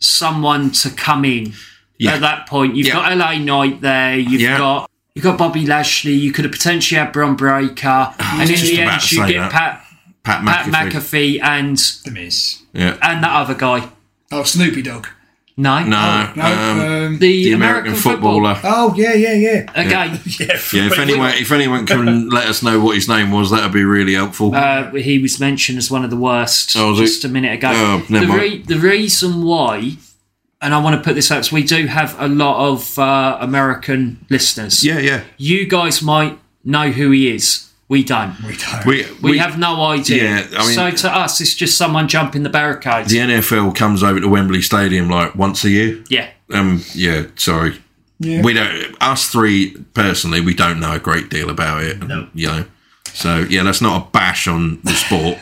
[SPEAKER 3] someone to come in.
[SPEAKER 2] Yeah.
[SPEAKER 3] At that point, you've
[SPEAKER 2] Yeah.
[SPEAKER 3] got LA Knight there. You've
[SPEAKER 2] Yeah.
[SPEAKER 3] got you've got Bobby Lashley. You could have potentially had Bron Breaker, and in
[SPEAKER 2] just
[SPEAKER 3] the
[SPEAKER 2] about
[SPEAKER 3] end,
[SPEAKER 2] to
[SPEAKER 3] you
[SPEAKER 2] say
[SPEAKER 3] get
[SPEAKER 2] that.
[SPEAKER 3] Pat
[SPEAKER 2] Pat
[SPEAKER 3] Pat
[SPEAKER 2] McAfee.
[SPEAKER 3] McAfee and
[SPEAKER 5] The Miz.
[SPEAKER 2] Yeah.
[SPEAKER 3] and that other guy.
[SPEAKER 5] Oh, Snoopy Dog.
[SPEAKER 3] No,
[SPEAKER 2] no.
[SPEAKER 5] No.
[SPEAKER 2] um,
[SPEAKER 5] um,
[SPEAKER 3] the,
[SPEAKER 2] the American, footballer.
[SPEAKER 5] oh, yeah, yeah, yeah.
[SPEAKER 3] Again,
[SPEAKER 5] Yeah,
[SPEAKER 2] Yeah, if anyone, if anyone can let us know what his name was, that'd be really helpful.
[SPEAKER 3] uh, he was mentioned as one of the worst
[SPEAKER 2] Oh, was he?
[SPEAKER 3] just a minute ago.
[SPEAKER 2] Oh, never
[SPEAKER 3] the,
[SPEAKER 2] mind.
[SPEAKER 3] the reason why, and I want to put this out, is we do have a lot of uh, American listeners.
[SPEAKER 2] yeah, yeah.
[SPEAKER 3] You guys might know who he is. We don't.
[SPEAKER 5] We don't.
[SPEAKER 2] We,
[SPEAKER 3] We, have no idea.
[SPEAKER 2] Yeah, I mean-
[SPEAKER 3] so to us, it's just someone jumping the barricades.
[SPEAKER 2] the NFL comes over to Wembley Stadium like once a year.
[SPEAKER 3] yeah.
[SPEAKER 2] Um, yeah, sorry. We don't. Us three personally, we don't know a great deal about it. No. You know. So yeah, that's not a bash on the sport.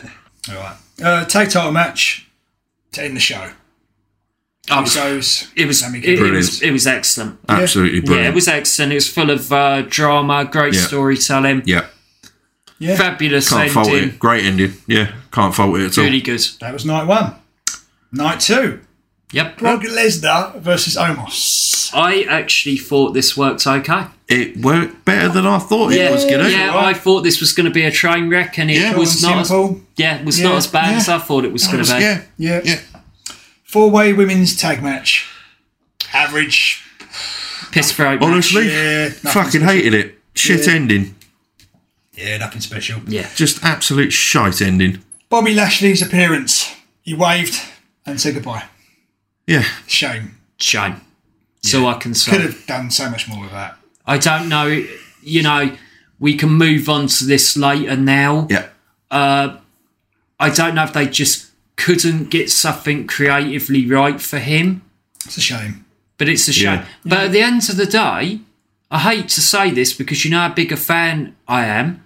[SPEAKER 5] All right. Uh, tag title match to end the show.
[SPEAKER 3] Um,
[SPEAKER 5] Usos.
[SPEAKER 3] it was
[SPEAKER 5] Let
[SPEAKER 3] it,
[SPEAKER 5] me
[SPEAKER 3] it
[SPEAKER 5] get-
[SPEAKER 3] was it was excellent.
[SPEAKER 2] Absolutely
[SPEAKER 3] Yeah,
[SPEAKER 2] brilliant.
[SPEAKER 3] it was excellent. It was full of uh, drama, great
[SPEAKER 2] Yeah.
[SPEAKER 3] storytelling,
[SPEAKER 2] Yeah,
[SPEAKER 5] Yeah.
[SPEAKER 3] fabulous
[SPEAKER 2] can't fault
[SPEAKER 3] ending,
[SPEAKER 2] it. Great ending. Yeah, can't fault it at all.
[SPEAKER 3] really good.
[SPEAKER 5] That was night one. Night two.
[SPEAKER 3] Yep.
[SPEAKER 5] Brock Lesnar versus Omos.
[SPEAKER 3] I actually thought this worked okay.
[SPEAKER 2] It worked better than I thought
[SPEAKER 3] Yeah,
[SPEAKER 2] it was gonna.
[SPEAKER 3] yeah.
[SPEAKER 5] right.
[SPEAKER 3] I thought this was going to be a train wreck, and it
[SPEAKER 2] Yeah.
[SPEAKER 3] was
[SPEAKER 5] Short and
[SPEAKER 3] not. As,
[SPEAKER 5] simple.
[SPEAKER 3] yeah, it was
[SPEAKER 5] Yeah,
[SPEAKER 3] not as bad
[SPEAKER 5] yeah.
[SPEAKER 3] as I thought it was going to be.
[SPEAKER 2] yeah,
[SPEAKER 5] Yeah.
[SPEAKER 2] yeah.
[SPEAKER 5] Four way women's tag match. Average.
[SPEAKER 3] Piss break. match.
[SPEAKER 2] Honestly,
[SPEAKER 5] Yeah. nothing
[SPEAKER 2] fucking
[SPEAKER 5] special.
[SPEAKER 2] hated it. Shit ending.
[SPEAKER 5] Yeah, nothing special.
[SPEAKER 3] Yeah.
[SPEAKER 2] Just absolute shite ending.
[SPEAKER 5] Bobby Lashley's appearance. He waved and said goodbye.
[SPEAKER 2] Yeah,
[SPEAKER 5] Shame.
[SPEAKER 3] Shame. So I can
[SPEAKER 5] Could
[SPEAKER 3] say.
[SPEAKER 5] have done so much more with that.
[SPEAKER 3] I don't know. You know, we can move on to this later now.
[SPEAKER 2] yeah.
[SPEAKER 3] I don't know if they just couldn't get something creatively right for him,
[SPEAKER 5] It's a shame.
[SPEAKER 3] but it's a shame.
[SPEAKER 2] Yeah.
[SPEAKER 3] But at the end of the day, I hate to say this because you know how big a fan I am.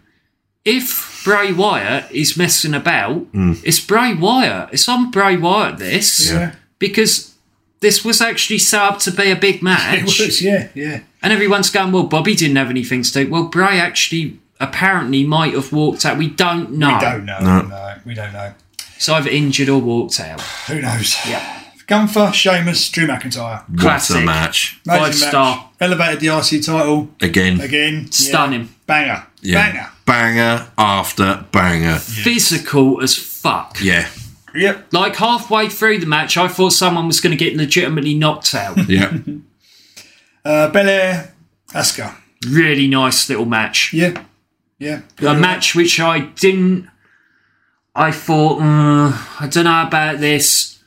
[SPEAKER 3] If Bray Wyatt is messing about, it's Bray Wyatt. It's on Bray Wyatt this
[SPEAKER 5] Mm. Yeah.
[SPEAKER 3] because this was actually set up to be a big match.
[SPEAKER 5] It was, yeah, yeah.
[SPEAKER 3] And everyone's going, well, Bobby didn't have anything to do. Well, Bray actually apparently might have walked out. We don't know.
[SPEAKER 5] We don't know. No. we don't know.
[SPEAKER 3] So either injured or walked out.
[SPEAKER 5] Who knows?
[SPEAKER 3] Yeah.
[SPEAKER 5] Gunther, Sheamus, Drew McIntyre.
[SPEAKER 2] What
[SPEAKER 3] Classic.
[SPEAKER 2] a match.
[SPEAKER 5] Amazing
[SPEAKER 3] Five star.
[SPEAKER 5] Elevated the RC title
[SPEAKER 2] Again.
[SPEAKER 5] again.
[SPEAKER 3] Stunning.
[SPEAKER 5] Yeah. Banger.
[SPEAKER 2] Yeah.
[SPEAKER 5] Banger.
[SPEAKER 2] Banger after banger.
[SPEAKER 3] Physical as fuck.
[SPEAKER 2] Yeah.
[SPEAKER 5] Yep.
[SPEAKER 3] Like halfway through the match, I thought someone was going to get legitimately knocked out.
[SPEAKER 2] Yeah.
[SPEAKER 5] Uh, Belair, Asuka.
[SPEAKER 3] really nice little match.
[SPEAKER 5] Yeah. Yeah.
[SPEAKER 3] a match which I didn't. I thought, mm, I don't know about this.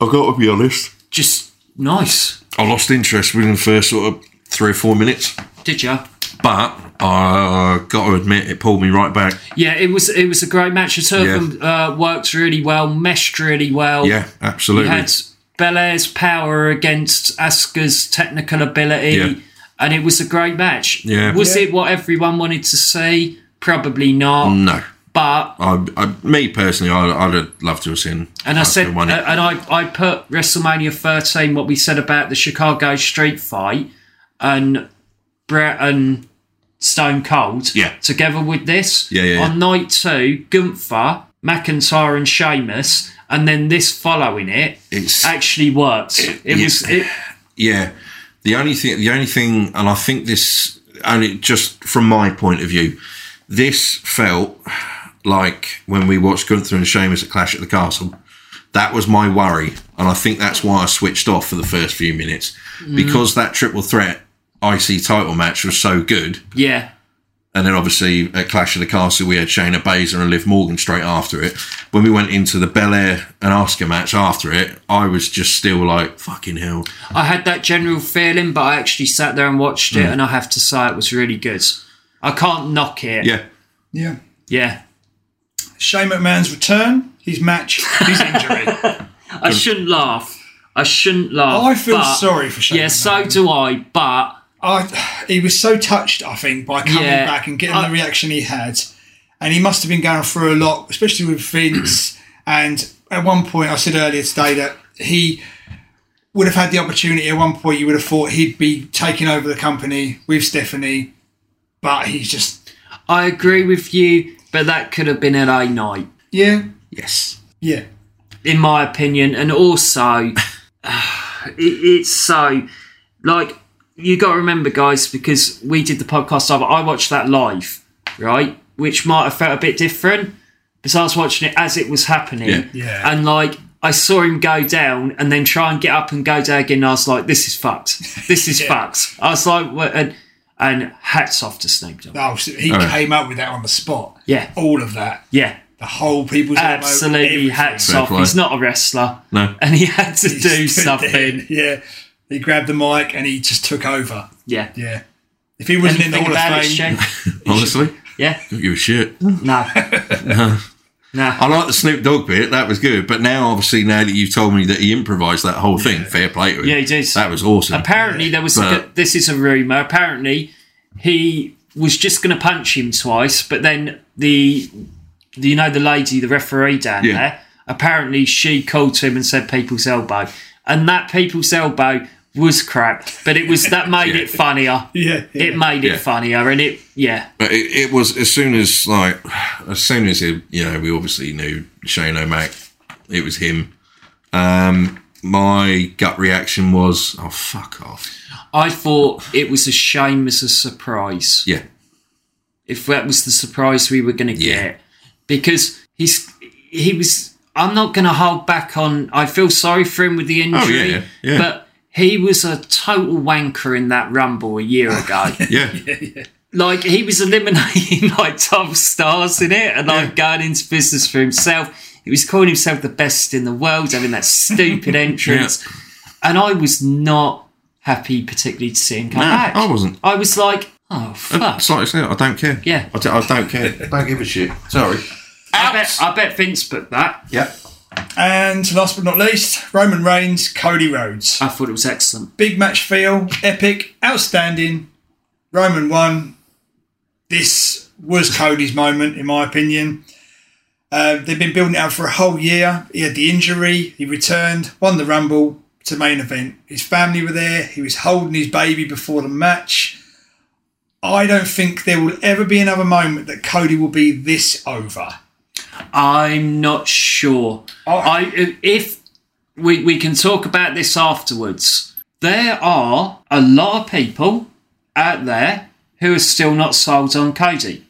[SPEAKER 2] I've got to be honest.
[SPEAKER 3] Just nice.
[SPEAKER 2] I lost interest within the first sort of three or four minutes,
[SPEAKER 3] Did you?
[SPEAKER 2] but I got to admit it pulled me right back.
[SPEAKER 3] Yeah, it was it was a great match. The two
[SPEAKER 2] Yeah.
[SPEAKER 3] of them uh, worked really well, meshed really well.
[SPEAKER 2] Yeah,
[SPEAKER 3] You
[SPEAKER 2] absolutely.
[SPEAKER 3] had Belair's power against Asuka's technical ability,
[SPEAKER 2] Yeah.
[SPEAKER 3] and it was a great match.
[SPEAKER 2] Yeah. Mm.
[SPEAKER 3] Was it what everyone wanted to see? Probably not.
[SPEAKER 2] no.
[SPEAKER 3] But
[SPEAKER 2] I, I, me personally, I, I'd have loved to have seen.
[SPEAKER 3] and I
[SPEAKER 2] Asuka
[SPEAKER 3] said,
[SPEAKER 2] won it.
[SPEAKER 3] uh, and I I put WrestleMania 13 what we said about the Chicago Street Fight and Brett and Stone Cold.
[SPEAKER 2] Yeah.
[SPEAKER 3] Together with this.
[SPEAKER 2] Yeah, yeah, yeah.
[SPEAKER 3] On night two, Gunther, McIntyre, and Sheamus, and then this following it
[SPEAKER 2] It's-
[SPEAKER 3] actually worked. It,
[SPEAKER 2] yeah.
[SPEAKER 3] was it,
[SPEAKER 2] Yeah, the only thing, the only thing, and I think this only just from my point of view, this felt like when we watched Gunther and Sheamus at Clash at the Castle. That was my worry, and I think that's why I switched off for the first few minutes because that triple threat IC title match was so good.
[SPEAKER 3] yeah.
[SPEAKER 2] And then obviously at Clash of the Castle, we had Shayna Baszler and Liv Morgan straight after it. When we went into the Belair and Asuka match after it, I was just still like, fucking hell.
[SPEAKER 3] I had that general feeling, but I actually sat there and watched
[SPEAKER 2] Mm.
[SPEAKER 3] it, and I have to say it was really good. I can't knock it.
[SPEAKER 2] Yeah.
[SPEAKER 5] Yeah.
[SPEAKER 3] Yeah.
[SPEAKER 5] Shane McMahon's return, his match, his injury.
[SPEAKER 3] I shouldn't laugh. I shouldn't laugh.
[SPEAKER 5] I feel
[SPEAKER 3] but-
[SPEAKER 5] sorry for Shane.
[SPEAKER 3] Yeah,
[SPEAKER 5] McMahon.
[SPEAKER 3] so do I, but
[SPEAKER 4] I, he was so touched, I think, by coming
[SPEAKER 3] Yeah.
[SPEAKER 4] back and getting
[SPEAKER 3] I-
[SPEAKER 4] the reaction he had. And he must have been going through a lot, especially with Vince. and at one point, I said earlier today that he would have had the opportunity. At one point, you would have thought he'd be taking over the company with Stephanie, but he's just,
[SPEAKER 3] I agree with you, but that could have been at a night.
[SPEAKER 4] yeah,
[SPEAKER 3] Yes.
[SPEAKER 4] yeah.
[SPEAKER 3] in my opinion, and also it, it's so like you got to remember, guys, because we did the podcast. I, I watched that live, right, which might have felt a bit different because I was watching it as it was happening,
[SPEAKER 2] Yeah.
[SPEAKER 4] Yeah.
[SPEAKER 3] and like. I saw him go down and then try and get up and go down again. And I was like, "This is fucked. This is fucked." I was like, "Wha- "And and hats off to Snoop Dogg."
[SPEAKER 4] Oh, so he
[SPEAKER 2] Alright.
[SPEAKER 4] came up with that on the spot.
[SPEAKER 3] Yeah,
[SPEAKER 4] All of that.
[SPEAKER 3] yeah,
[SPEAKER 4] The whole people's elbow,
[SPEAKER 3] absolutely.
[SPEAKER 4] everything.
[SPEAKER 3] Hats
[SPEAKER 2] Fair
[SPEAKER 3] off.
[SPEAKER 2] play.
[SPEAKER 3] He's not a wrestler,
[SPEAKER 2] No.
[SPEAKER 3] and he had to
[SPEAKER 4] He
[SPEAKER 3] do
[SPEAKER 4] stood there.
[SPEAKER 3] something.
[SPEAKER 4] Yeah. He grabbed the mic and he just took over.
[SPEAKER 3] Yeah.
[SPEAKER 4] Yeah. If he wasn't in the
[SPEAKER 3] Anything
[SPEAKER 4] Hall
[SPEAKER 3] about
[SPEAKER 4] of
[SPEAKER 3] it,
[SPEAKER 4] Fame,
[SPEAKER 3] Shane?
[SPEAKER 2] Honestly,
[SPEAKER 3] Yeah.
[SPEAKER 2] don't give a shit.
[SPEAKER 3] No.
[SPEAKER 2] I
[SPEAKER 3] no.
[SPEAKER 2] like the Snoop Dogg bit. That was good. But now, obviously, now that you've told me that he improvised that whole thing, fair play to him.
[SPEAKER 3] Yeah, he did.
[SPEAKER 2] That was awesome.
[SPEAKER 3] Apparently, there was. like a-
[SPEAKER 2] But-
[SPEAKER 3] this is a rumor. Apparently, he was just going to punch him twice, but then the, the you know, the lady, the referee down
[SPEAKER 2] Yeah.
[SPEAKER 3] there. Apparently, she called to him and said "people's elbow," and that people's elbow was crap. But it was that made
[SPEAKER 2] Yeah.
[SPEAKER 3] it funnier.
[SPEAKER 4] yeah, yeah.
[SPEAKER 3] It made
[SPEAKER 2] Yeah.
[SPEAKER 3] it funnier, and it yeah.
[SPEAKER 2] But it, it was as soon as like as soon as it, you know we obviously knew Shane O'Mac, it was him. Um, my gut reaction was, oh fuck off.
[SPEAKER 3] I thought it was a shame as a surprise.
[SPEAKER 2] Yeah,
[SPEAKER 3] if that was the surprise we were going to
[SPEAKER 2] Yeah.
[SPEAKER 3] get because he's he was i'm not going to hold back on i feel sorry for him with the injury
[SPEAKER 2] Oh, yeah, yeah.
[SPEAKER 3] but he was a total wanker in that rumble a year ago
[SPEAKER 2] yeah,
[SPEAKER 3] like he was eliminating like top stars in it and like going into business for himself he was calling himself the best in the world having that stupid entrance and i was not happy particularly to see him come
[SPEAKER 2] No,
[SPEAKER 3] back
[SPEAKER 2] I wasn't. Uh,
[SPEAKER 3] i was like oh fuck
[SPEAKER 2] It's like I said, I don't care.
[SPEAKER 3] Yeah.
[SPEAKER 2] I, d- I don't care. don't give a shit. Sorry.
[SPEAKER 3] I bet, I bet vince booked that
[SPEAKER 2] Yeah.
[SPEAKER 4] And last but not least, Roman Reigns, Cody Rhodes.
[SPEAKER 3] I thought it was excellent.
[SPEAKER 4] Big match feel, epic, outstanding. Roman won. This was Cody's moment, in my opinion. Uh, they've been building it out for a whole year. He had the injury, he returned, won the Rumble to main event. His family were there, he was holding his baby before the match. I don't think there will ever be another moment that Cody will be this over.
[SPEAKER 3] I'm not sure.
[SPEAKER 4] Oh.
[SPEAKER 3] I if we we can talk about this afterwards. There are a lot of people out there who are still not sold on Cody.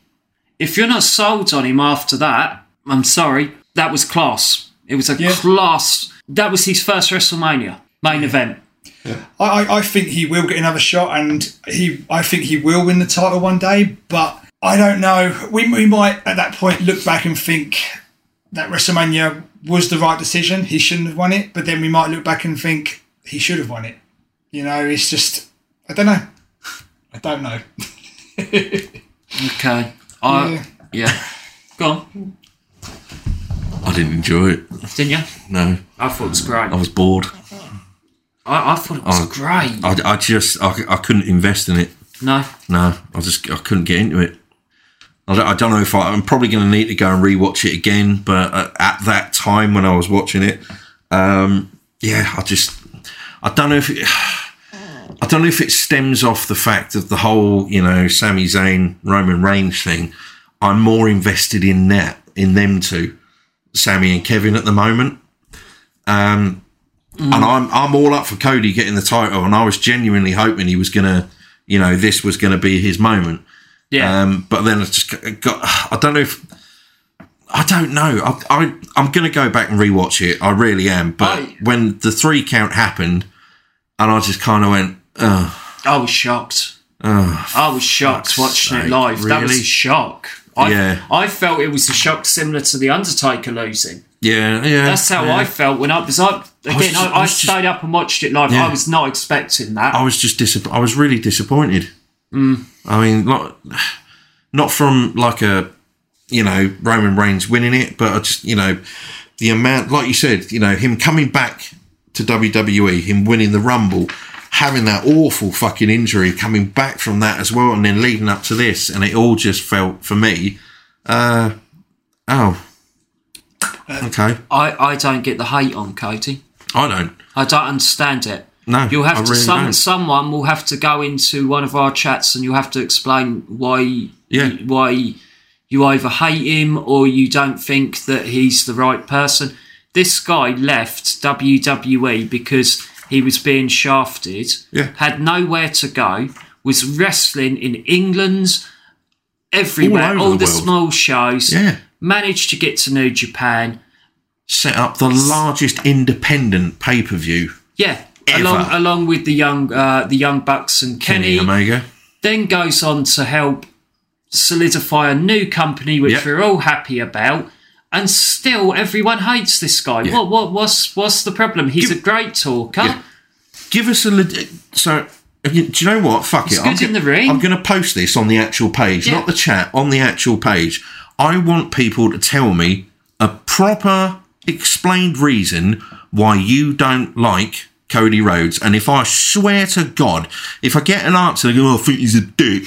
[SPEAKER 3] If you're not sold on him after that, I'm sorry. That was class. It was a class. That was his first WrestleMania main event.
[SPEAKER 4] I, I- I think he will get another shot, and he I think he will win the title one day. But I don't know. We, we might at that point look back and think that WrestleMania was the right decision. He shouldn't have won it, but then we might look back and think he should have won it. You know, it's just I don't know. I don't know.
[SPEAKER 3] Okay. I yeah. Go on,
[SPEAKER 2] I didn't enjoy it.
[SPEAKER 3] didn't you?
[SPEAKER 2] No,
[SPEAKER 3] I thought it was great.
[SPEAKER 2] I was bored.
[SPEAKER 3] I, I thought it was
[SPEAKER 2] Oh.
[SPEAKER 3] great.
[SPEAKER 2] I, I just I, I couldn't invest in it.
[SPEAKER 3] No.
[SPEAKER 2] No, I just I couldn't get into it. I don't, I don't know if I, I'm probably going to need to go and rewatch it again, but at, at that time when I was watching it, um, yeah, I just I don't know if it, I don't know if it stems off the fact of the whole you know Sami Zayn Roman Reigns thing. I'm more invested in that in them two, Sammy and Kevin at the moment. Um, and I'm I'm all up for Cody getting the title, and I was genuinely hoping he was gonna, you know, this was gonna be his moment.
[SPEAKER 3] Yeah.
[SPEAKER 2] Um, but then I just got. I don't know if. I don't know. I, I I'm going to go back and rewatch it. I really am. But
[SPEAKER 3] I-
[SPEAKER 2] when the three count happened, and I just kind of went, oh,
[SPEAKER 3] I was shocked. I was shocked
[SPEAKER 2] fuck's
[SPEAKER 3] watching it
[SPEAKER 2] sake,
[SPEAKER 3] live. That was a
[SPEAKER 2] really?
[SPEAKER 3] shock. I,
[SPEAKER 2] Yeah.
[SPEAKER 3] I felt it was a shock similar to The Undertaker losing.
[SPEAKER 2] yeah, yeah.
[SPEAKER 3] That's how
[SPEAKER 2] yeah.
[SPEAKER 3] I felt when I was I Again, I,
[SPEAKER 2] was just-
[SPEAKER 3] I,
[SPEAKER 2] I was just-
[SPEAKER 3] stayed up and watched it live.
[SPEAKER 2] Yeah.
[SPEAKER 3] I was not expecting that.
[SPEAKER 2] I was just disapp- I was really disappointed. Mm. I mean, not not from like a you know Roman Reigns winning it, but I just you know the amount, like you said, you know him coming back to WWE, him E, winning the Rumble, having that awful fucking injury, coming back from that as well, and then leading up to this, and it all just felt for me, uh, oh, okay,
[SPEAKER 3] I, I don't get the hate on Cody.
[SPEAKER 2] I don't.
[SPEAKER 3] I don't understand it.
[SPEAKER 2] No,
[SPEAKER 3] you'll have
[SPEAKER 2] I
[SPEAKER 3] to
[SPEAKER 2] really
[SPEAKER 3] some
[SPEAKER 2] don't.
[SPEAKER 3] someone will have to go into one of our chats and you'll have to explain why
[SPEAKER 2] Yeah.
[SPEAKER 3] why you either hate him or you don't think that he's the right person. This guy left WWE because he was being shafted,
[SPEAKER 2] Yeah.
[SPEAKER 3] had nowhere to go, was wrestling in England, everywhere, all,
[SPEAKER 2] over the
[SPEAKER 3] the,
[SPEAKER 2] world.
[SPEAKER 3] small shows,
[SPEAKER 2] Yeah.
[SPEAKER 3] managed to get to New Japan.
[SPEAKER 2] Set up the largest independent pay per view.
[SPEAKER 3] Yeah.
[SPEAKER 2] Ever.
[SPEAKER 3] Along, along with the young, uh, the young bucks and
[SPEAKER 2] Kenny Omega.
[SPEAKER 3] then goes on to help solidify a new company, which
[SPEAKER 2] Yep.
[SPEAKER 3] we're all happy about. And still, everyone hates this guy.
[SPEAKER 2] Yeah.
[SPEAKER 3] What? What? What's? What's the problem? He's a great talker.
[SPEAKER 2] Yeah. give us a legit. So, if you- do you know what? Fuck
[SPEAKER 3] He's
[SPEAKER 2] it.
[SPEAKER 3] good
[SPEAKER 2] I'm
[SPEAKER 3] in
[SPEAKER 2] go-
[SPEAKER 3] the ring.
[SPEAKER 2] I'm going to post this on the actual page,
[SPEAKER 3] Yeah.
[SPEAKER 2] not the chat, on the actual page. I want people to tell me a proper, explained reason why you don't like Cody Rhodes. And if I swear to God, if I get an answer, I go, oh, I think he's a dick.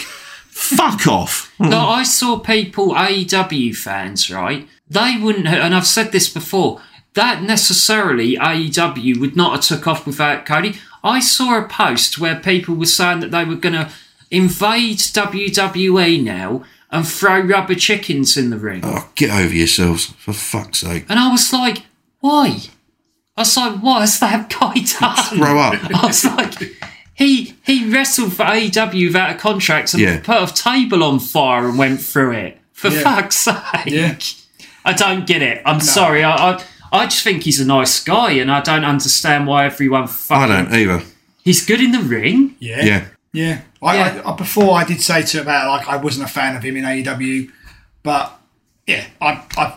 [SPEAKER 2] Fuck off.
[SPEAKER 3] Like, I saw people, AEW fans, right? They wouldn't, ha- and I've said this before, that necessarily AEW would not have took off without Cody. I saw a post where people were saying that they were going to invade WWE now and throw rubber chickens in the ring.
[SPEAKER 2] Oh, get over yourselves, for fuck's sake.
[SPEAKER 3] And I was like, why? I was like, what has that guy done?
[SPEAKER 2] Grow up.
[SPEAKER 3] I was like, he he wrestled for AEW without a contract and
[SPEAKER 2] Yeah.
[SPEAKER 3] put a table on fire and went through it. For fuck's sake.
[SPEAKER 5] Yeah.
[SPEAKER 3] I don't get it. I'm sorry. I, I I just think he's a nice guy and I don't understand why everyone
[SPEAKER 2] I
[SPEAKER 3] fucking.
[SPEAKER 2] don't either.
[SPEAKER 3] He's good in the ring.
[SPEAKER 5] Yeah.
[SPEAKER 2] Yeah.
[SPEAKER 5] Yeah. I,
[SPEAKER 3] Yeah.
[SPEAKER 5] I, I before I did say to him about like I wasn't a fan of him in
[SPEAKER 4] E
[SPEAKER 5] AEW, but yeah, I I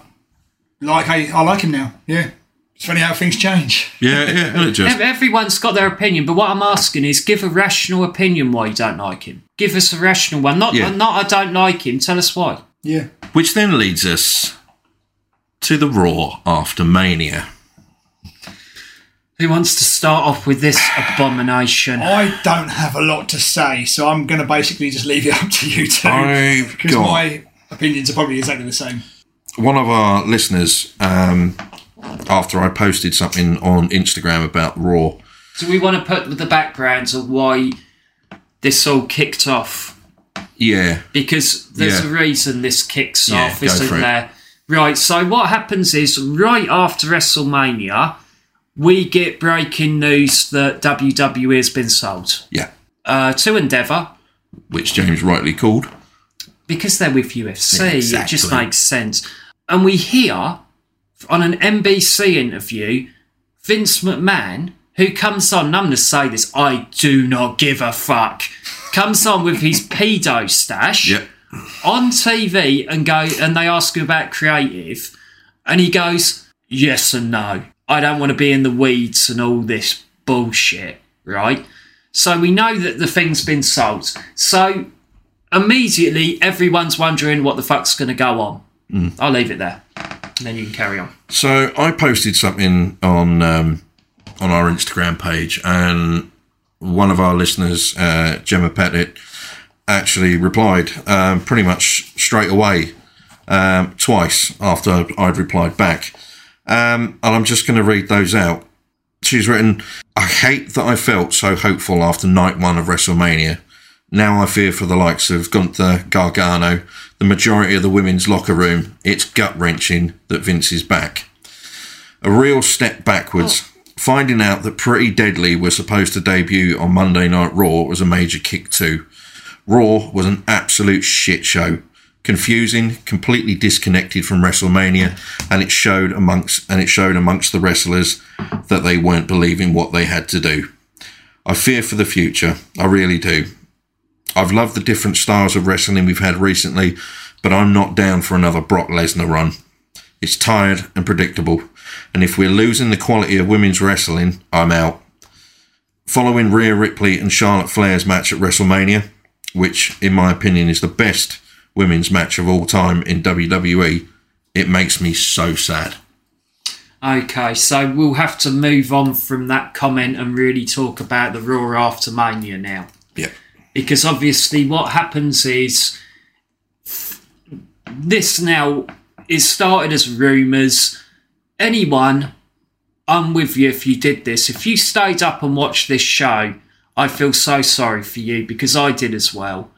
[SPEAKER 5] like I, I like him now. Yeah. It's funny how things change.
[SPEAKER 2] Yeah, yeah, isn't it
[SPEAKER 3] Ev-
[SPEAKER 2] just.
[SPEAKER 3] Everyone's got their opinion, but what I'm asking is give a rational opinion why you don't like him. Give us a rational one. Not,
[SPEAKER 2] Yeah.
[SPEAKER 3] not I don't like him. Tell us why.
[SPEAKER 5] Yeah.
[SPEAKER 2] Which then leads us to the Raw after Mania.
[SPEAKER 3] Who wants to start off with this abomination?
[SPEAKER 5] I don't have a lot to say, so I'm going to basically just leave it up to you two
[SPEAKER 2] I've
[SPEAKER 5] because
[SPEAKER 2] got-
[SPEAKER 5] my opinions are probably exactly the same.
[SPEAKER 2] one of our listeners, um, after I posted something on Instagram about Raw,
[SPEAKER 3] So we want to put the backgrounds of why this all kicked off
[SPEAKER 2] yeah,
[SPEAKER 3] because there's
[SPEAKER 2] Yeah.
[SPEAKER 3] a reason this kicks
[SPEAKER 2] Yeah,
[SPEAKER 3] off,
[SPEAKER 2] go
[SPEAKER 3] isn't
[SPEAKER 2] for it.
[SPEAKER 3] there? Right. So what happens is right after WrestleMania, we get breaking news that WWE has been sold
[SPEAKER 2] yeah,
[SPEAKER 3] uh, to Endeavour
[SPEAKER 2] which James rightly called.
[SPEAKER 3] because they're with UFC. It just
[SPEAKER 2] exactly.
[SPEAKER 3] makes sense. And we hear on an NBC interview Vince McMahon, who comes on, and I'm going to say this, I do not give a fuck, comes on with his pedo stash
[SPEAKER 2] Yep.
[SPEAKER 3] on TV and go and they ask him about creative, and he goes, "Yes and no. I don't want to be in the weeds and all this bullshit." Right. So we know that the thing's been sold. So immediately everyone's wondering what the fuck's going to go on. I'll leave it there, and then you can carry on.
[SPEAKER 2] So I posted something on um, on our Instagram page, and one of our listeners, uh, Gemma Pettit, actually replied um, pretty much straight away, um, twice after I'd replied back. Um, and I'm just going to read those out. She's written, I hate that I felt so hopeful after night one of WrestleMania. Now I fear for the likes of Gunther, Gargano, the majority of the women's locker room. It's gut wrenching that Vince is back. A real step backwards. Finding out that Pretty Deadly was supposed to debut on Monday Night Raw was a major kick too. Raw was an absolute shit show. Confusing, completely disconnected from WrestleMania, and it showed amongst and it showed amongst the wrestlers that they weren't believing what they had to do. I fear for the future. I really do. I've loved the different styles of wrestling we've had recently, but I'm not down for another Brock Lesnar run. It's tired and predictable, and if we're losing the quality of women's wrestling, I'm out. Following Rhea Ripley and Charlotte Flair's match at WrestleMania, which in my opinion is the best E, women's match of all time in WWE, it makes me so sad.
[SPEAKER 3] Okay, so we'll have to move on from that comment and really talk about the Raw after Mania now.
[SPEAKER 2] Yeah.
[SPEAKER 3] because obviously what happens is this now is started as rumors anyone i'm with you if you did this if you stayed up and watched this show i feel so sorry for you because i did as well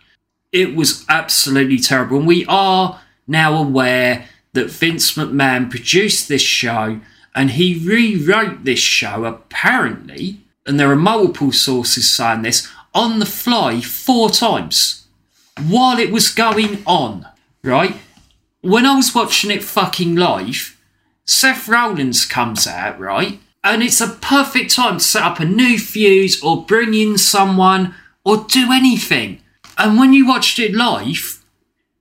[SPEAKER 3] it was absolutely terrible and we are now aware that vince mcmahon produced this show and he rewrote this show apparently and there are multiple sources saying this on the fly four times while it was going on, right? When I was watching it fucking live, Seth Rollins comes out, right? And it's a perfect time to set up a new feud or bring in someone or do anything. And when you watched it live,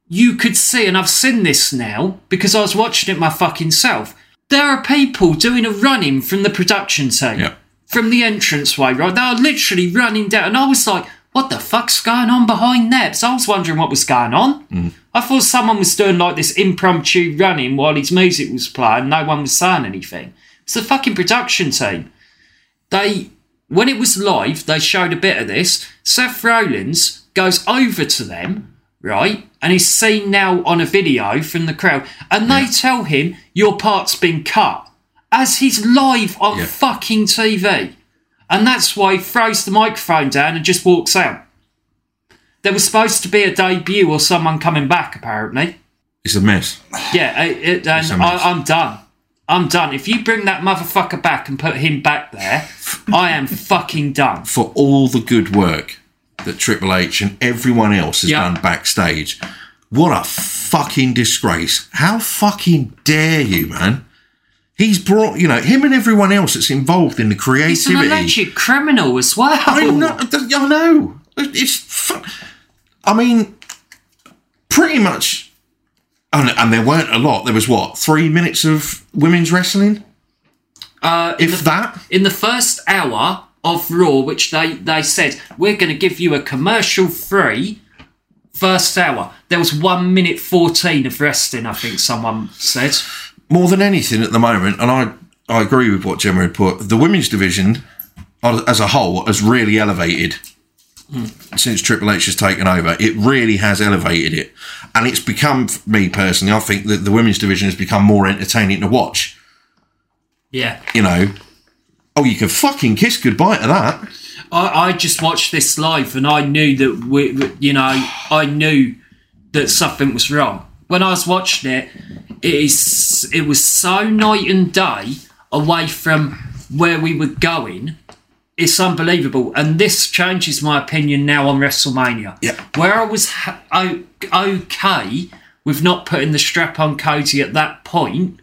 [SPEAKER 3] you could see, and I've seen this now because I was watching it my fucking self. There are people doing a run in from the production team
[SPEAKER 2] Yeah.
[SPEAKER 3] from the entranceway, right? They were literally running down. And I was like, what the fuck's going on behind there? So I was wondering what was going on. I thought someone was doing like this impromptu running while his music was playing. No one was saying anything. It's the fucking production team. They, when it was live, they showed a bit of this. Seth Rollins goes over to them, right? And he's seen now on a video from the crowd. And they tell him, your part's been cut. As he's live on
[SPEAKER 2] Yeah.
[SPEAKER 3] fucking TV. And that's why he throws the microphone down and just walks out. There was supposed to be a debut or someone coming back, apparently.
[SPEAKER 2] It's a mess.
[SPEAKER 3] Yeah, it, it,
[SPEAKER 2] It's
[SPEAKER 3] and
[SPEAKER 2] a mess.
[SPEAKER 3] I, I'm done. I'm done. If you bring that motherfucker back and put him back there, I am fucking done.
[SPEAKER 2] For all the good work that Triple H and everyone else has
[SPEAKER 3] Yeah.
[SPEAKER 2] done backstage, what a fucking disgrace. How fucking dare you, man? He's brought, you know, him and everyone else that's involved in the
[SPEAKER 3] He's an
[SPEAKER 2] creativity.
[SPEAKER 3] alleged criminal as well.
[SPEAKER 2] I'm not. I know. It's. fu- I mean, pretty much. And, and there weren't a lot. There was what three minutes of women's wrestling, uh, if that.
[SPEAKER 3] in the first hour of Raw, which they, they said, we're going to give you a commercial free first hour. There was 1 minute 14 of resting, I think someone said.
[SPEAKER 2] More than anything at the moment, and I I agree with what Gemma had put. The women's division, uh, as a whole, has really elevated since Triple H has taken over. It really has elevated it, and it's become for me personally. I think that the women's division has become more entertaining to watch.
[SPEAKER 3] Yeah.
[SPEAKER 2] you know, oh, you can fucking kiss goodbye to that.
[SPEAKER 3] I, I just watched this live and I knew that we, we- you know, I knew that something was wrong when I was watching it. It is, it was so night and day away from where we were going. It's unbelievable, and this changes my opinion now on WrestleMania.
[SPEAKER 2] Yeah.
[SPEAKER 3] where I was ha- o- okay with not putting the strap on Cody at that point.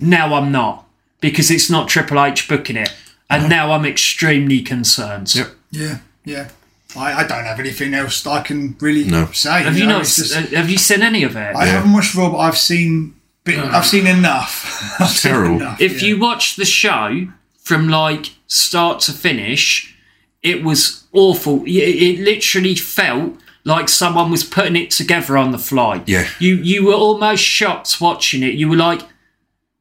[SPEAKER 3] Now I'm not because it's not Triple H booking it, and now I'm extremely concerned.
[SPEAKER 2] Yep.
[SPEAKER 5] Yeah, yeah. I, I don't have anything else I can really
[SPEAKER 2] No.
[SPEAKER 5] say.
[SPEAKER 3] Have you
[SPEAKER 5] know,
[SPEAKER 3] not? uh,
[SPEAKER 5] it's just-
[SPEAKER 3] have you seen any of it?
[SPEAKER 5] I haven't watched Rob. I've seen. Bit, I've seen enough. I've seen
[SPEAKER 2] terrible.
[SPEAKER 5] enough,
[SPEAKER 3] if
[SPEAKER 5] yeah.
[SPEAKER 3] you watch the show from like start to finish, it was awful. It, it literally felt like someone was putting it together on the fly.
[SPEAKER 2] Yeah.
[SPEAKER 3] You you were almost shocked watching it. You were like,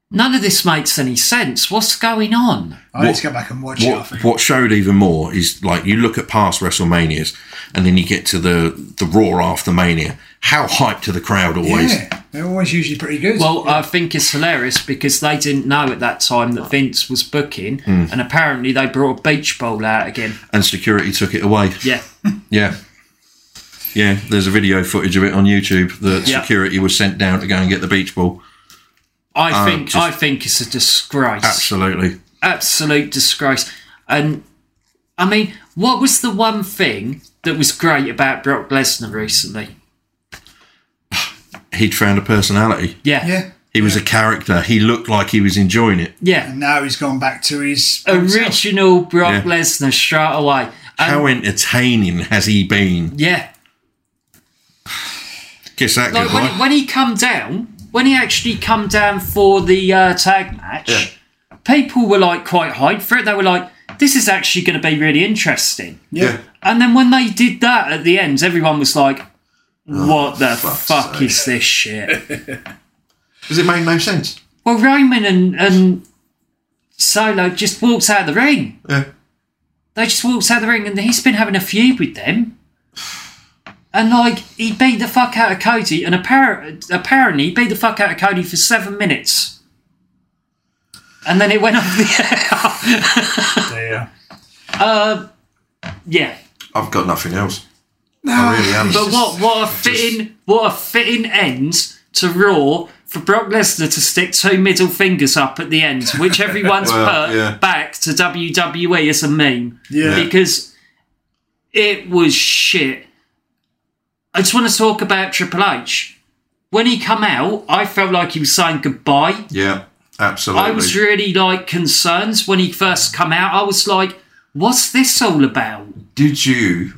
[SPEAKER 3] none of this makes any sense. What's going on?
[SPEAKER 5] I need
[SPEAKER 2] What-
[SPEAKER 5] to go back and watch it. I
[SPEAKER 2] What
[SPEAKER 5] think.
[SPEAKER 2] what showed even more is like you look at past WrestleManias, and then you get to the the Raw after Mania. How hyped to the crowd always.
[SPEAKER 5] yeah, they're always usually pretty good.
[SPEAKER 3] Well, I think it's hilarious because they didn't know at that time that Vince was booking,
[SPEAKER 2] Hmm.
[SPEAKER 3] and apparently they brought a beach ball out again.
[SPEAKER 2] And security took it away.
[SPEAKER 3] Yeah.
[SPEAKER 2] Yeah. Yeah, there's a video footage of it on YouTube that
[SPEAKER 3] Yeah.
[SPEAKER 2] security was sent down to go and get the beach ball.
[SPEAKER 3] I think
[SPEAKER 2] Uh, just-
[SPEAKER 3] I think it's a disgrace.
[SPEAKER 2] Absolutely.
[SPEAKER 3] absolute disgrace. And I mean, what was the one thing that was great about Brock Lesnar recently?
[SPEAKER 2] He'd found a personality.
[SPEAKER 3] Yeah,
[SPEAKER 5] yeah.
[SPEAKER 2] He was a character. He looked like he was enjoying it.
[SPEAKER 3] yeah.
[SPEAKER 5] And now he's gone back to his
[SPEAKER 3] Oh,
[SPEAKER 5] himself.
[SPEAKER 3] Original Brock
[SPEAKER 2] Yeah.
[SPEAKER 3] Lesnar straight away. And
[SPEAKER 2] How entertaining has he been?
[SPEAKER 3] yeah,
[SPEAKER 2] Kiss that
[SPEAKER 3] like
[SPEAKER 2] goodbye.
[SPEAKER 3] when, when he come down, when he actually come down for the uh, tag match, people were like quite hyped for it. They were like, "This is actually going to be really interesting."
[SPEAKER 2] yeah.
[SPEAKER 3] And then when they did that at the end, everyone was like, "What the fuck is this shit?"
[SPEAKER 2] Does it make no sense?
[SPEAKER 3] Well, Roman and, and Solo just walks out of the ring.
[SPEAKER 2] Yeah.
[SPEAKER 3] They just walks out of the ring, and he's been having a feud with them. And like he beat the fuck out of Cody, and appar- apparently he beat the fuck out of Cody for seven minutes, and then it went off the air.
[SPEAKER 4] Yeah.
[SPEAKER 3] yeah,
[SPEAKER 2] I've got nothing else. I really am.
[SPEAKER 3] but what what a fitting what a fitting end to Raw for Brock Lesnar to stick two middle fingers up at the end, which everyone's
[SPEAKER 2] Well,
[SPEAKER 3] put
[SPEAKER 2] yeah.
[SPEAKER 3] back to WWE as a meme.
[SPEAKER 4] Yeah.
[SPEAKER 3] because it was shit. I just want to talk about Triple H. When he come out, I felt like he was saying goodbye.
[SPEAKER 2] yeah, absolutely.
[SPEAKER 3] I was really like concerned when he first come out. I was like, "What's this all about?"
[SPEAKER 2] did you?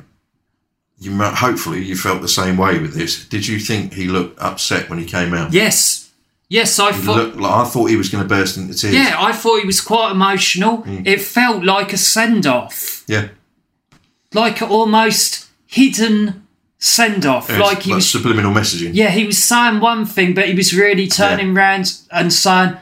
[SPEAKER 2] You might, hopefully you felt the same way with this. Did you think he looked upset when he came out?
[SPEAKER 3] Yes, yes, I
[SPEAKER 2] He
[SPEAKER 3] thought.
[SPEAKER 2] looked like I thought he was going to burst into tears.
[SPEAKER 3] Yeah, I thought he was quite emotional. It felt like a send off,
[SPEAKER 2] yeah.
[SPEAKER 3] like an almost hidden send off.
[SPEAKER 2] It's
[SPEAKER 3] like he was,
[SPEAKER 2] subliminal messaging.
[SPEAKER 3] yeah, he was saying one thing, but he was really turning round and saying,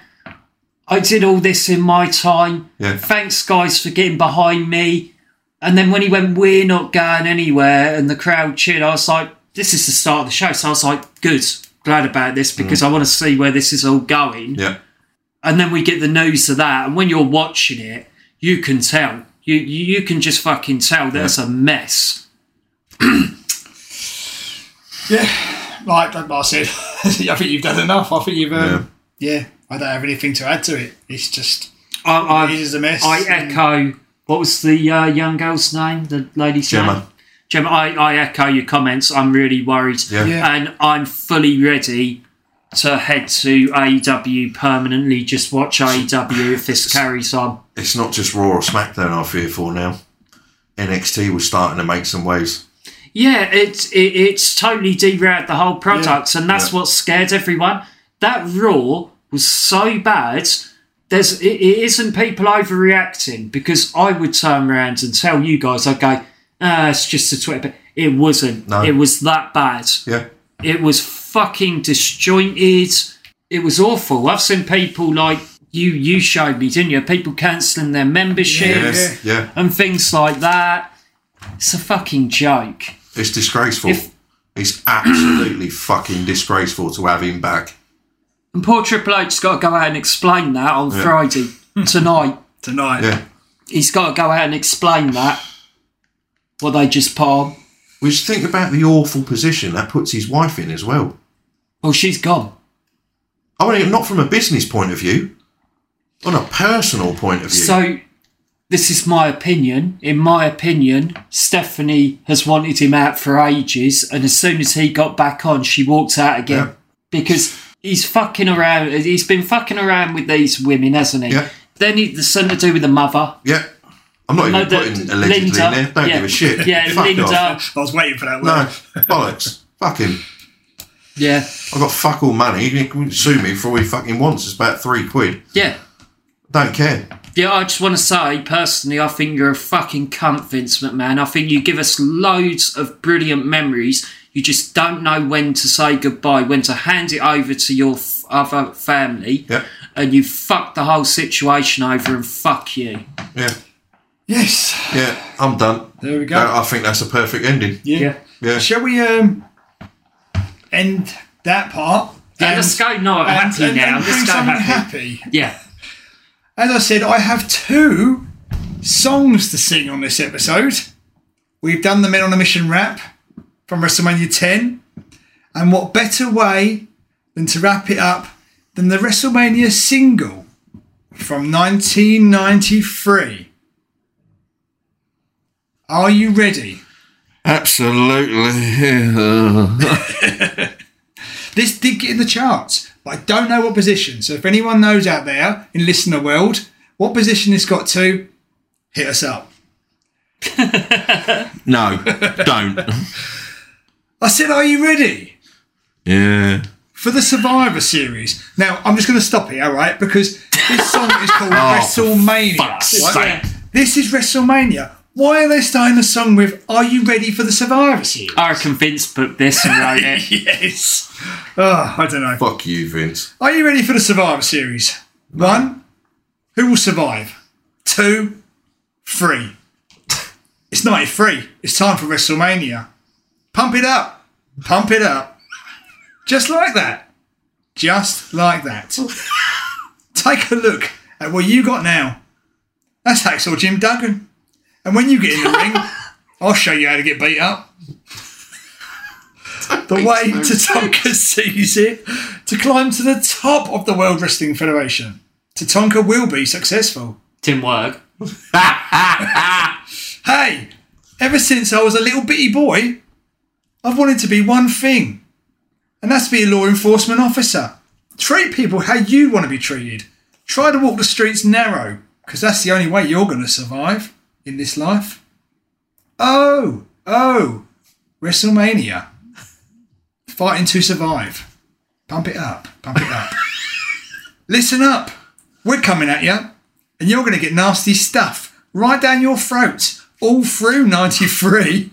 [SPEAKER 3] I did all this in my time.
[SPEAKER 2] Yeah.
[SPEAKER 3] Thanks, guys, for getting behind me. And then when he went, We're not going anywhere, and the crowd cheered, I was like, This is the start of the show. So I was like, Good, glad about this because I want to see where this is all going
[SPEAKER 2] yeah.
[SPEAKER 3] and then we get the news of that and when you're watching it you can tell you you, you can just fucking tell that it's a mess
[SPEAKER 4] Like, like I said, I think you've done enough. I think you've. Um, yeah. I don't have anything to add to it. It's just. It
[SPEAKER 3] i
[SPEAKER 4] is a mess.
[SPEAKER 3] i, I echo what was the uh, young girl's name the lady's name
[SPEAKER 2] Gemma.
[SPEAKER 3] Gemma, I, I echo your comments. I'm really worried.
[SPEAKER 2] Yeah.
[SPEAKER 4] Yeah.
[SPEAKER 3] And I'm fully ready to head to AEW permanently. Just watch AEW if this carries on.
[SPEAKER 2] It's not just Raw or SmackDown I fear for now. NXT was starting to make some waves.
[SPEAKER 3] Yeah, it's it, it's totally derailed the whole product, and that's what scared everyone. That Raw was so bad. There's it, it isn't people overreacting because I would turn around and tell you guys, I'd go, ah, it's just a Twitter. But it wasn't.
[SPEAKER 2] No.
[SPEAKER 3] It was that bad.
[SPEAKER 2] Yeah.
[SPEAKER 3] It was fucking disjointed. It was awful. I've seen people like you. You showed me, didn't you? People cancelling their memberships
[SPEAKER 2] Yeah. Yeah.
[SPEAKER 3] and things like that. It's a fucking joke.
[SPEAKER 2] It's disgraceful.
[SPEAKER 3] If-
[SPEAKER 2] it's absolutely fucking disgraceful to have him back.
[SPEAKER 3] And poor Triple H's got to go out and explain that on Friday tonight.
[SPEAKER 4] Tonight.
[SPEAKER 2] Yeah.
[SPEAKER 3] He's got to go out and explain that. What they just put on.
[SPEAKER 2] Which think about the awful position that puts his wife in as well.
[SPEAKER 3] Well, she's gone.
[SPEAKER 2] I mean, not from a business point of view, on a personal point of view.
[SPEAKER 3] So, this is my opinion. In my opinion, Stephanie has wanted him out for ages, and as soon as he got back on, she walked out again
[SPEAKER 2] Yeah.
[SPEAKER 3] because he's fucking around. He's been fucking around with these women, hasn't he?
[SPEAKER 2] Yeah.
[SPEAKER 3] Then he, the something to do with the mother.
[SPEAKER 2] yeah. I'm not
[SPEAKER 3] No,
[SPEAKER 2] even
[SPEAKER 3] the-
[SPEAKER 2] putting allegedly in
[SPEAKER 3] Linda-
[SPEAKER 2] there. Don't
[SPEAKER 3] yeah.
[SPEAKER 2] give a shit.
[SPEAKER 3] Yeah,
[SPEAKER 2] Fuck
[SPEAKER 3] Linda.
[SPEAKER 2] off.
[SPEAKER 4] I was waiting for that
[SPEAKER 2] No,
[SPEAKER 4] word.
[SPEAKER 2] bollocks. Fuck him.
[SPEAKER 3] Yeah,
[SPEAKER 2] I've got fuck all money. He can sue me for all he fucking wants. It's about three quid.
[SPEAKER 3] yeah.
[SPEAKER 2] Don't care.
[SPEAKER 3] Yeah, I just want to say personally, I think you're a fucking cunt, Vince McMahon. I think you give us loads of brilliant memories. You just don't know when to say goodbye, when to hand it over to your f- other family,
[SPEAKER 2] Yeah.
[SPEAKER 3] and you fuck the whole situation over and fuck you.
[SPEAKER 2] Yeah.
[SPEAKER 4] Yes.
[SPEAKER 2] Yeah. I'm done.
[SPEAKER 4] There we go.
[SPEAKER 2] That- I think that's a perfect ending.
[SPEAKER 4] Yeah.
[SPEAKER 2] Yeah.
[SPEAKER 4] Shall we um end that part?
[SPEAKER 3] Yeah,
[SPEAKER 4] And-
[SPEAKER 3] Uh, let's go. No, I'm
[SPEAKER 4] and,
[SPEAKER 3] happy
[SPEAKER 4] and,
[SPEAKER 3] now.
[SPEAKER 4] and
[SPEAKER 3] let's
[SPEAKER 4] bring
[SPEAKER 3] go
[SPEAKER 4] something
[SPEAKER 3] happy.
[SPEAKER 4] happy.
[SPEAKER 3] Yeah,
[SPEAKER 4] As I said, I have two songs to sing on this episode. We've done the Men on a Mission rap from WrestleMania 10. And what better way than to wrap it up than the WrestleMania single from 1993? Are you ready?
[SPEAKER 2] Absolutely.
[SPEAKER 4] This did get in the charts, but I don't know what position. So if anyone knows out there in listener world what position this got to, hit us up.
[SPEAKER 2] no, don't.
[SPEAKER 4] I said, Are you ready
[SPEAKER 2] Yeah.
[SPEAKER 4] for the Survivor Series? Now, I'm just going to stop here, all right? Because this song is called WrestleMania. right? This is WrestleMania. Why are they starting the song with "Are you ready for the Survivor Series"?
[SPEAKER 3] I reckon Vince booked this and wrote it.
[SPEAKER 4] yes. Oh, I don't know.
[SPEAKER 2] Fuck you, Vince.
[SPEAKER 4] Are you ready for the Survivor Series? One, who will survive? Two, three. It's 93. It's time for WrestleMania. Pump it up. Pump it up. Just like that. Just like that. Take a look at what you got now. That's Hacksaw Jim Duggan. And when you get in the ring, I'll show you how to get beat up. The way Tatanka sees it to climb to the top of the World Wrestling Federation. Tatanka will be successful.
[SPEAKER 3] Didn't work.
[SPEAKER 4] Hey, ever since I was a little bitty boy, I've wanted to be one thing, and that's be a law enforcement officer. Treat people how you want to be treated. Try to walk the streets narrow, because that's the only way you're going to survive in this life. Oh, oh, WrestleMania. Fighting to survive. Pump it up, pump it up. Listen up, we're coming at you and you're going to get nasty stuff right down your throat all through 93.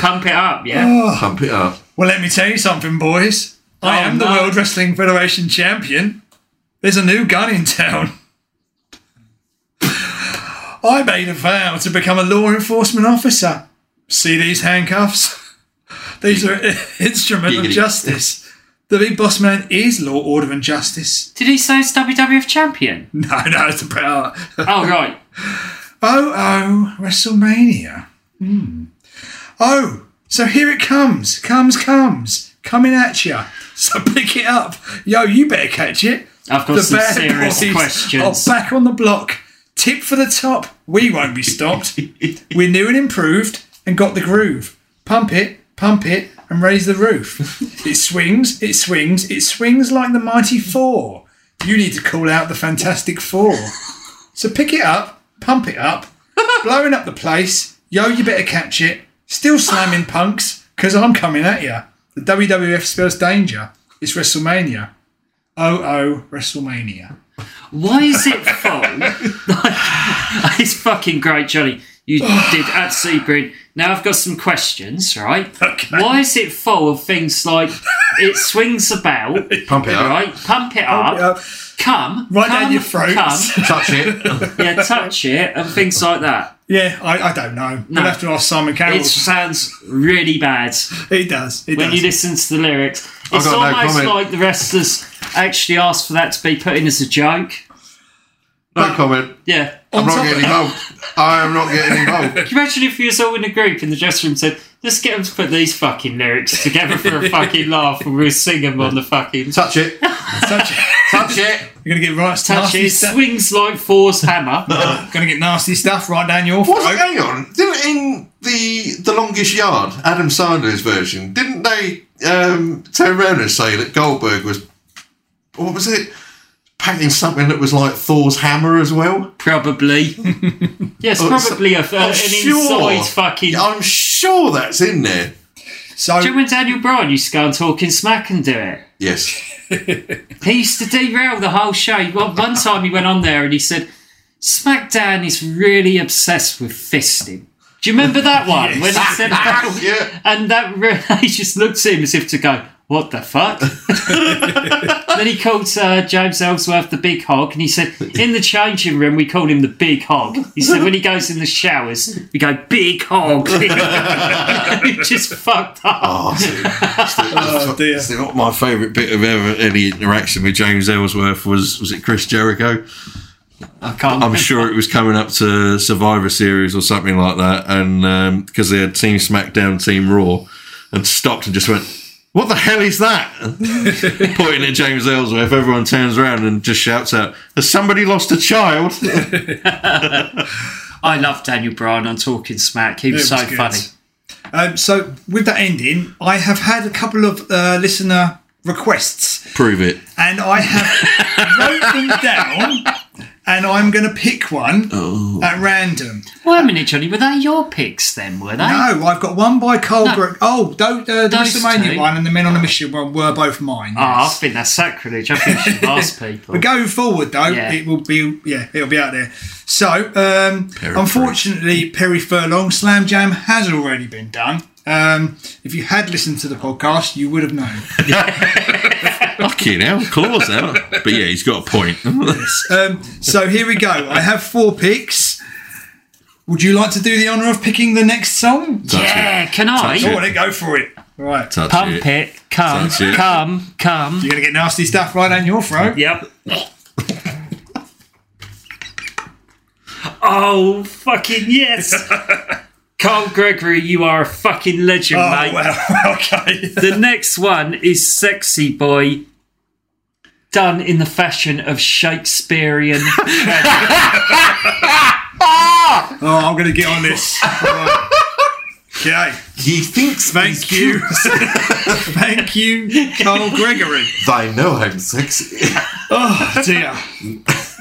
[SPEAKER 3] Pump it up,
[SPEAKER 4] Oh.
[SPEAKER 3] yeah.
[SPEAKER 2] Pump it up.
[SPEAKER 4] Well, let me tell you something, boys. I
[SPEAKER 3] Oh,
[SPEAKER 4] am the
[SPEAKER 3] no.
[SPEAKER 4] World Wrestling Federation champion. There's a new gun in town. I made a vow to become a law enforcement officer. See these handcuffs? These are an instrument of
[SPEAKER 2] Giggity.
[SPEAKER 4] justice. The big boss man is law, order, and justice.
[SPEAKER 3] Did he say it's WWF champion?
[SPEAKER 4] No, no, it's a power.
[SPEAKER 3] Oh, right.
[SPEAKER 4] Oh, oh, WrestleMania. Hmm. Oh, so here it comes, comes, comes, coming at you. So pick it up. Yo, you better catch it.
[SPEAKER 3] I've got some serious questions.
[SPEAKER 4] are back on the block. Tip for the top. We won't be stopped. We're new and improved and got the groove. Pump it, pump it, and raise the roof. it swings, it swings, it swings like the mighty four. You need to call out the fantastic four. So pick it up, pump it up, blowing up the place. Yo, you better catch it. Still slamming punks, because I'm coming at you. The WWF spells danger. It's WrestleMania. Oh, oh, WrestleMania.
[SPEAKER 3] Why is it full? it's fucking great, Johnny. You did absolutely brilliant. Now I've got some questions, right?
[SPEAKER 4] Okay.
[SPEAKER 3] Why is it full of things like it swings about,
[SPEAKER 2] Pump it up.
[SPEAKER 3] right? Pump it up,
[SPEAKER 4] Uh,
[SPEAKER 3] come,
[SPEAKER 4] Right
[SPEAKER 3] come,
[SPEAKER 4] down your throat.
[SPEAKER 3] come,
[SPEAKER 2] Touch it.
[SPEAKER 3] yeah, touch it, and things like that.
[SPEAKER 4] yeah, I, I don't know.
[SPEAKER 3] No.
[SPEAKER 4] We'll have to ask Simon Carroll.
[SPEAKER 3] It sounds really bad
[SPEAKER 4] He does. He
[SPEAKER 3] when
[SPEAKER 4] does.
[SPEAKER 3] you listen to the lyrics. It's
[SPEAKER 2] got no
[SPEAKER 3] almost
[SPEAKER 2] comment.
[SPEAKER 3] like the wrestlers actually asked for that to be put in as a joke.
[SPEAKER 2] No comment.
[SPEAKER 3] Yeah.
[SPEAKER 2] I'm
[SPEAKER 4] top
[SPEAKER 2] not
[SPEAKER 4] of
[SPEAKER 2] getting involved. I am not getting involved.
[SPEAKER 3] Can you imagine if you was all in a group in the dressing room and said, let's get them to put these fucking lyrics together for a fucking laugh and we'll sing them on the fucking...
[SPEAKER 2] Touch it.
[SPEAKER 4] Touch it.
[SPEAKER 2] Touch it.
[SPEAKER 4] You're going to get right
[SPEAKER 3] Touch
[SPEAKER 4] nasty
[SPEAKER 3] it,
[SPEAKER 4] stuff.
[SPEAKER 3] swings like Thor's hammer.
[SPEAKER 4] Going to get nasty stuff right down your
[SPEAKER 2] Was it,
[SPEAKER 4] throat.
[SPEAKER 2] hang on. Didn't in the the longest yard, Adam Sandler's version, didn't they um, turn around and say that Goldberg was what was it? Painting something that was like Thor's hammer as well.
[SPEAKER 3] probably. yes,
[SPEAKER 2] Oh, so-
[SPEAKER 3] probably a, an inside fucking...
[SPEAKER 2] I'm sure that's in there.
[SPEAKER 4] So,
[SPEAKER 3] Do you remember when Daniel Bryan used to go and talking smack and do it?
[SPEAKER 2] Yes.
[SPEAKER 3] He used to derail the whole show. One one time he went on there and he said, SmackDown is really obsessed with fisting. Do you remember that one? When he said that?
[SPEAKER 2] Yeah.
[SPEAKER 3] And that re- he just looked at him as if to go, "What the fuck?" then he called uh, James Ellsworth the Big Hog, and he said, "In the changing room, we call him the Big Hog." He said, "When he goes in the showers, we go Big Hog." he just fucked up.
[SPEAKER 2] Oh,
[SPEAKER 4] oh dear.
[SPEAKER 2] It's not my favourite bit of ever any interaction with James Ellsworth was was it Chris Jericho?
[SPEAKER 3] I can't.
[SPEAKER 2] Oh, I'm sure it was coming up to Survivor Series or something like that, and because they had Team SmackDown, Team Raw, and stopped and just went, "What the hell is that?" Pointing at James Ellsworth, everyone turns around and just shouts out, "Has somebody lost a child?"
[SPEAKER 3] I love Daniel Bryan on Talking Smack. He was,
[SPEAKER 4] It
[SPEAKER 3] so
[SPEAKER 4] was good.
[SPEAKER 3] funny.
[SPEAKER 4] Um, so, with that ending, I have had a couple of uh, listener requests,
[SPEAKER 2] Prove it.
[SPEAKER 4] and I have wrote them down, and I'm going to pick one
[SPEAKER 3] Oh.
[SPEAKER 4] at random.
[SPEAKER 3] Wait a minute, Johnny. Were they your picks then? Were they?
[SPEAKER 4] No, I've got one by Carl
[SPEAKER 3] No.
[SPEAKER 4] Brook. Oh, tho- uh, the
[SPEAKER 3] Those
[SPEAKER 4] WrestleMania
[SPEAKER 3] two.
[SPEAKER 4] one and the Men on a Mission one were both mine.
[SPEAKER 3] Oh,
[SPEAKER 4] yes.
[SPEAKER 3] I think that's sacrilege. I think you should ask people.
[SPEAKER 4] But going forward, though,
[SPEAKER 3] Yeah.
[SPEAKER 4] it will be yeah, it'll be out there. So, um,
[SPEAKER 2] Perry
[SPEAKER 4] unfortunately, Perry Furlong Slam Jam has already been done. Um, if you had listened to the podcast, you would have known.
[SPEAKER 2] Fucking hell, claws out. But yeah, he's got a point.
[SPEAKER 4] Um, so here we go. I have four picks. Would you like to do the honour of picking the next song?
[SPEAKER 3] yeah, can I?
[SPEAKER 2] Touch
[SPEAKER 4] Go
[SPEAKER 2] it.
[SPEAKER 4] on, then, go for it. Right.
[SPEAKER 2] That's it.
[SPEAKER 3] Pump it. Come,
[SPEAKER 2] Touch it.
[SPEAKER 3] come, come.
[SPEAKER 4] You're going to get nasty stuff right down your throat.
[SPEAKER 3] Yep. oh, fucking yes. Carl Gregory, you are a fucking legend,
[SPEAKER 4] Oh,
[SPEAKER 3] mate.
[SPEAKER 4] well, okay.
[SPEAKER 3] The next one is Sexy Boy, done in the fashion of Shakespearean. tragedy.
[SPEAKER 4] Oh, I'm going to get on this. Right. Okay.
[SPEAKER 2] He thinks
[SPEAKER 4] Thank you. Thank you, Carl Gregory.
[SPEAKER 1] I know I'm sexy.
[SPEAKER 4] Oh, dear.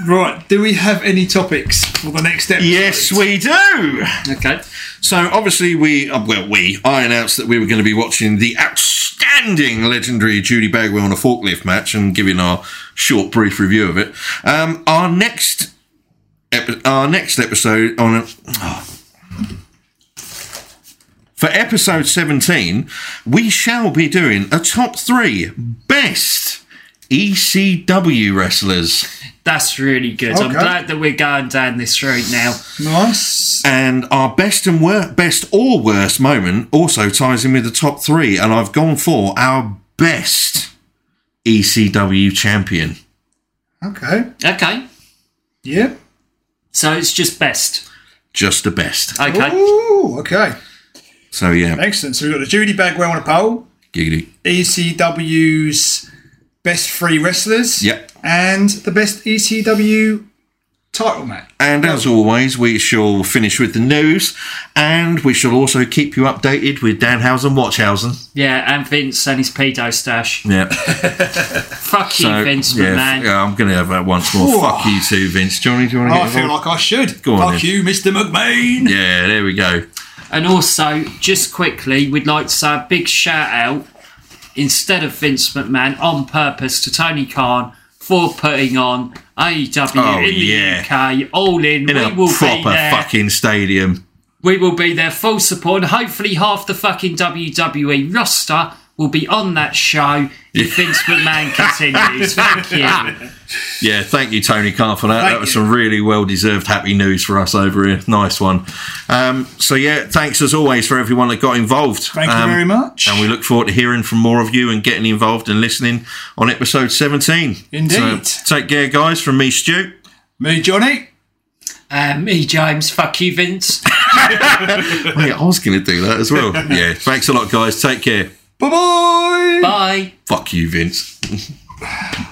[SPEAKER 4] Right. Do we have any topics for the next episode?
[SPEAKER 2] Yes, we do.
[SPEAKER 3] okay.
[SPEAKER 2] So obviously we, uh, well, we, I announced that we were going to be watching the outstanding legendary Judy Bagwell on a forklift match and giving our short, brief review of it. Um, our next, epi- our next episode on. A, ah. For episode 17, we shall be doing a top three best ECW wrestlers.
[SPEAKER 3] That's really good. I'm
[SPEAKER 4] Okay.
[SPEAKER 3] glad that we're going down this road now.
[SPEAKER 4] Nice.
[SPEAKER 2] And our best and wor- best or worst moment also ties in with the top three. And I've gone for our best ECW champion.
[SPEAKER 4] Okay.
[SPEAKER 3] Okay.
[SPEAKER 4] Yeah.
[SPEAKER 3] So it's just best.
[SPEAKER 2] Just the best.
[SPEAKER 3] Okay.
[SPEAKER 4] Ooh, okay.
[SPEAKER 2] So yeah,
[SPEAKER 4] Excellent. So we've got the Judy Bagwell on a poll,
[SPEAKER 2] giggity.
[SPEAKER 4] ECW's E best free wrestlers,
[SPEAKER 2] Yep.
[SPEAKER 4] and the best ECW title match.
[SPEAKER 2] And as always, we shall finish with the news, and we shall also keep you updated with Danhausen Watchhausen.
[SPEAKER 3] Yeah, and Vince and his pedo stash.
[SPEAKER 2] Yeah,
[SPEAKER 3] Fuck you,
[SPEAKER 2] so,
[SPEAKER 3] Vince,
[SPEAKER 2] yeah,
[SPEAKER 3] my man.
[SPEAKER 2] yeah, I'm going to have that once more. Fuck you too, Vince. Johnny, do you want to
[SPEAKER 4] I
[SPEAKER 2] get
[SPEAKER 4] feel
[SPEAKER 2] involved?
[SPEAKER 4] like I should.
[SPEAKER 2] Go on
[SPEAKER 4] Fuck
[SPEAKER 2] then.
[SPEAKER 4] you, Mr. McMahon.
[SPEAKER 2] Yeah, there we go.
[SPEAKER 3] And also, just quickly, we'd like to say a big shout out instead of Vince McMahon on purpose to Tony Khan for putting on AEW
[SPEAKER 2] Oh,
[SPEAKER 3] in the
[SPEAKER 2] yeah.
[SPEAKER 3] UK. All in,
[SPEAKER 2] In
[SPEAKER 3] we
[SPEAKER 2] a
[SPEAKER 3] will be
[SPEAKER 2] proper
[SPEAKER 3] there.
[SPEAKER 2] fucking stadium.
[SPEAKER 3] We will be there full support, and hopefully, half the fucking WWE roster will be on that show if Vince McMahon continues. Thank you.
[SPEAKER 2] Yeah, thank you, Tony Khan, for that. that was some really well deserved happy news for us over here. Nice one. Um, so, yeah, thanks as always for everyone that got involved.
[SPEAKER 4] Thank
[SPEAKER 2] Um,
[SPEAKER 4] you very much.
[SPEAKER 2] And we look forward to hearing from more of you and getting involved and listening on episode 17.
[SPEAKER 4] Indeed.
[SPEAKER 2] So, take care, guys. From me, Stu.
[SPEAKER 4] Me, Johnny.
[SPEAKER 3] Um, me, James. Fuck you, Vince.
[SPEAKER 2] Oh, yeah, I was going to do that as well. yeah, thanks a lot, guys. Take care.
[SPEAKER 4] Bye bye.
[SPEAKER 3] Bye.
[SPEAKER 2] Fuck you, Vince.